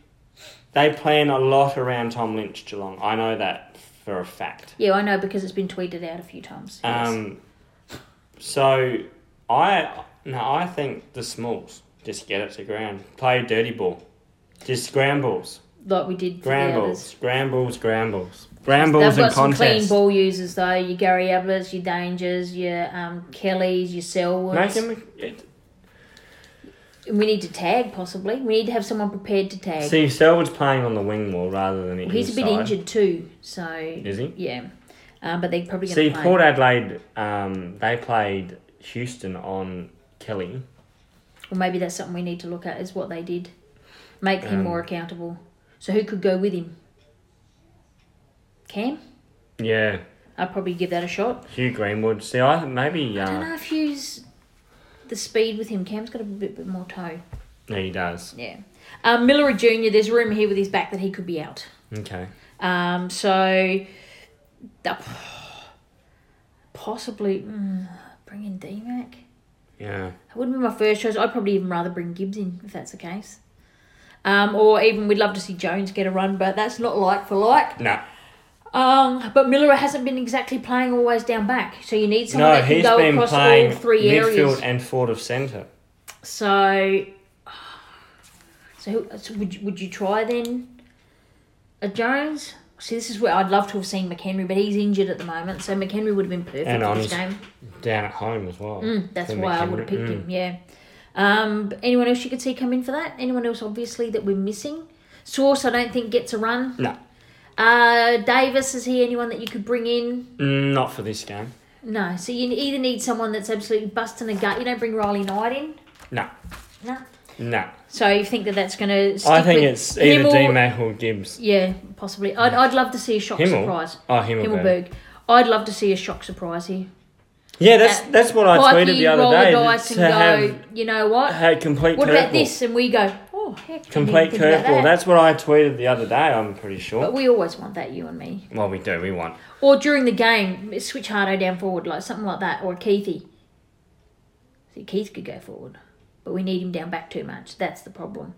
Speaker 2: They plan a lot around Tom Lynch Geelong. I know that for a fact.
Speaker 1: Yeah, I know because it's been tweeted out a few times. Yes.
Speaker 2: Um, so I no, I think the smalls just get it to ground, play dirty ball, just scrambles,
Speaker 1: like we did for the
Speaker 2: scrambles,
Speaker 1: others.
Speaker 2: scrambles, scrambles,
Speaker 1: They've
Speaker 2: scrambles,
Speaker 1: got
Speaker 2: and
Speaker 1: some clean
Speaker 2: contests.
Speaker 1: ball users though. Your Gary Ablets, your Dangers, your um, Kellys, your
Speaker 2: Make
Speaker 1: Selwoods.
Speaker 2: them, it,
Speaker 1: We need to tag possibly. We need to have someone prepared to tag.
Speaker 2: see, Selwood's playing on the wing more rather than the
Speaker 1: He's a bit
Speaker 2: inside.
Speaker 1: injured too, so
Speaker 2: Is he?
Speaker 1: yeah. Um, but they're probably
Speaker 2: See,
Speaker 1: going to play.
Speaker 2: Port Adelaide, um, they played Houston on Kelly.
Speaker 1: or maybe that's something we need to look at is what they did, make him
Speaker 2: Um,
Speaker 1: more accountable. So who could go with him? Cam,
Speaker 2: Yeah,
Speaker 1: I'd probably give that a shot.
Speaker 2: Hugh Greenwood. See, I maybe
Speaker 1: I don't
Speaker 2: uh,
Speaker 1: know if Hugh's the speed with him. Cam's got a bit, bit more toe.
Speaker 2: he does.
Speaker 1: Yeah. Um, Miller Jr., there's rumour here with his back that he could be out.
Speaker 2: Okay,
Speaker 1: Um, so, that- possibly mm, bring in D Mac.
Speaker 2: yeah.
Speaker 1: That wouldn't be my first choice. I'd probably even rather bring Gibbs in if that's the case. Um, or even we'd love to see Jones get a run, but that's not like for like.
Speaker 2: No,
Speaker 1: Um, but Miller hasn't been exactly playing always down back, so you need someone
Speaker 2: no,
Speaker 1: that can
Speaker 2: he's
Speaker 1: go
Speaker 2: been
Speaker 1: across
Speaker 2: playing
Speaker 1: all three
Speaker 2: midfield
Speaker 1: areas.
Speaker 2: and forward of centre.
Speaker 1: So, so, who, so would you, would you try then a Jones? See, this is where I'd love to have seen McHenry, but he's injured at the moment, so McHenry would have been perfect
Speaker 2: And
Speaker 1: for this
Speaker 2: Onis.
Speaker 1: game.
Speaker 2: down at home as well.
Speaker 1: Mm, that's
Speaker 2: For
Speaker 1: why I would
Speaker 2: McHenry.
Speaker 1: have picked
Speaker 2: Mm.
Speaker 1: him. Yeah. Um, but anyone else you could see come in for that? Anyone else, obviously, that we're missing? Source, I don't think gets a run.
Speaker 2: No,
Speaker 1: Uh, Davis is he anyone that you could bring in?
Speaker 2: Mm, not for this game.
Speaker 1: No. So you either need someone that's absolutely busting a gut. You don't bring Riley Knight in.
Speaker 2: No,
Speaker 1: No.
Speaker 2: no.
Speaker 1: So you think that that's going to?
Speaker 2: I think it's either D Mac or Gibbs.
Speaker 1: Yeah, possibly. I'd, I'd love to see a shock
Speaker 2: Himmel?
Speaker 1: surprise.
Speaker 2: Oh, Himmelberg.
Speaker 1: Himmelberg. I'd love to see a shock surprise here.
Speaker 2: Yeah, that's that's what I
Speaker 1: Crikey,
Speaker 2: tweeted the other
Speaker 1: roll
Speaker 2: day.
Speaker 1: dice
Speaker 2: to
Speaker 1: and go,
Speaker 2: have
Speaker 1: you know what?
Speaker 2: had complete
Speaker 1: What
Speaker 2: curveball.
Speaker 1: about this? And we go, oh, heck. I didn't
Speaker 2: Complete
Speaker 1: think about
Speaker 2: curveball.
Speaker 1: that." Oh.
Speaker 2: That's what I tweeted the other day. I'm pretty
Speaker 1: But
Speaker 2: sure.
Speaker 1: we always want that, you and me.
Speaker 2: Well, we do. We want.
Speaker 1: Or during the game, switch Hardo down forward, like something like that, or Keithy. See, Keith could go forward, but we need him down back too much. That's the problem.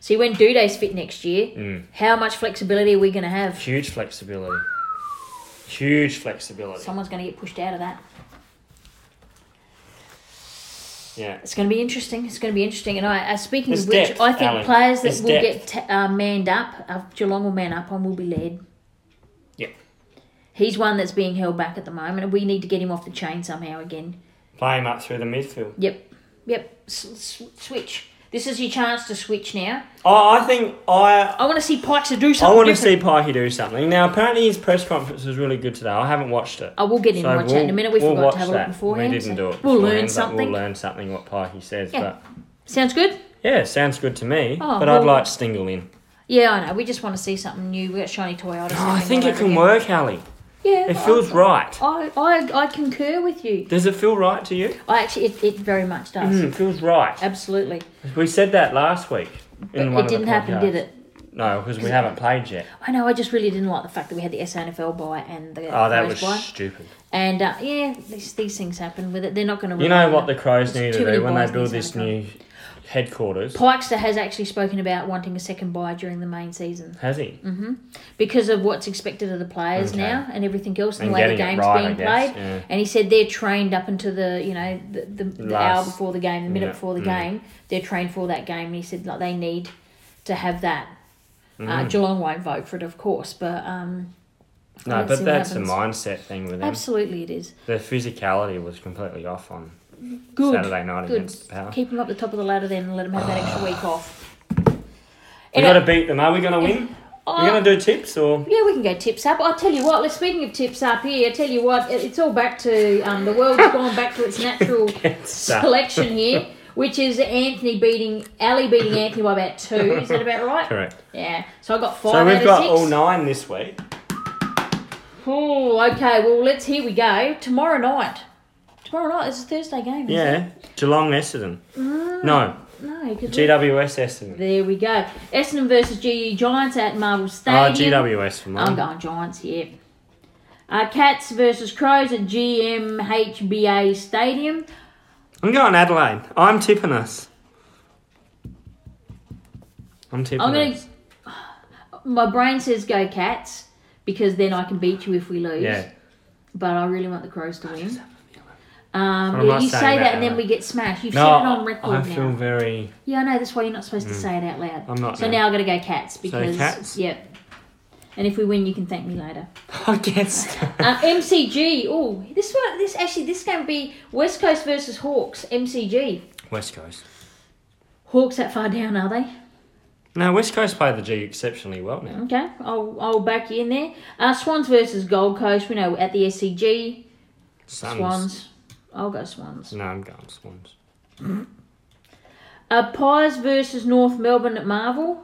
Speaker 1: See, when Duday's fit next year,
Speaker 2: Mm.
Speaker 1: how much flexibility are we going to have?
Speaker 2: Huge flexibility. Huge flexibility.
Speaker 1: Someone's going to get pushed out of that.
Speaker 2: Yeah.
Speaker 1: It's going to be interesting. It's going to be interesting. And I, uh, speaking
Speaker 2: It's
Speaker 1: of which,
Speaker 2: depth,
Speaker 1: I think
Speaker 2: Alan.
Speaker 1: players that
Speaker 2: It's
Speaker 1: will get t- uh, manned up, uh, Geelong will man up on, will be led.
Speaker 2: Yeah.
Speaker 1: He's one that's being held back at the moment, and we need to get him off the chain somehow again.
Speaker 2: Play him up through the midfield.
Speaker 1: Yep, yep. S- s- switch. This is your chance to switch now.
Speaker 2: Oh, I think I
Speaker 1: I want to see Pikes to do
Speaker 2: I
Speaker 1: something.
Speaker 2: want to
Speaker 1: different.
Speaker 2: see Pikey do something. Now, apparently his press conference was really good today. I haven't watched it.
Speaker 1: I will get in and watch that in a minute. Oh, We
Speaker 2: we'll
Speaker 1: forgot to have
Speaker 2: watch
Speaker 1: a look
Speaker 2: that.
Speaker 1: beforehand.
Speaker 2: We didn't
Speaker 1: so
Speaker 2: do it.
Speaker 1: We'll learn
Speaker 2: beforehand, but
Speaker 1: something.
Speaker 2: We'll learn something what Pikey says.
Speaker 1: Yeah.
Speaker 2: But
Speaker 1: Sounds good.
Speaker 2: yeah, it sounds good to me.
Speaker 1: Oh,
Speaker 2: but
Speaker 1: well-
Speaker 2: I'd like Stingle in.
Speaker 1: Yeah, I know. We just want to see something new. We got shiny Toyotas.
Speaker 2: Oh, I
Speaker 1: happening
Speaker 2: think
Speaker 1: all
Speaker 2: it
Speaker 1: over
Speaker 2: can
Speaker 1: again.
Speaker 2: work, Ali.
Speaker 1: Yeah,
Speaker 2: It feels right.
Speaker 1: I, I, I concur with you.
Speaker 2: Does it feel right to you?
Speaker 1: I actually, it, it very much does.
Speaker 2: Mm, it feels right.
Speaker 1: Absolutely.
Speaker 2: We said that last week. In
Speaker 1: But
Speaker 2: one
Speaker 1: it
Speaker 2: of
Speaker 1: didn't
Speaker 2: the
Speaker 1: happen, did
Speaker 2: podcasts.
Speaker 1: it?
Speaker 2: No, because we haven't played yet.
Speaker 1: I know. I just really didn't like the fact that we had the SNFL buy and the
Speaker 2: Oh, that
Speaker 1: Crows
Speaker 2: was
Speaker 1: buy.
Speaker 2: stupid.
Speaker 1: And uh, yeah, these, these things happen with it. They're not going to.
Speaker 2: You know what the Crows need
Speaker 1: too
Speaker 2: to
Speaker 1: many
Speaker 2: do when they
Speaker 1: buys in
Speaker 2: build
Speaker 1: this
Speaker 2: this
Speaker 1: NFL.
Speaker 2: new headquarters.
Speaker 1: Pykester has actually spoken about wanting a second buy during the main season
Speaker 2: Has he?
Speaker 1: because of what's expected of the players
Speaker 2: Okay.
Speaker 1: now and everything else and,
Speaker 2: And
Speaker 1: the way the
Speaker 2: getting it
Speaker 1: game's
Speaker 2: right, I
Speaker 1: being
Speaker 2: guess,
Speaker 1: played.
Speaker 2: yeah.
Speaker 1: And he said they're trained up into the you know the, the, the hour
Speaker 2: Last-
Speaker 1: before the game, the minute
Speaker 2: yeah,
Speaker 1: before the
Speaker 2: mm.
Speaker 1: game. They're trained for that game. And he said like they need to have that.
Speaker 2: Mm.
Speaker 1: Uh, Geelong won't vote for it, of course, but um,
Speaker 2: No,
Speaker 1: Let's see
Speaker 2: but
Speaker 1: what
Speaker 2: that's a
Speaker 1: happens.
Speaker 2: mindset thing with them.
Speaker 1: absolutely it is
Speaker 2: The physicality was completely off on
Speaker 1: good.
Speaker 2: Saturday night
Speaker 1: good.
Speaker 2: against Power. Ah.
Speaker 1: Keep them up the top of the ladder then, and let them have that extra week off.
Speaker 2: we got to beat them. Are we going to win?
Speaker 1: Uh,
Speaker 2: We're going to do tips or
Speaker 1: Yeah, we can go tips up. I'll tell you what, let's speaking of tips up here, I tell you what, it- it's all back to um, the
Speaker 2: <laughs>
Speaker 1: world's gone back to its natural
Speaker 2: stuff.
Speaker 1: selection here, which is Anthony beating Ali beating Anthony by about two. Is that about right?
Speaker 2: correct.
Speaker 1: Yeah. So I got five.
Speaker 2: So
Speaker 1: out
Speaker 2: we've
Speaker 1: of
Speaker 2: got
Speaker 1: six.
Speaker 2: all nine this week.
Speaker 1: Ooh, okay, well let's here we go. Tomorrow night. Tomorrow night is a Thursday game. isn't it?
Speaker 2: Yeah, Geelong Essendon.
Speaker 1: Mm.
Speaker 2: No,
Speaker 1: No, you could
Speaker 2: GWS Essendon.
Speaker 1: There we go. Essendon versus GE Giants at Marvel
Speaker 2: Oh,
Speaker 1: Stadium.
Speaker 2: GWS for
Speaker 1: I'm
Speaker 2: mine.
Speaker 1: going Giants here. Uh, Cats versus Crows at GMHBA Stadium.
Speaker 2: I'm going Adelaide. I'm tipping us. I'm tipping
Speaker 1: I'm gonna.
Speaker 2: us.
Speaker 1: <sighs> My brain says go Cats because then I can beat you if we lose.
Speaker 2: Yeah.
Speaker 1: But I really want the Crows to win. Um,
Speaker 2: I'm
Speaker 1: yeah,
Speaker 2: not
Speaker 1: you
Speaker 2: saying
Speaker 1: say that,
Speaker 2: that,
Speaker 1: and then
Speaker 2: Emma.
Speaker 1: we get smashed. You've
Speaker 2: No,
Speaker 1: said it on
Speaker 2: I
Speaker 1: record now.
Speaker 2: feel very.
Speaker 1: Yeah, I know. That's why you're not supposed to say it out loud.
Speaker 2: I'm not
Speaker 1: So
Speaker 2: now.
Speaker 1: now I've got to go Cats because.
Speaker 2: Cats?
Speaker 1: Yep. And if we win, you can thank me later. <laughs>
Speaker 2: I guess. <laughs>
Speaker 1: Uh, MCG. Oh, this one. This actually. This can be West Coast versus Hawks. MCG.
Speaker 2: West Coast.
Speaker 1: Hawks that far down, are they?
Speaker 2: No, West Coast play the G exceptionally well now.
Speaker 1: Okay, I'll, I'll back you in there. Uh, Swans versus Gold Coast. We know at the SCG.
Speaker 2: Suns.
Speaker 1: Swans. I'll go Swans.
Speaker 2: No, I'm going Swans.
Speaker 1: Uh, Pies versus North Melbourne at Marvel.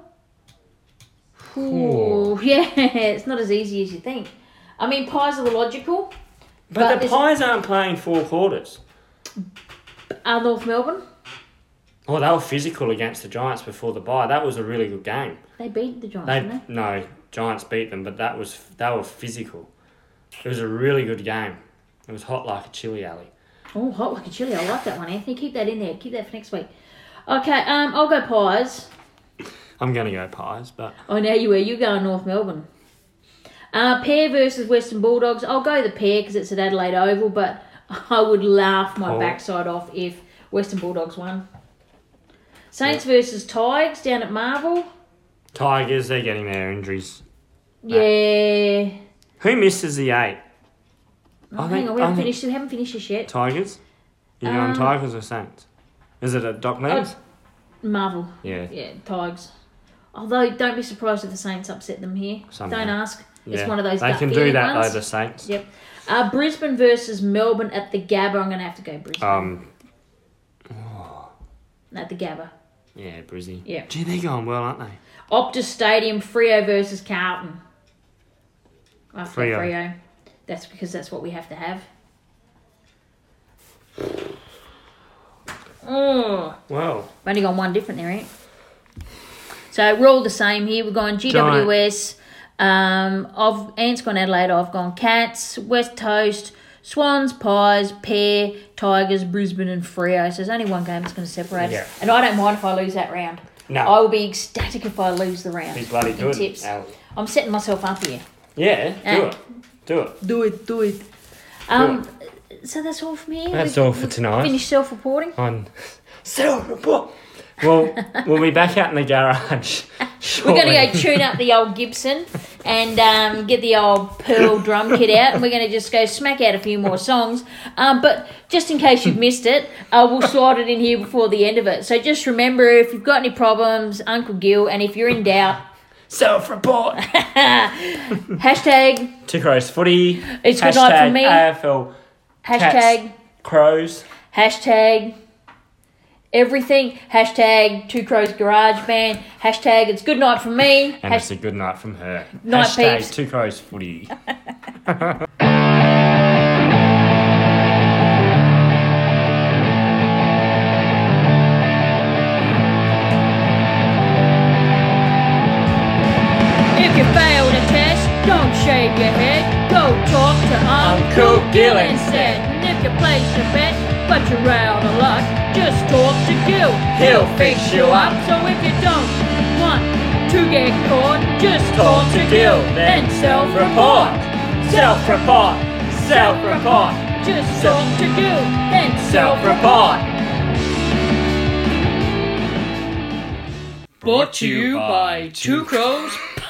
Speaker 1: Ooh, <laughs> yeah, it's not as easy as you think. I mean, Pies are the logical.
Speaker 2: But,
Speaker 1: But
Speaker 2: the
Speaker 1: is-
Speaker 2: Pies aren't playing four quarters.
Speaker 1: Are Uh, North Melbourne?
Speaker 2: Oh, they were physical against the Giants before the bye. That was a really good game.
Speaker 1: They beat the Giants,
Speaker 2: They
Speaker 1: didn't
Speaker 2: no Giants beat them, but that was they were physical. It was a really good game. It was hot like a chili alley.
Speaker 1: they? Oh, hot like a chili. I like that one, Anthony. Keep that in there. Keep that for next week. Okay, um, I'll go Pies.
Speaker 2: I'm gonna go Pies, but
Speaker 1: Oh, now you were. You go in North Melbourne. Uh, pair versus Western Bulldogs. I'll go the pair because it's at Adelaide Oval, but <laughs> I would laugh my
Speaker 2: Oh.
Speaker 1: backside off if Western Bulldogs won. Saints versus Tigers down at Marvel.
Speaker 2: Tigers they're getting their injuries.
Speaker 1: Yeah.
Speaker 2: Who misses the eight?
Speaker 1: Oh,
Speaker 2: I
Speaker 1: hang
Speaker 2: think-
Speaker 1: on, we haven't
Speaker 2: I think-
Speaker 1: finished. We haven't finished this yet.
Speaker 2: Tigers. You
Speaker 1: Um,
Speaker 2: going Tigers or Saints? Is it at Docklands?
Speaker 1: Marvel.
Speaker 2: Yeah.
Speaker 1: Yeah, Tigers. Although, don't be surprised if the Saints upset them here.
Speaker 2: Somehow.
Speaker 1: Don't ask. It's
Speaker 2: Yeah.
Speaker 1: one of those.
Speaker 2: They
Speaker 1: gut
Speaker 2: can do
Speaker 1: feeling
Speaker 2: that
Speaker 1: ones.
Speaker 2: though. The Saints.
Speaker 1: Yep. Uh, Brisbane versus Melbourne at the Gabba. I'm going to have to go Brisbane.
Speaker 2: Um.
Speaker 1: at the Gabba.
Speaker 2: Yeah, Brizzy.
Speaker 1: Yeah.
Speaker 2: Gee, they're going well, aren't they?
Speaker 1: Optus Stadium, Frio versus Carlton. I've got
Speaker 2: Freo.
Speaker 1: Freo. That's because that's what we have to have. <sighs> Oh,
Speaker 2: Well,
Speaker 1: I've only gone one different there, right? So we're all the same here. We're going GWS. Um, I've Ant's gone Adelaide. I've gone Cats, West Coast, Swans, Pies, Pear, Tigers, Brisbane, and Freo. So there's only one game that's going to separate
Speaker 2: Yeah.
Speaker 1: us, and I don't mind if I lose that round.
Speaker 2: no.
Speaker 1: I will be ecstatic if I lose the round.
Speaker 2: Be bloody
Speaker 1: In
Speaker 2: good.
Speaker 1: Oh, Tips.
Speaker 2: Ali.
Speaker 1: I'm setting myself up here.
Speaker 2: Yeah, do
Speaker 1: Ah.
Speaker 2: it. Do it.
Speaker 1: Do it, do it. Um, so that's all from here.
Speaker 2: That's
Speaker 1: We-
Speaker 2: all for
Speaker 1: we
Speaker 2: tonight.
Speaker 1: Finish self-reporting.
Speaker 2: On Settle report. Well, we'll be back out in the <laughs> garage.
Speaker 1: We're going to go tune up the old Gibson and um, get the old Pearl drum kit out, and we're going to just go smack out a few more songs. Um, but just in case you've missed it, uh, we'll slide it in here before the end of it. So just remember, if you've got any problems, Uncle Gil, and if you're in doubt,
Speaker 2: Self <laughs> report.
Speaker 1: hashtag
Speaker 2: Two Crows footy.
Speaker 1: It's good night for me.
Speaker 2: AFL
Speaker 1: hashtag.
Speaker 2: Crows.
Speaker 1: hashtag everything hashtag two crows garage band hashtag it's good night from me
Speaker 2: And
Speaker 1: Hash-
Speaker 2: it's a good night from her.
Speaker 1: Night,
Speaker 2: hashtag
Speaker 1: peeps.
Speaker 2: Two Crows footy.
Speaker 1: if you failed a test don't shave your head go talk to uncle
Speaker 2: Uncle
Speaker 1: Gil
Speaker 2: Gil
Speaker 1: instead and if you place a bet but you're out of luck just talk to Gil will.
Speaker 2: He'll fix you up.
Speaker 1: So if you don't want to get caught, just
Speaker 2: Talk
Speaker 1: talk
Speaker 2: to
Speaker 1: to
Speaker 2: Gil,
Speaker 1: Gil
Speaker 2: then
Speaker 1: and self-report.
Speaker 2: Report. Self-report. Self-report.
Speaker 1: Just talk to Gil, then self-report.
Speaker 2: Self-report.
Speaker 3: Brought to you by Two
Speaker 2: Crows